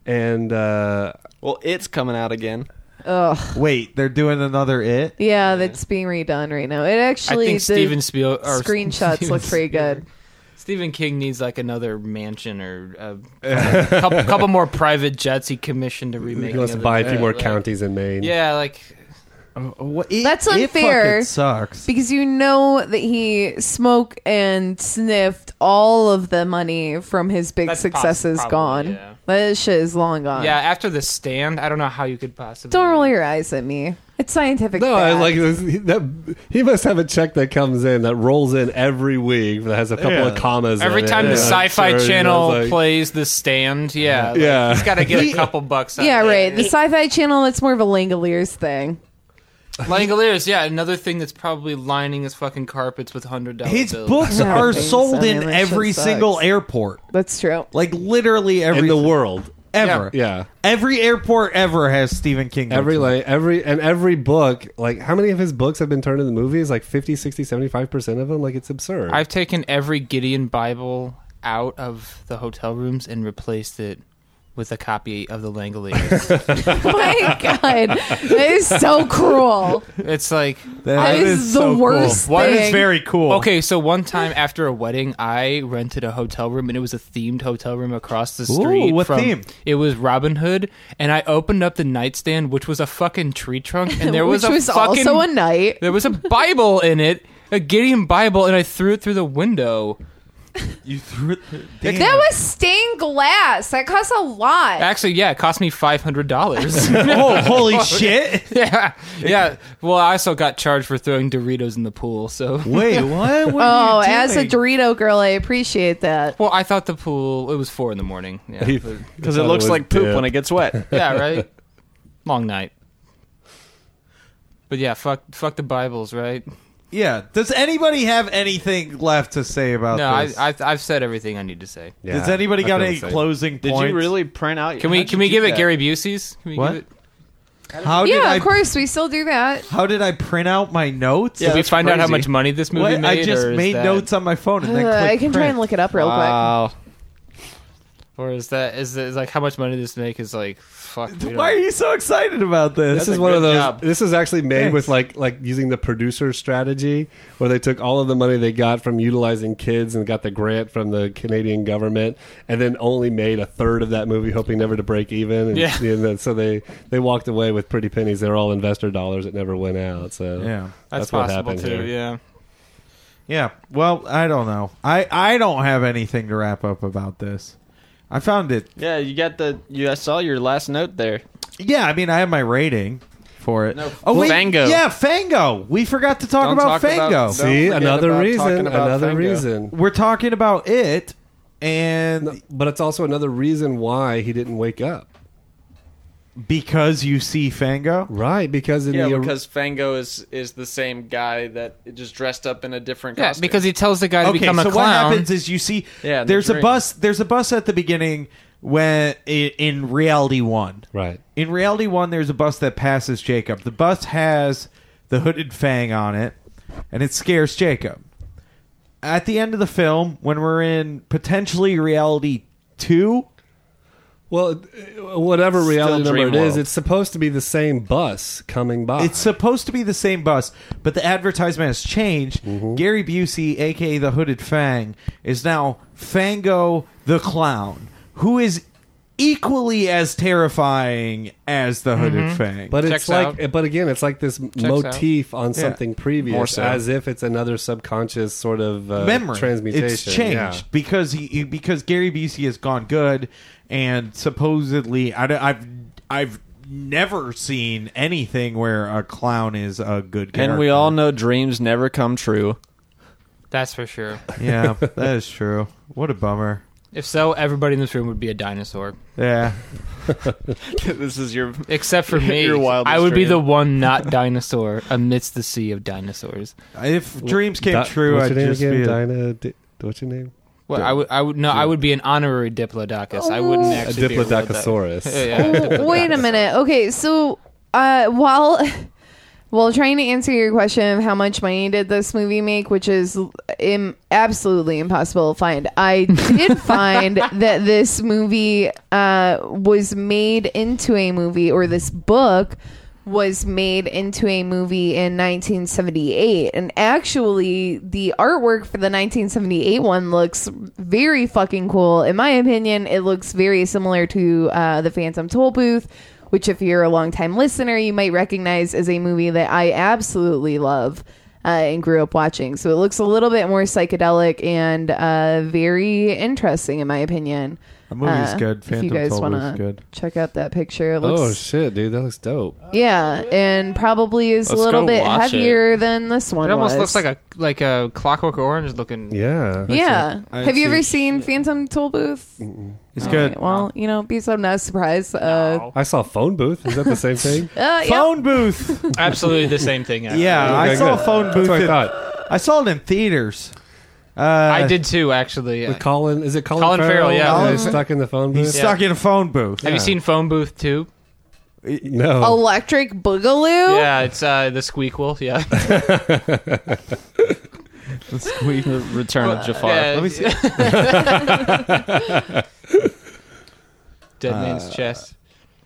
S3: and uh,
S4: Well, it's coming out again.
S5: Ugh.
S2: Wait, they're doing another it?
S5: Yeah, that's being redone right now. It
S1: I
S5: actually
S1: think
S5: the
S1: Steven Spiel or
S5: screenshots look pretty good.
S1: Stephen King needs like another mansion or uh, a couple, couple more private jets he commissioned to remake.
S3: he wants to
S1: another
S3: buy a few
S1: movie,
S3: more
S1: like-
S3: counties in Maine.
S1: Yeah, like
S2: Uh, what- it-
S5: That's
S2: it
S5: unfair.
S2: fucking sucks.
S5: Because you know that he smoked and sniffed all of the money from his big
S1: That's
S5: successes
S1: poss-
S5: gone.
S1: probably, yeah.
S5: That shit is long gone.
S1: yeah. After the stand, I don't know how you could possibly.
S5: Don't roll your eyes at me. It's scientific.
S3: No, I
S5: fact.
S3: like this- he- that. He must have a check that comes in that rolls in every week that has a couple
S2: Yeah.
S3: of commas.
S1: Every
S3: in it,
S1: time the
S3: and I'm
S1: Sci-Fi
S3: sure he
S1: Channel
S3: knows, like-
S1: plays the stand, yeah, like,
S3: Yeah.
S1: he's got to get a couple bucks. Out
S5: Yeah,
S1: of it.
S5: right. The Sci-Fi Channel. That's more of a Langoliers thing.
S1: Langoliers, yeah, another thing that's probably lining his fucking carpets with hundred dollars.
S2: His books
S5: Yeah,
S2: are
S5: thanks.
S2: sold
S5: I mean,
S2: in
S5: that shit
S2: every
S5: sucks.
S2: single airport.
S5: That's true.
S2: Like literally every
S3: in the world.
S2: ever.
S3: Yeah.
S2: Every airport ever has Stephen King.
S3: Every
S2: books.
S3: like every and every book like how many of his books have been turned into movies like 50 60 75% of them like it's absurd.
S1: I've taken every Gideon Bible out of the hotel rooms and replaced it with a copy of the Langoliers.
S5: My God, that is so cruel.
S1: it's like
S5: that is the worst
S2: Cool. That is
S5: thing.
S2: very cool.
S1: okay, so one time after a wedding, I rented a hotel room and it was a themed hotel room across the street.
S2: what
S1: from,
S2: theme?
S1: It was Robin Hood, and I opened up the nightstand, which was a fucking tree trunk, and there was
S5: Which
S1: a
S5: was
S1: fucking
S5: also a night.
S1: there was a Bible in it, a Gideon Bible, and I threw it through the window.
S2: you threw it. Damn.
S5: That was stained glass. That costs a lot.
S1: Actually, yeah, it cost me five hundred dollars.
S2: oh, holy shit!
S1: yeah, yeah. Well, I also got charged for throwing Doritos in the pool. So,
S2: Wait, what? What
S5: Oh,
S2: are you
S5: as a
S2: doing?
S5: Dorito girl, I appreciate that.
S1: well, I thought the pool. It was four in the morning. Yeah, but-
S4: Because it looks like poop when it gets wet.
S1: yeah, right. Long night. But yeah, fuck, fuck the Bibles, right?
S2: yeah. Does anybody have anything left to say about
S1: no, I,
S2: this?
S1: I, I've said everything I need to say.
S3: Yeah,
S2: Does anybody
S3: I
S2: got
S3: feel
S2: any
S3: the same.
S2: closing
S4: Did
S2: points?
S4: you really print out?
S1: Can we can we give it Gary Busey's? Can we
S2: What?
S1: give it?
S2: How did
S5: Yeah,
S2: I?
S5: of course, we still do that.
S2: How did I print out my notes?
S1: Did we
S4: that's
S1: find out how
S4: crazy.
S1: much money this movie
S2: What?
S1: made?
S2: I just
S1: or is
S2: made
S1: that-
S2: notes on my phone and then
S5: Uh,
S2: clicked
S5: I can try and look it up real
S4: Wow.
S1: Or is that is, that, is like how much money this make is like fuck? we
S2: quick.
S1: don't-
S2: Why are you so excited about this?
S3: This is
S4: a
S3: one
S4: good
S3: of those.
S4: job.
S3: This is actually made with
S2: Thanks.
S3: like like using the producer strategy, where they took all of the money they got from utilizing kids and got the grant from the Canadian government, and then only made a third of that movie, hoping never to break even. And,
S1: Yeah.
S3: and then, so they they walked away with pretty pennies. They're all investor dollars that never went out. So
S2: Yeah.
S1: That's,
S3: what
S1: possible
S3: happened
S1: too.
S3: here.
S1: Yeah.
S2: Yeah. Well, I don't know. I I don't have anything to wrap up about this. I found it.
S4: Yeah, you got the. You, I saw your last note there.
S2: Yeah, I mean, I have my rating for it.
S4: No,
S2: oh, wait,
S4: Fango.
S2: Yeah, Fango. We forgot to talk
S4: Don't
S2: about
S4: talk about-
S2: Fango.
S4: don't-
S3: See
S4: forget
S3: another
S4: about
S3: reason.
S4: talking about
S3: Another
S4: Fango.
S3: reason.
S2: We're talking about it, and
S3: But it's also another reason why he didn't wake up.
S2: Because you see Fango,
S3: right? Because in
S4: Yeah,
S3: the
S4: because Fango is is the same guy that just dressed up in a different
S1: Yeah,
S4: costume.
S1: because he tells the guy to
S2: okay,
S1: become a
S2: so what
S1: clown.
S2: happens is you see
S4: Yeah, in the
S2: there's a
S4: dream.
S2: bus there's a bus at the beginning when i- in reality 1.
S3: right,
S2: In reality 1 there's a bus that passes Jacob. The bus has the hooded fang on it and it scares Jacob. At the end of the film when we're in potentially reality 2
S3: well, uh, whatever reality number
S4: dream
S3: it is,
S4: world.
S3: it's supposed to be the same bus coming by.
S2: It's supposed to be the same bus, but the advertisement has changed.
S3: Mm-hmm.
S2: Gary Busey, aka the Hooded Fang, is now Fango the Clown, who is equally as terrifying as the Hooded Fang.
S3: But
S1: Mm-hmm. Checks
S3: it's like,
S1: out.
S3: but again, it's like this motif on
S2: Yeah.
S3: something
S4: More
S3: previous,
S4: so.
S3: as if it's another subconscious sort of uh,
S2: memory,
S3: transmutation.
S2: it's changed
S3: Yeah.
S2: because he, he- because Gary Busey has gone good, and supposedly I, don't- I've I've never seen anything where a clown is a good character.
S4: and we all know dreams never come true.
S1: That's for sure.
S2: yeah, that is true. What a bummer.
S1: If so, everybody in this room would be a dinosaur,
S2: Yeah.
S4: this is your
S1: except for me.
S4: Your wildest
S1: I would be
S4: dream.
S1: the one not dinosaur amidst the sea of dinosaurs.
S2: If dreams came
S3: Di-
S2: true,
S3: What's your
S2: I'd
S3: name
S2: just
S3: again?
S2: be a-
S3: Dinah. Di- what's your name?
S1: Well, I would, I would no, I would be an honorary diplodocus. I
S2: Oh.
S1: wouldn't
S3: A
S1: actually be a real di-
S3: Diplodocosaurus.
S1: Yeah, yeah,
S5: Oh, wait a minute. Okay, so uh, while while trying to answer your question of how much money did this movie make, which is Im- absolutely impossible to find, I did find that this movie uh, was made into a movie, or this book was made into a movie in 1978 and actually the artwork for the 1978 one looks very fucking cool in my opinion it looks very similar to uh, the phantom toll booth which if you're a longtime listener you might recognize as a movie that i absolutely love uh, and grew up watching so it looks a little bit more psychedelic and uh, very interesting in my opinion
S2: The movie's
S5: Uh,
S2: good.
S5: if you
S2: Phantom
S5: guys
S2: Toll
S5: wanna
S2: Booth's good.
S5: check out that picture it looks
S3: Oh shit, dude, that looks dope.
S5: yeah, and probably is a
S4: Let's
S5: little
S4: go
S5: bit
S4: watch
S5: heavier than this one.
S1: It almost looks
S5: was.
S1: like a like a Clockwork Orange looking.
S3: Yeah.
S5: yeah.
S2: I
S5: Have you
S2: see.
S5: ever seen Phantom Toll Booth?
S2: It's
S5: All
S2: good.
S5: right, well, you know, be so not surprised. Uh,
S3: I saw phone booth. Is that the same thing?
S5: uh, yeah.
S2: Phone booth.
S1: Absolutely the same thing. actually.
S2: yeah, I
S3: Okay,
S2: saw
S3: good.
S2: phone
S3: That's
S2: booth.
S3: what I
S2: in-
S3: thought.
S2: I saw it in theaters. Uh,
S1: I did too. Actually,
S3: With Colin, is it Colin?
S1: Colin Farrell, yeah.
S3: that
S2: Colin
S3: is
S2: Farrell.
S3: stuck in the phone booth.
S2: He's stuck in a phone booth.
S1: have you seen Phone Booth too?
S3: no.
S4: Oh.
S5: Electric Boogaloo?
S1: Yeah, it's uh, the Squeakquel. Yeah,
S4: the return of Jafar.
S1: Yeah,
S2: Let me see.
S1: Dead Man's Chest.
S2: Uh,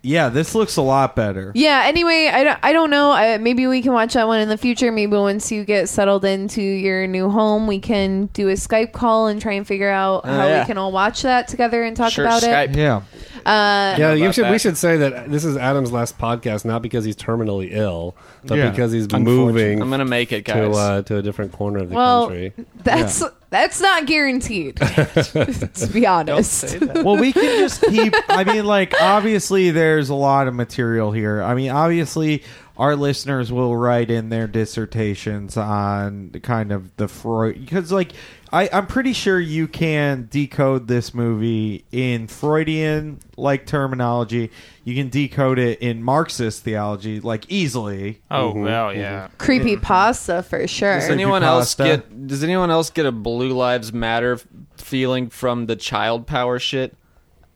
S2: Yeah, this looks a lot better.
S5: Yeah, anyway, I don't, I don't know. Uh, maybe we can watch that one in the future. Maybe once you get settled into your new home, we can do a Skype call and try and figure out how
S4: Oh, yeah.
S5: we can all watch that together and talk
S4: Sure,
S5: about
S4: Skype.
S2: Yeah.
S5: it. Uh,
S3: Yeah, you
S4: about
S3: should. We
S4: that.
S3: should say that this is Adam's last podcast, not because he's terminally ill, but
S2: Yeah.
S3: because he's
S2: Unfortunately.
S3: moving
S4: I'm gonna make it,
S3: to
S4: guys.
S3: uh, to a different corner of the
S5: Well,
S3: country.
S5: That's that's not guaranteed. to be honest.
S2: Well, we can just keep. I mean, like, obviously, there's a lot of material here. I mean, obviously, our listeners will write in their dissertations on the kind of the Freud. Because, like, I, I'm pretty sure you can decode this movie in Freudian, like, terminology. You can decode it in Marxist theology, like, easily.
S1: Oh well, yeah.
S5: Creepy
S2: Mm-hmm.
S5: pasta for sure.
S4: Does anyone else
S2: Creepypasta.
S4: get? Does anyone else get a Blue Lives Matter f- feeling from the child power shit?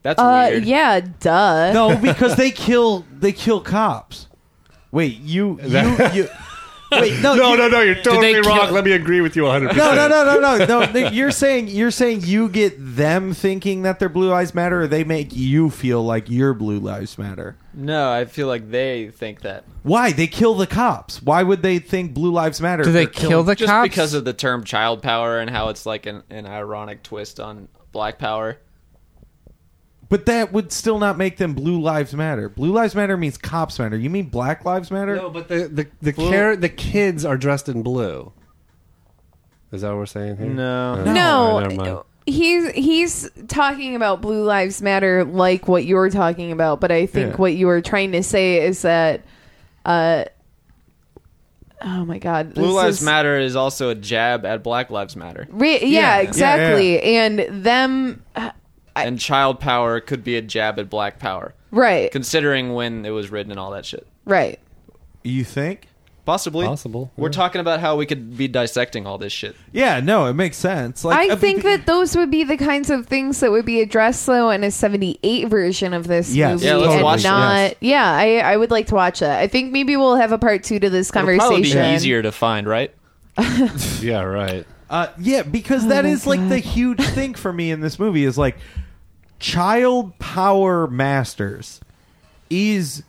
S4: That's
S5: Uh,
S4: weird.
S5: yeah, duh.
S2: No, because they kill they kill cops. Wait, you you, you wait no you-
S3: no, you're
S1: totally wrong. kill-
S3: Let me agree with you 100.
S2: no, no, no, no, no, no. th- You're saying you're saying you get them thinking that their blue lives matter, or they make you feel like your blue lives matter.
S4: No, I feel like they think that
S2: Why they kill the cops? Why would they think blue lives matter?
S1: Do
S2: if
S1: they
S2: they're
S1: kill
S2: killing-
S1: the
S4: just
S1: cops?
S4: because of the term child power and how it's like an, an ironic twist on black power.
S2: But that would still not make them blue lives matter. Blue lives matter means cops matter. You mean black lives matter?
S3: No, but the the the, care, the kids are dressed in blue. Is that what we're saying here? Oh,
S4: No.
S3: all right, never mind.
S5: no. He's he's talking about Blue Lives Matter like what you're talking about, but I think
S2: Yeah.
S5: what you were trying to say is that uh Oh my god.
S4: Blue
S5: this
S4: Lives
S5: is-
S4: Matter is also a jab at Black Lives Matter,
S5: Re-
S2: Yeah,
S5: yeah,
S2: yeah,
S5: exactly. And them uh,
S4: and child power could be a jab at black power.
S5: Right.
S4: Considering when it was written and all that shit.
S5: Right.
S2: You think?
S4: Possibly.
S3: Possible,
S4: We're talking about how we could be dissecting all this shit.
S2: Yeah, no, it makes sense. Like, uh,
S5: I think that those would be the kinds of things that would be addressed though in a 78 version of this
S2: Yes.
S5: movie
S2: Yeah, let's
S5: and
S4: watch
S5: not yeah I, I would like to watch that I think maybe we'll have a part two to this
S4: It'll
S5: conversation
S4: probably be easier to find, right?
S3: yeah, right.
S2: Uh, yeah, because that
S1: Oh
S5: my
S2: is like the
S5: God.
S2: huge thing for me in this movie is like child power masters is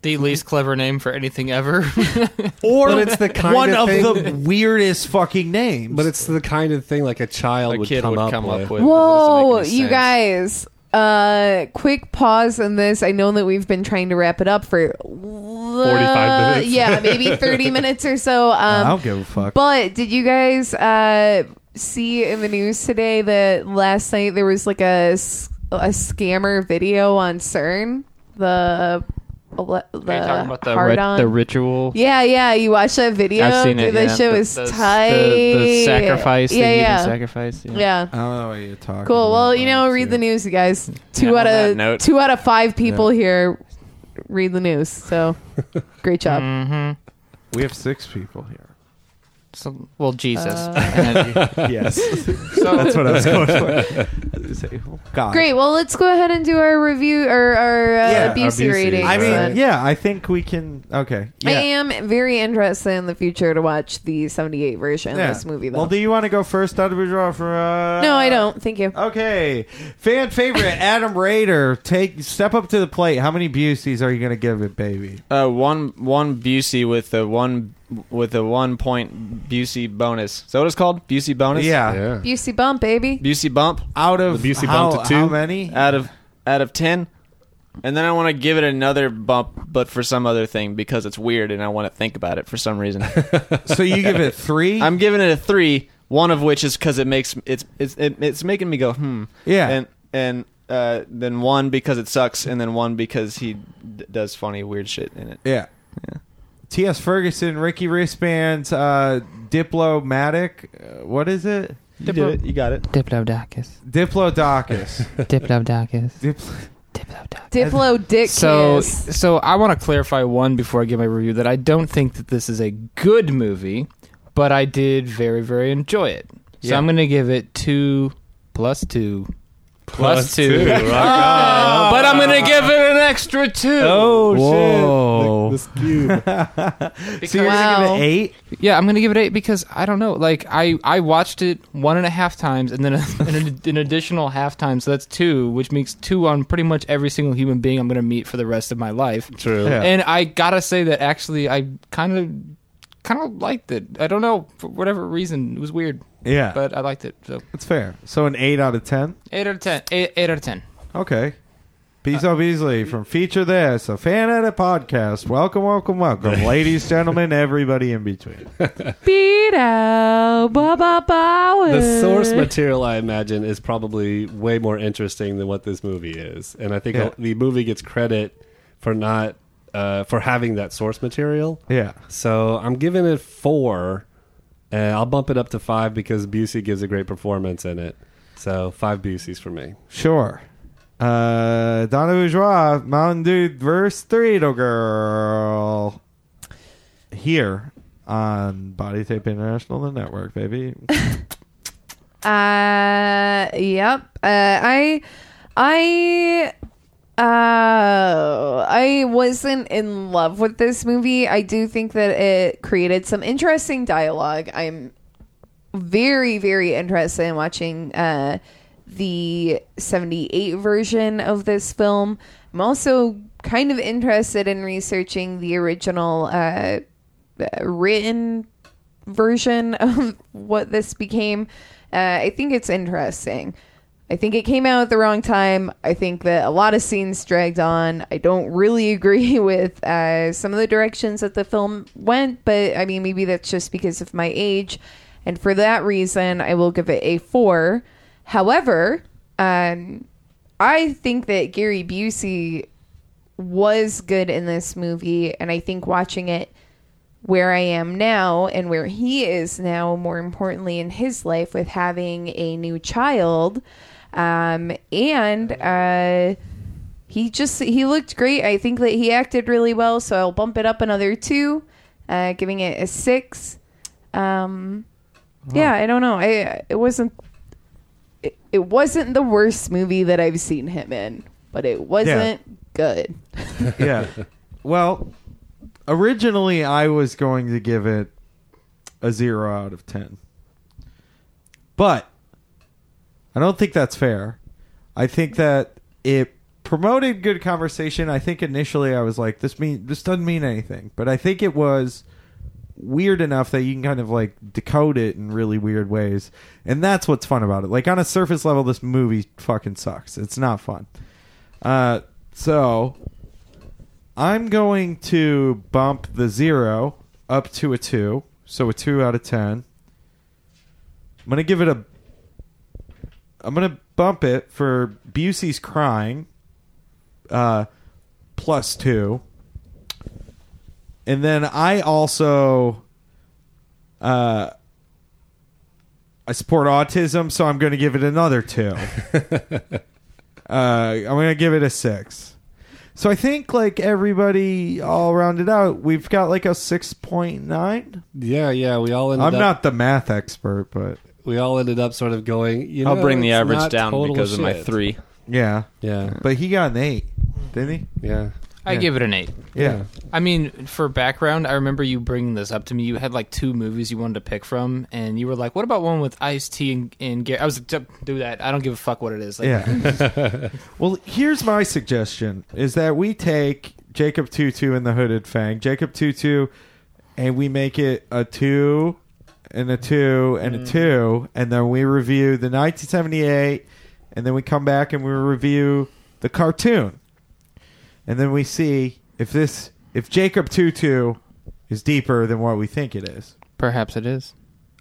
S1: The least clever name for anything ever.
S2: or
S3: But it's the kind
S2: one
S3: of
S2: of,
S3: thing-
S2: the weirdest fucking names.
S3: But it's the kind of thing like a child
S4: A
S3: would
S4: kid
S3: come,
S4: would
S3: up,
S4: come
S3: with.
S4: up with.
S5: whoa
S4: It doesn't make any
S5: you
S4: sense.
S5: guys uh quick pause on this I know that we've been trying to wrap it up for 45
S3: minutes.
S5: Uh, yeah maybe 30 minutes or so
S2: I
S5: um
S2: don't give a fuck.
S5: But did you guys uh, see in the news today that last night there was like a, s- a scammer video on CERN? The uh, the, hard on.
S1: ritual?
S5: yeah, yeah, you watched that video.
S1: I've seen it.
S5: Dude, that
S1: yeah.
S5: shit
S1: The-
S5: was
S1: the-
S5: tight.
S1: The, the sacrifice.
S5: Yeah,
S1: the
S5: yeah,
S1: human sacrifice. Yeah.
S5: yeah.
S2: I don't know what you're talking
S5: Cool. Well,
S2: about.
S5: you know, read the news, you guys. Two
S4: Yeah,
S5: out
S4: on that
S5: of
S4: note.
S5: two out of five people here read the news. So, great job.
S1: Mm-hmm.
S2: We have six people here.
S1: So- well, Jesus.
S5: Uh,
S2: yes.
S1: so
S2: That's what I was going for. God.
S5: Great. Well, let's go ahead and do our review or our uh,
S2: Yeah,
S5: abuse
S3: abuse
S5: ratings.
S2: I mean,
S5: then.
S2: yeah, I think we can. Okay. Yeah.
S5: I am very interested in the future to watch the 78 version
S2: Yeah.
S5: of this movie, though.
S2: Well, do you want to go first, Dr. Boudreaux? For, uh,
S5: no, I don't. Thank you.
S2: Okay, fan favorite Adam Raider, take step up to the plate. How many Buseys are you going to give it, baby?
S4: Uh, one one Busey with the one with a one point Busey bonus. Is that what it's called? Busey bonus.
S2: Yeah,
S3: Yeah.
S5: Busey Bump, baby.
S4: Busey bump
S2: out of
S3: The Busey
S2: how,
S3: bumped to two?
S2: how many?
S4: out of out of ten, and then I want to give it another bump, but for some other thing because it's weird and I want to think about it for some reason.
S2: so you give it three?
S4: I'm giving it a three. One of which is because it makes it's it's it, it's making me go hmm
S2: Yeah.
S4: and and uh, then one because it sucks and then one because he d- does funny weird shit in it.
S2: yeah. T.S. Ferguson, Ricky Wristbands, uh, Diplomatic. Uh, what is it?
S4: You did it. You got it.
S1: Diplodocus.
S2: Diplodocus.
S1: Diplodocus.
S2: Dipl-
S1: Diplodocus.
S5: Diplo Dick
S1: So,
S5: Kiss.
S1: so I want to clarify one before I give my review that I don't think that this is a good movie, but I did very, very enjoy it. So
S2: Yeah.
S1: I'm going to give it two plus two
S3: Plus two, rock
S1: Uh, but I'm going to give it an extra two.
S3: Whoa.
S2: oh shit!
S3: This cube.
S2: so you're
S5: Wow.
S2: going to give it eight?
S1: Yeah, I'm gonna give it eight because I don't know. Like I, I watched it one and a half times, and then a, an, an additional half time. So that's two, which makes two on pretty much every single human being I'm gonna meet for the rest of my life.
S3: True.
S2: Yeah.
S1: And I gotta say that actually, I kind of, kind of liked it. I don't know for whatever reason, it was weird,
S2: Yeah,
S1: but I liked it. So
S2: that's fair. So an eight out of ten.
S1: eight out of ten. Eight, eight out of ten.
S2: Okay. Peace out, Beasley from Feature This, a fan edit podcast. Welcome, welcome, welcome, ladies, gentlemen, everybody in between.
S5: Beat out. Ba ba ba.
S3: The source material, I imagine, is probably way more interesting than what this movie is, and I think
S2: Yeah.
S3: the movie gets credit for not uh, for having that source material.
S2: Yeah.
S3: So I'm giving it four, and I'll bump it up to five because Busey gives a great performance in it. So five Buseys for me.
S2: Sure. Uh, Donna Bourgeois, Mountain Dew verse three to girl. Here on Body Tape International, the network, baby.
S5: Uh, yep. Uh, I, I, uh, I wasn't in love with this movie. I do think that it created some interesting dialogue. I'm very, very interested in watching uh, the 78 version of this film. I'm also kind of interested in researching the original uh, uh, written version of what this became. Uh, I think it's interesting. I think it came out at the wrong time. I think that a lot of scenes dragged on. I don't really agree with uh, some of the directions that the film went, but I mean, maybe that's just because of my age. And for that reason, I will give it a four. However, um, I think that Gary Busey was good in this movie, and I think watching it where I am now and where he is now, more importantly in his life with having a new child. Um, and uh, he just he looked great. I think that he acted really well, so I'll bump it up another two, uh, giving it a six. Um, Yeah, I don't know. I it wasn't it, it wasn't the worst movie that I've seen him in, but it wasn't good.
S2: yeah. Well, originally I was going to give it a zero out of ten, but I don't think that's fair. I think that it promoted good conversation. I think initially I was like, "This mean this doesn't mean anything," but I think it was weird enough that you can kind of like decode it in really weird ways, and that's what's fun about it. Like on a surface level, this movie fucking sucks. It's not fun. Uh, so I'm going to bump the zero up to a two, so a two out of ten. I'm gonna give it a. I'm gonna bump it for Busey's crying. Uh, plus two. And then I also, uh, I support autism, so I'm going to give it another two. uh, I'm going to give it a six. So I think like everybody all rounded out, we've got like a six point nine.
S3: Yeah, yeah. We all
S2: I'm
S3: ended up,
S2: not the math expert, but
S3: We all ended up sort of going. You know,
S4: I'll bring the
S3: it's
S4: average
S3: not
S4: down
S3: total
S4: because of my
S3: shit.
S4: three.
S2: yeah,
S3: Yeah,
S2: but he got an eight, didn't he?
S3: yeah.
S1: I
S2: Yeah.
S1: gave it an eight.
S2: Yeah,
S1: I mean, for background, I remember you bringing this up to me. You had like two movies you wanted to pick from, and you were like, "What about one with Ice T and, and Gary?" I was like, "Don't "Do that. I don't give a fuck what it is." Like,
S2: yeah. well, here's my suggestion: is that we take Jacob Tutu and the Hooded Fang, Jacob Tutu, and we make it a two and a two and a two, and then we review the 1978, and then we come back and we review the cartoon, and then we see if this if Jacob Tutu is deeper than what we think it is.
S1: Perhaps it is.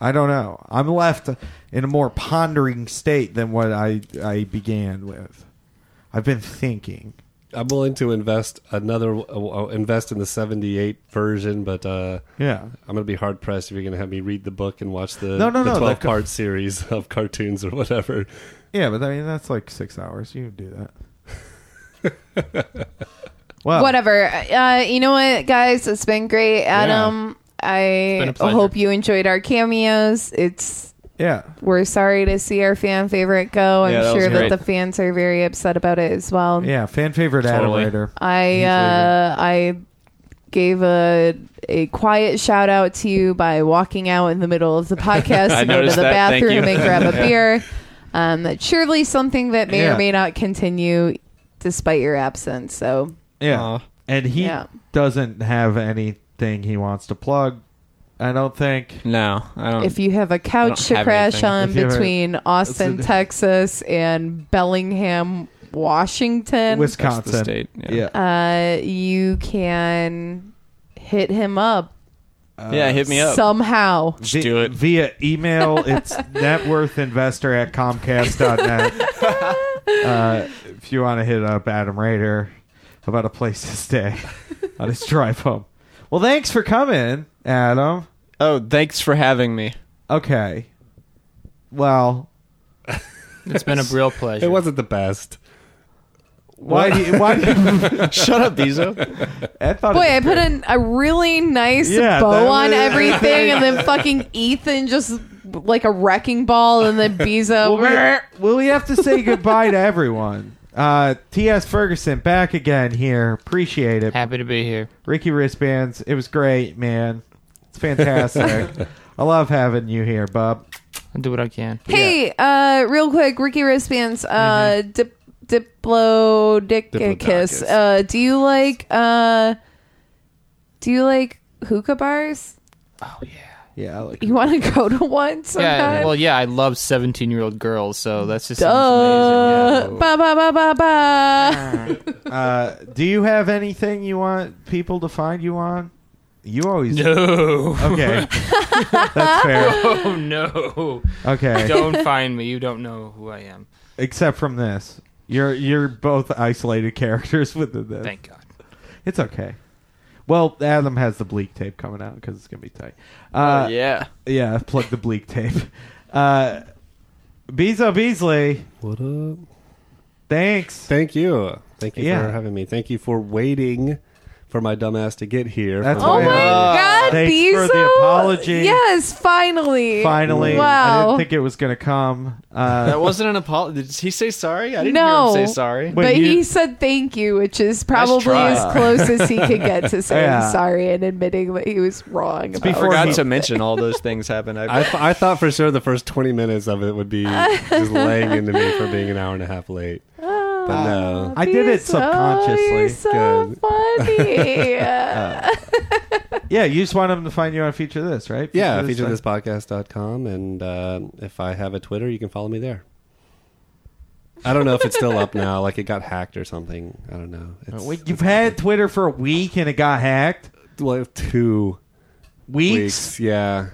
S2: I don't know. I'm left in a more pondering state than what I I began with. I've been thinking.
S3: I'm willing to invest another uh, uh, invest in the '78 version, but uh,
S2: Yeah.
S3: I'm gonna be hard pressed if you're gonna have me read the book and watch the
S2: No, no, no,
S3: the
S2: that
S3: 12
S2: co-
S3: part series of cartoons or whatever.
S2: Yeah, but I mean that's like 6 hours. You can do that. well,
S5: Whatever. Uh, you know what, guys? It's been great, Adam.
S1: been
S5: I
S1: a pleasure.
S5: hope you enjoyed our cameos. It's
S2: Yeah.
S5: we're sorry to see our fan favorite go. I'm
S4: Yeah, that was
S5: sure that
S4: great.
S5: the fans are very upset about it as well.
S2: Yeah, fan favorite
S4: Totally.
S2: animator.
S5: I uh, I gave a a quiet shout out to you by walking out in the middle of the podcast
S4: I
S5: to go to
S4: noticed
S5: the
S4: that. Thank
S5: bathroom
S4: you.
S5: and grab a beer. Um, that's surely something that may
S2: Yeah.
S5: or may not continue despite your absence. So
S2: Yeah. And he
S5: Yeah.
S2: doesn't have anything he wants to plug. I don't think.
S4: No, I don't.
S5: if you have a couch
S4: I don't
S5: to
S4: have
S5: crash
S4: anything.
S5: on
S2: If you have a-
S5: between Austin,
S2: It's a-
S5: Texas, and Bellingham, Washington,
S4: that's the
S2: Wisconsin.
S4: state. Yeah.
S2: Yeah.
S5: uh, you can hit him up
S4: Yeah, hit me up.
S5: somehow.
S4: Just do it.
S2: via email. It's networthinvestor at comcast.net. uh, if you want to hit up Adam Rader about a place to stay on his drive home. Well, thanks for coming, Adam.
S4: Oh, thanks for having me.
S2: Okay. Well,
S1: It's been a real pleasure.
S3: It wasn't the best.
S2: why do you, why do you,
S4: Shut up, Bezo.
S2: I thought it
S5: Boy, I
S2: was
S5: put
S2: great.
S5: an, a really nice
S2: Yeah, that
S5: bow on
S2: was-
S5: everything, and then fucking Ethan just like a wrecking ball, and then Biza.
S2: Well, we, well, we have to say goodbye to everyone. Uh, T.S. Ferguson back again here. Appreciate it.
S1: Happy to be here.
S2: Ricky wristbands. It was great, man. It's fantastic. I love having you here, bub.
S1: I'll do what I can.
S5: hey, uh, real quick, Ricky wristbands, uh,
S2: Mm-hmm.
S5: dip, diplodocus.
S3: Diplodocus.
S5: Uh, do you like uh, do you like hookah bars?
S1: Oh yeah.
S2: Yeah, I like
S5: You want to go to one sometime?
S1: Yeah. Well, yeah. I love seventeen-year-old girls, so that's just sounds
S5: Duh.
S1: amazing. Yeah.
S5: Ba ba ba ba
S2: Ah,
S5: ba.
S2: Uh, do you have anything you want people to find you on? You always
S1: No.
S2: okay. That's fair.
S1: Oh no.
S2: Okay,
S1: Don't find me. You don't know who I am.
S2: except from this, you're you're both isolated characters within this.
S1: Thank God.
S2: It's okay. Well, Adam has the bleak tape coming out because it's gonna be tight. Uh,
S4: Oh, yeah.
S2: yeah, plug the bleak tape. Uh, Bezo Beasley,
S3: What up?
S2: Thanks.
S3: Thank you. Thank you
S2: Yeah.
S3: for having me. Thank you for waiting for my dumbass to get here.
S2: That's
S3: From-
S5: Oh my God,
S2: Thanks for
S5: Bezo!
S2: the apology.
S5: Yes, finally.
S2: Finally, I
S5: Wow.
S2: didn't think it was going to come. Uh,
S4: That wasn't an apology. Did he say sorry? I didn't
S5: No.
S4: hear him say sorry.
S5: but
S2: Wait, you-
S5: he said thank you, which is probably
S4: try.
S5: as close as he could get to saying
S2: Yeah.
S5: sorry and admitting that he was wrong. About
S4: I
S2: before
S4: forgot
S2: he-
S4: to mention all those things happened. I,
S3: I, th- I thought for sure the first 20 minutes of it would be just laying into me for being an hour and a half late. But no.
S2: I did it
S5: Bezo, Oh, You're
S2: subconsciously.
S5: so funny.
S3: Uh,
S2: Uh, yeah, you just want him to find you on Feature This, right?
S3: Yeah,
S2: Feature This.
S3: featurethispodcast.com. And uh, if I have a Twitter, you can follow me there. I don't know if it's still up now. Like it got hacked or something. I don't know. It's,
S2: Uh, Wait, You've had Twitter for a week and it got hacked.
S3: well, two
S2: Weeks.
S3: weeks. Yeah.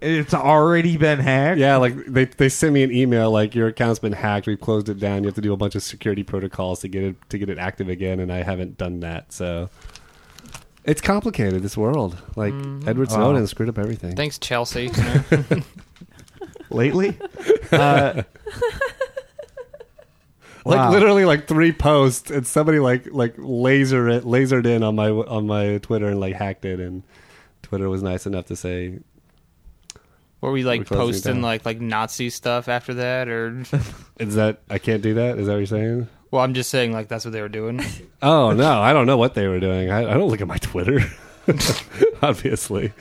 S2: It's already been hacked.
S3: Yeah, like they, they sent me an email like your account's been hacked. We've closed it down. You have to do a bunch of security protocols to get it to get it active again, and I haven't done that. So it's complicated. This world, like
S2: Mm-hmm.
S3: Edward Snowden, screwed up everything.
S1: Thanks, Chelsea.
S2: Lately. uh,
S3: like
S2: Wow.
S3: literally like three posts, and somebody like like laser it lasered in on my on my Twitter and like hacked it, and Twitter was nice enough to say
S1: Were we
S3: We're
S1: like
S3: closing
S1: posting
S3: down.
S1: like like Nazi stuff after that, or?
S3: is that I can't do that. Is that what you're saying?
S1: Well, I'm just saying like that's what they were doing.
S3: Oh no, I don't know what they were doing. I, I don't look at my Twitter, obviously.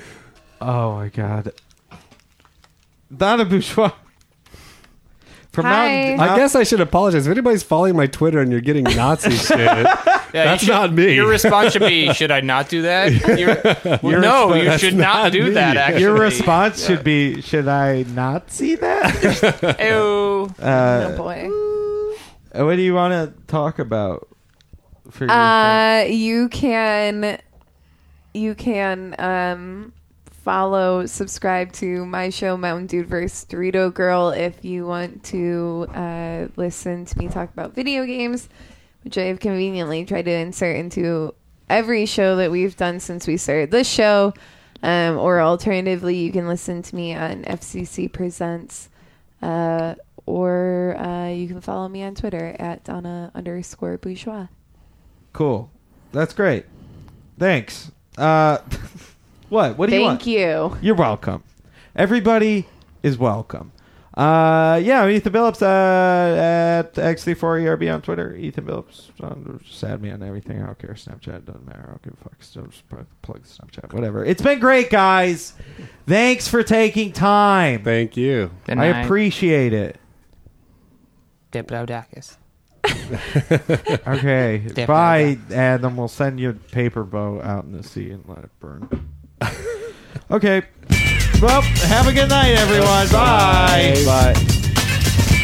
S2: oh my god. Donna Bourgeois. From
S5: Hi.
S2: Mountain,
S3: I guess I should apologize. If anybody's following my Twitter and you're getting Nazi shit,
S1: Yeah,
S3: That's
S1: you should-
S3: not me.
S1: Your response should be, "Should I not do that?" Your-
S2: Your
S1: no,
S2: response-
S1: you should not, do
S3: me.
S1: that. Actually,
S2: your response should be, "Should I not see that?"
S1: Ew.
S2: Uh,
S5: oh boy.
S2: What do you want to talk about? For your thing?
S5: Uh, you can, you can um, follow, subscribe to my show Mountain Dude vs. Dorito Girl if you want to uh, listen to me talk about video games, which I have conveniently tried to insert into every show that we've done since we started this show. Um, or alternatively, you can listen to me on FCC Presents. Uh, or uh, you can follow me on Twitter at Donna underscore bourgeois.
S2: cool. That's great. Thanks. Uh, what? What do you want?
S5: Thank you.
S2: You're welcome. Everybody is welcome. Uh, yeah, I'm Ethan Phillips uh, at XD4ERB E on Twitter. Ethan Phillips, on, just add me on everything. I don't care. Snapchat doesn't matter. I don't give a fuck. So just plug plug Snapchat, whatever. It's been great, guys. Thanks for taking time.
S3: thank you.
S1: Good
S2: I
S1: night,
S2: appreciate it.
S1: Diplodocus.
S2: Okay,
S1: Definitely
S2: bye, Adam. We'll send you a paper boat out in the sea and let it burn. okay. Well, have a good night, everyone. Bye. Bye.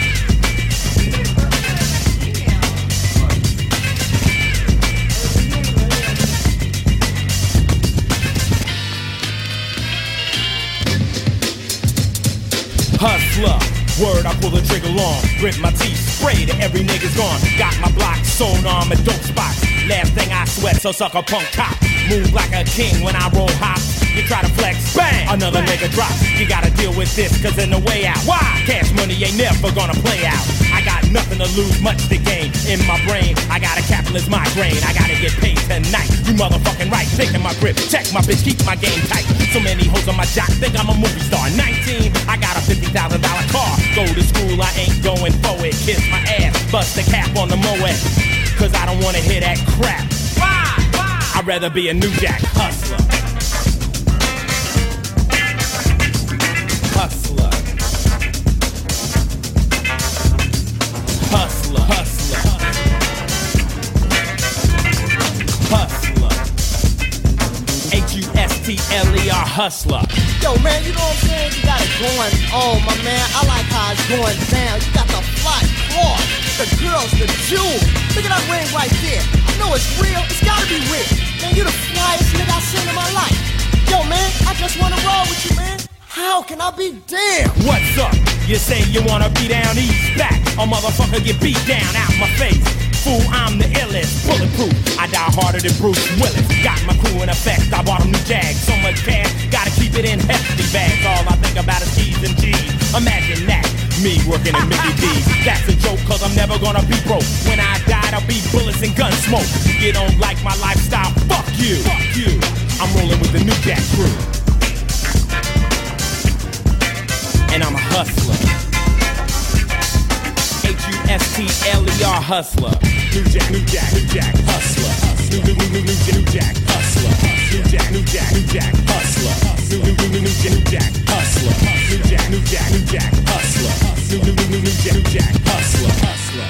S10: Hustler, word I pull the trigger long. Grit my teeth, spray to every nigga's gone. Got my block sewn on my dope spots. Last thing I sweat, so suck a punk cop. Move like a king when I roll hop. You try to flex, bang, another nigga drop. You gotta deal with this, cause in the way out. Why? Cash money ain't never gonna play out. I got nothing to lose, much to gain. In my brain, I got a capitalist migraine. I gotta get paid tonight. You motherfucking right, taking my grip. Check my bitch, keep my game tight. So many hoes on my jock, think I'm a movie star. 19, I got a $50,000 car. Go to school, I ain't going for it. Kiss my ass, bust the cap on the Moet. Cause I don't wanna hear that crap. Why? Why? I'd rather be a new jack hustler. Hustler. Hustler, hustler. Hustler. H-U-S-T-L-E-R, E hustler.
S11: Yo, man, you know what I'm saying? You got it going on, my man. I like how it's going down. You got the fly cloth, the girls, the jewels. Look at that ring right there. I know it's real. It's gotta be real. Man, you the flyest nigga I've seen in my life. Yo, man, I just wanna roll with you, man. How can I be damned?
S10: What's up? You say you wanna be down east back. A motherfucker get beat down out my face. Fool, I'm the illest, bulletproof. I die harder than Bruce Willis. Got my crew in effect. I bought them new jags. So much cash, gotta keep it in hefty bags. All I think about is T's and G's. Imagine that. Me working at Mickey D's. That's a joke, cause cause I'm never gonna be broke. When I die, I'll be bullets and gun smoke. You don't like my lifestyle, fuck you. Fuck you. I'm rolling with the new cat crew. And I'm a hustler. H-U-S-T-L-E-R hustler. New Jack, New Jack, New Jack, hustler. New, new, new, new, new, new Jack, hustler. New Jack, New Jack, New Jack, hustler. New, new, new, new, new, new Jack, hustler. New Jack, New Jack, New Jack, hustler. New, new, new, new, new Jack, New Jack, hustler. Hustler.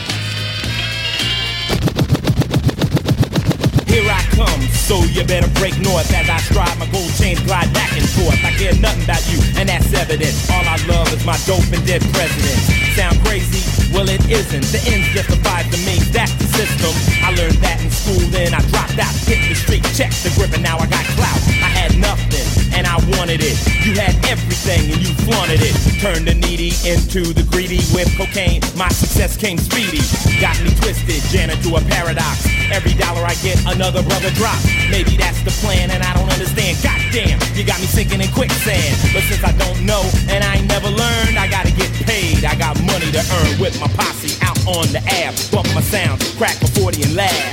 S10: Here I come, so you better break north as I stride my gold chain glide back and forth. I care nothing about you, and that's evident. All I love is my dope and dead president. Sound crazy? Well, it isn't. The ends justify the means. That's the system. I learned that in school, then I dropped out, hit the street, checked the grip, and now I got clout. I had nothing, and I wanted it. You had everything, and you flaunted it. Turned the needy into the greedy with cocaine. My success came speedy. Got me twisted, Janet to a paradox. Every dollar I get, another brother drop. Maybe that's the plan, and I don't understand. Goddamn, you got me sinking in quicksand. But since I don't know, and I ain't never learned, I gotta get paid. I got money to earn with my posse out on the ab. Bump my sound, crack a 40 and laugh.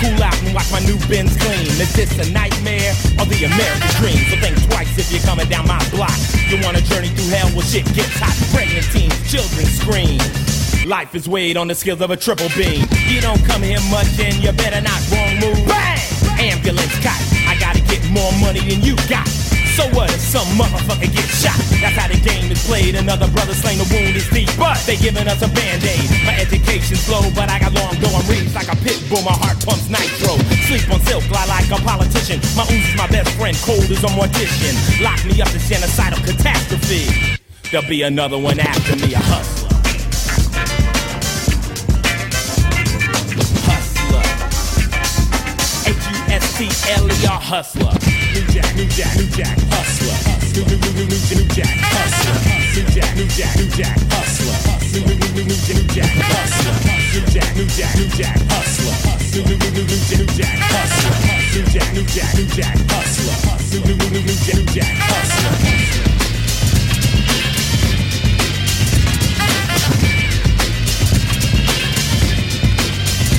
S10: Cool out and watch my new bins clean. Is this a nightmare or the American dream? So think twice if you're coming down my block. You want a journey through hell? Well, shit gets hot. Pregnant teens, children scream. Life is weighed on the skills of a triple beam. You don't come here much and you better not wrong move. Bang! Ambulance cop. I gotta get more money than you got. So what if some motherfucker gets shot? That's how the game is played. Another brother slain, the wound is deep. But they giving us a band-aid. My education's low, but I got long going reach like a pit bull. My heart pumps nitro. Sleep on silk, lie like a politician. My ooze is my best friend, cold as a mortician. Lock me up to genocidal catastrophe. There'll be another one after me, a hustler. H-U-S-T-L-E-R hustler. New Jack, New Jack, New Jack, hustler. New, new, new, new, new, new Jack, hustler. New Jack, New Jack, New Jack, hustler. New, new, new, new, new, new Jack, hustler. New Jack, New Jack, New Jack, hustler. New, new, new, new, new, new Jack, hustler. New Jack, New Jack, New Jack, hustler. New, new, new, new, new, new Jack, hustler.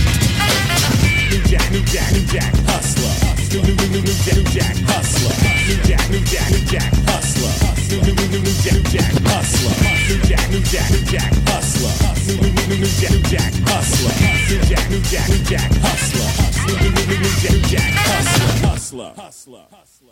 S10: New Jack, New Jack, New Jack, hustler. New, new, new, new, new Jack, New Jack, hustler. New Jack, New Jack, New Jack, hustler. New, new, new, new, new Jack, New Jack, hustler. New Jack, New Jack, New Jack, hustler. New, new, new, new, new Jack, New Jack, hustler. New Jack, New Jack, New Jack, hustler. New, new, new, new, new Jack, New Jack, hustler. Hustler. Hustler.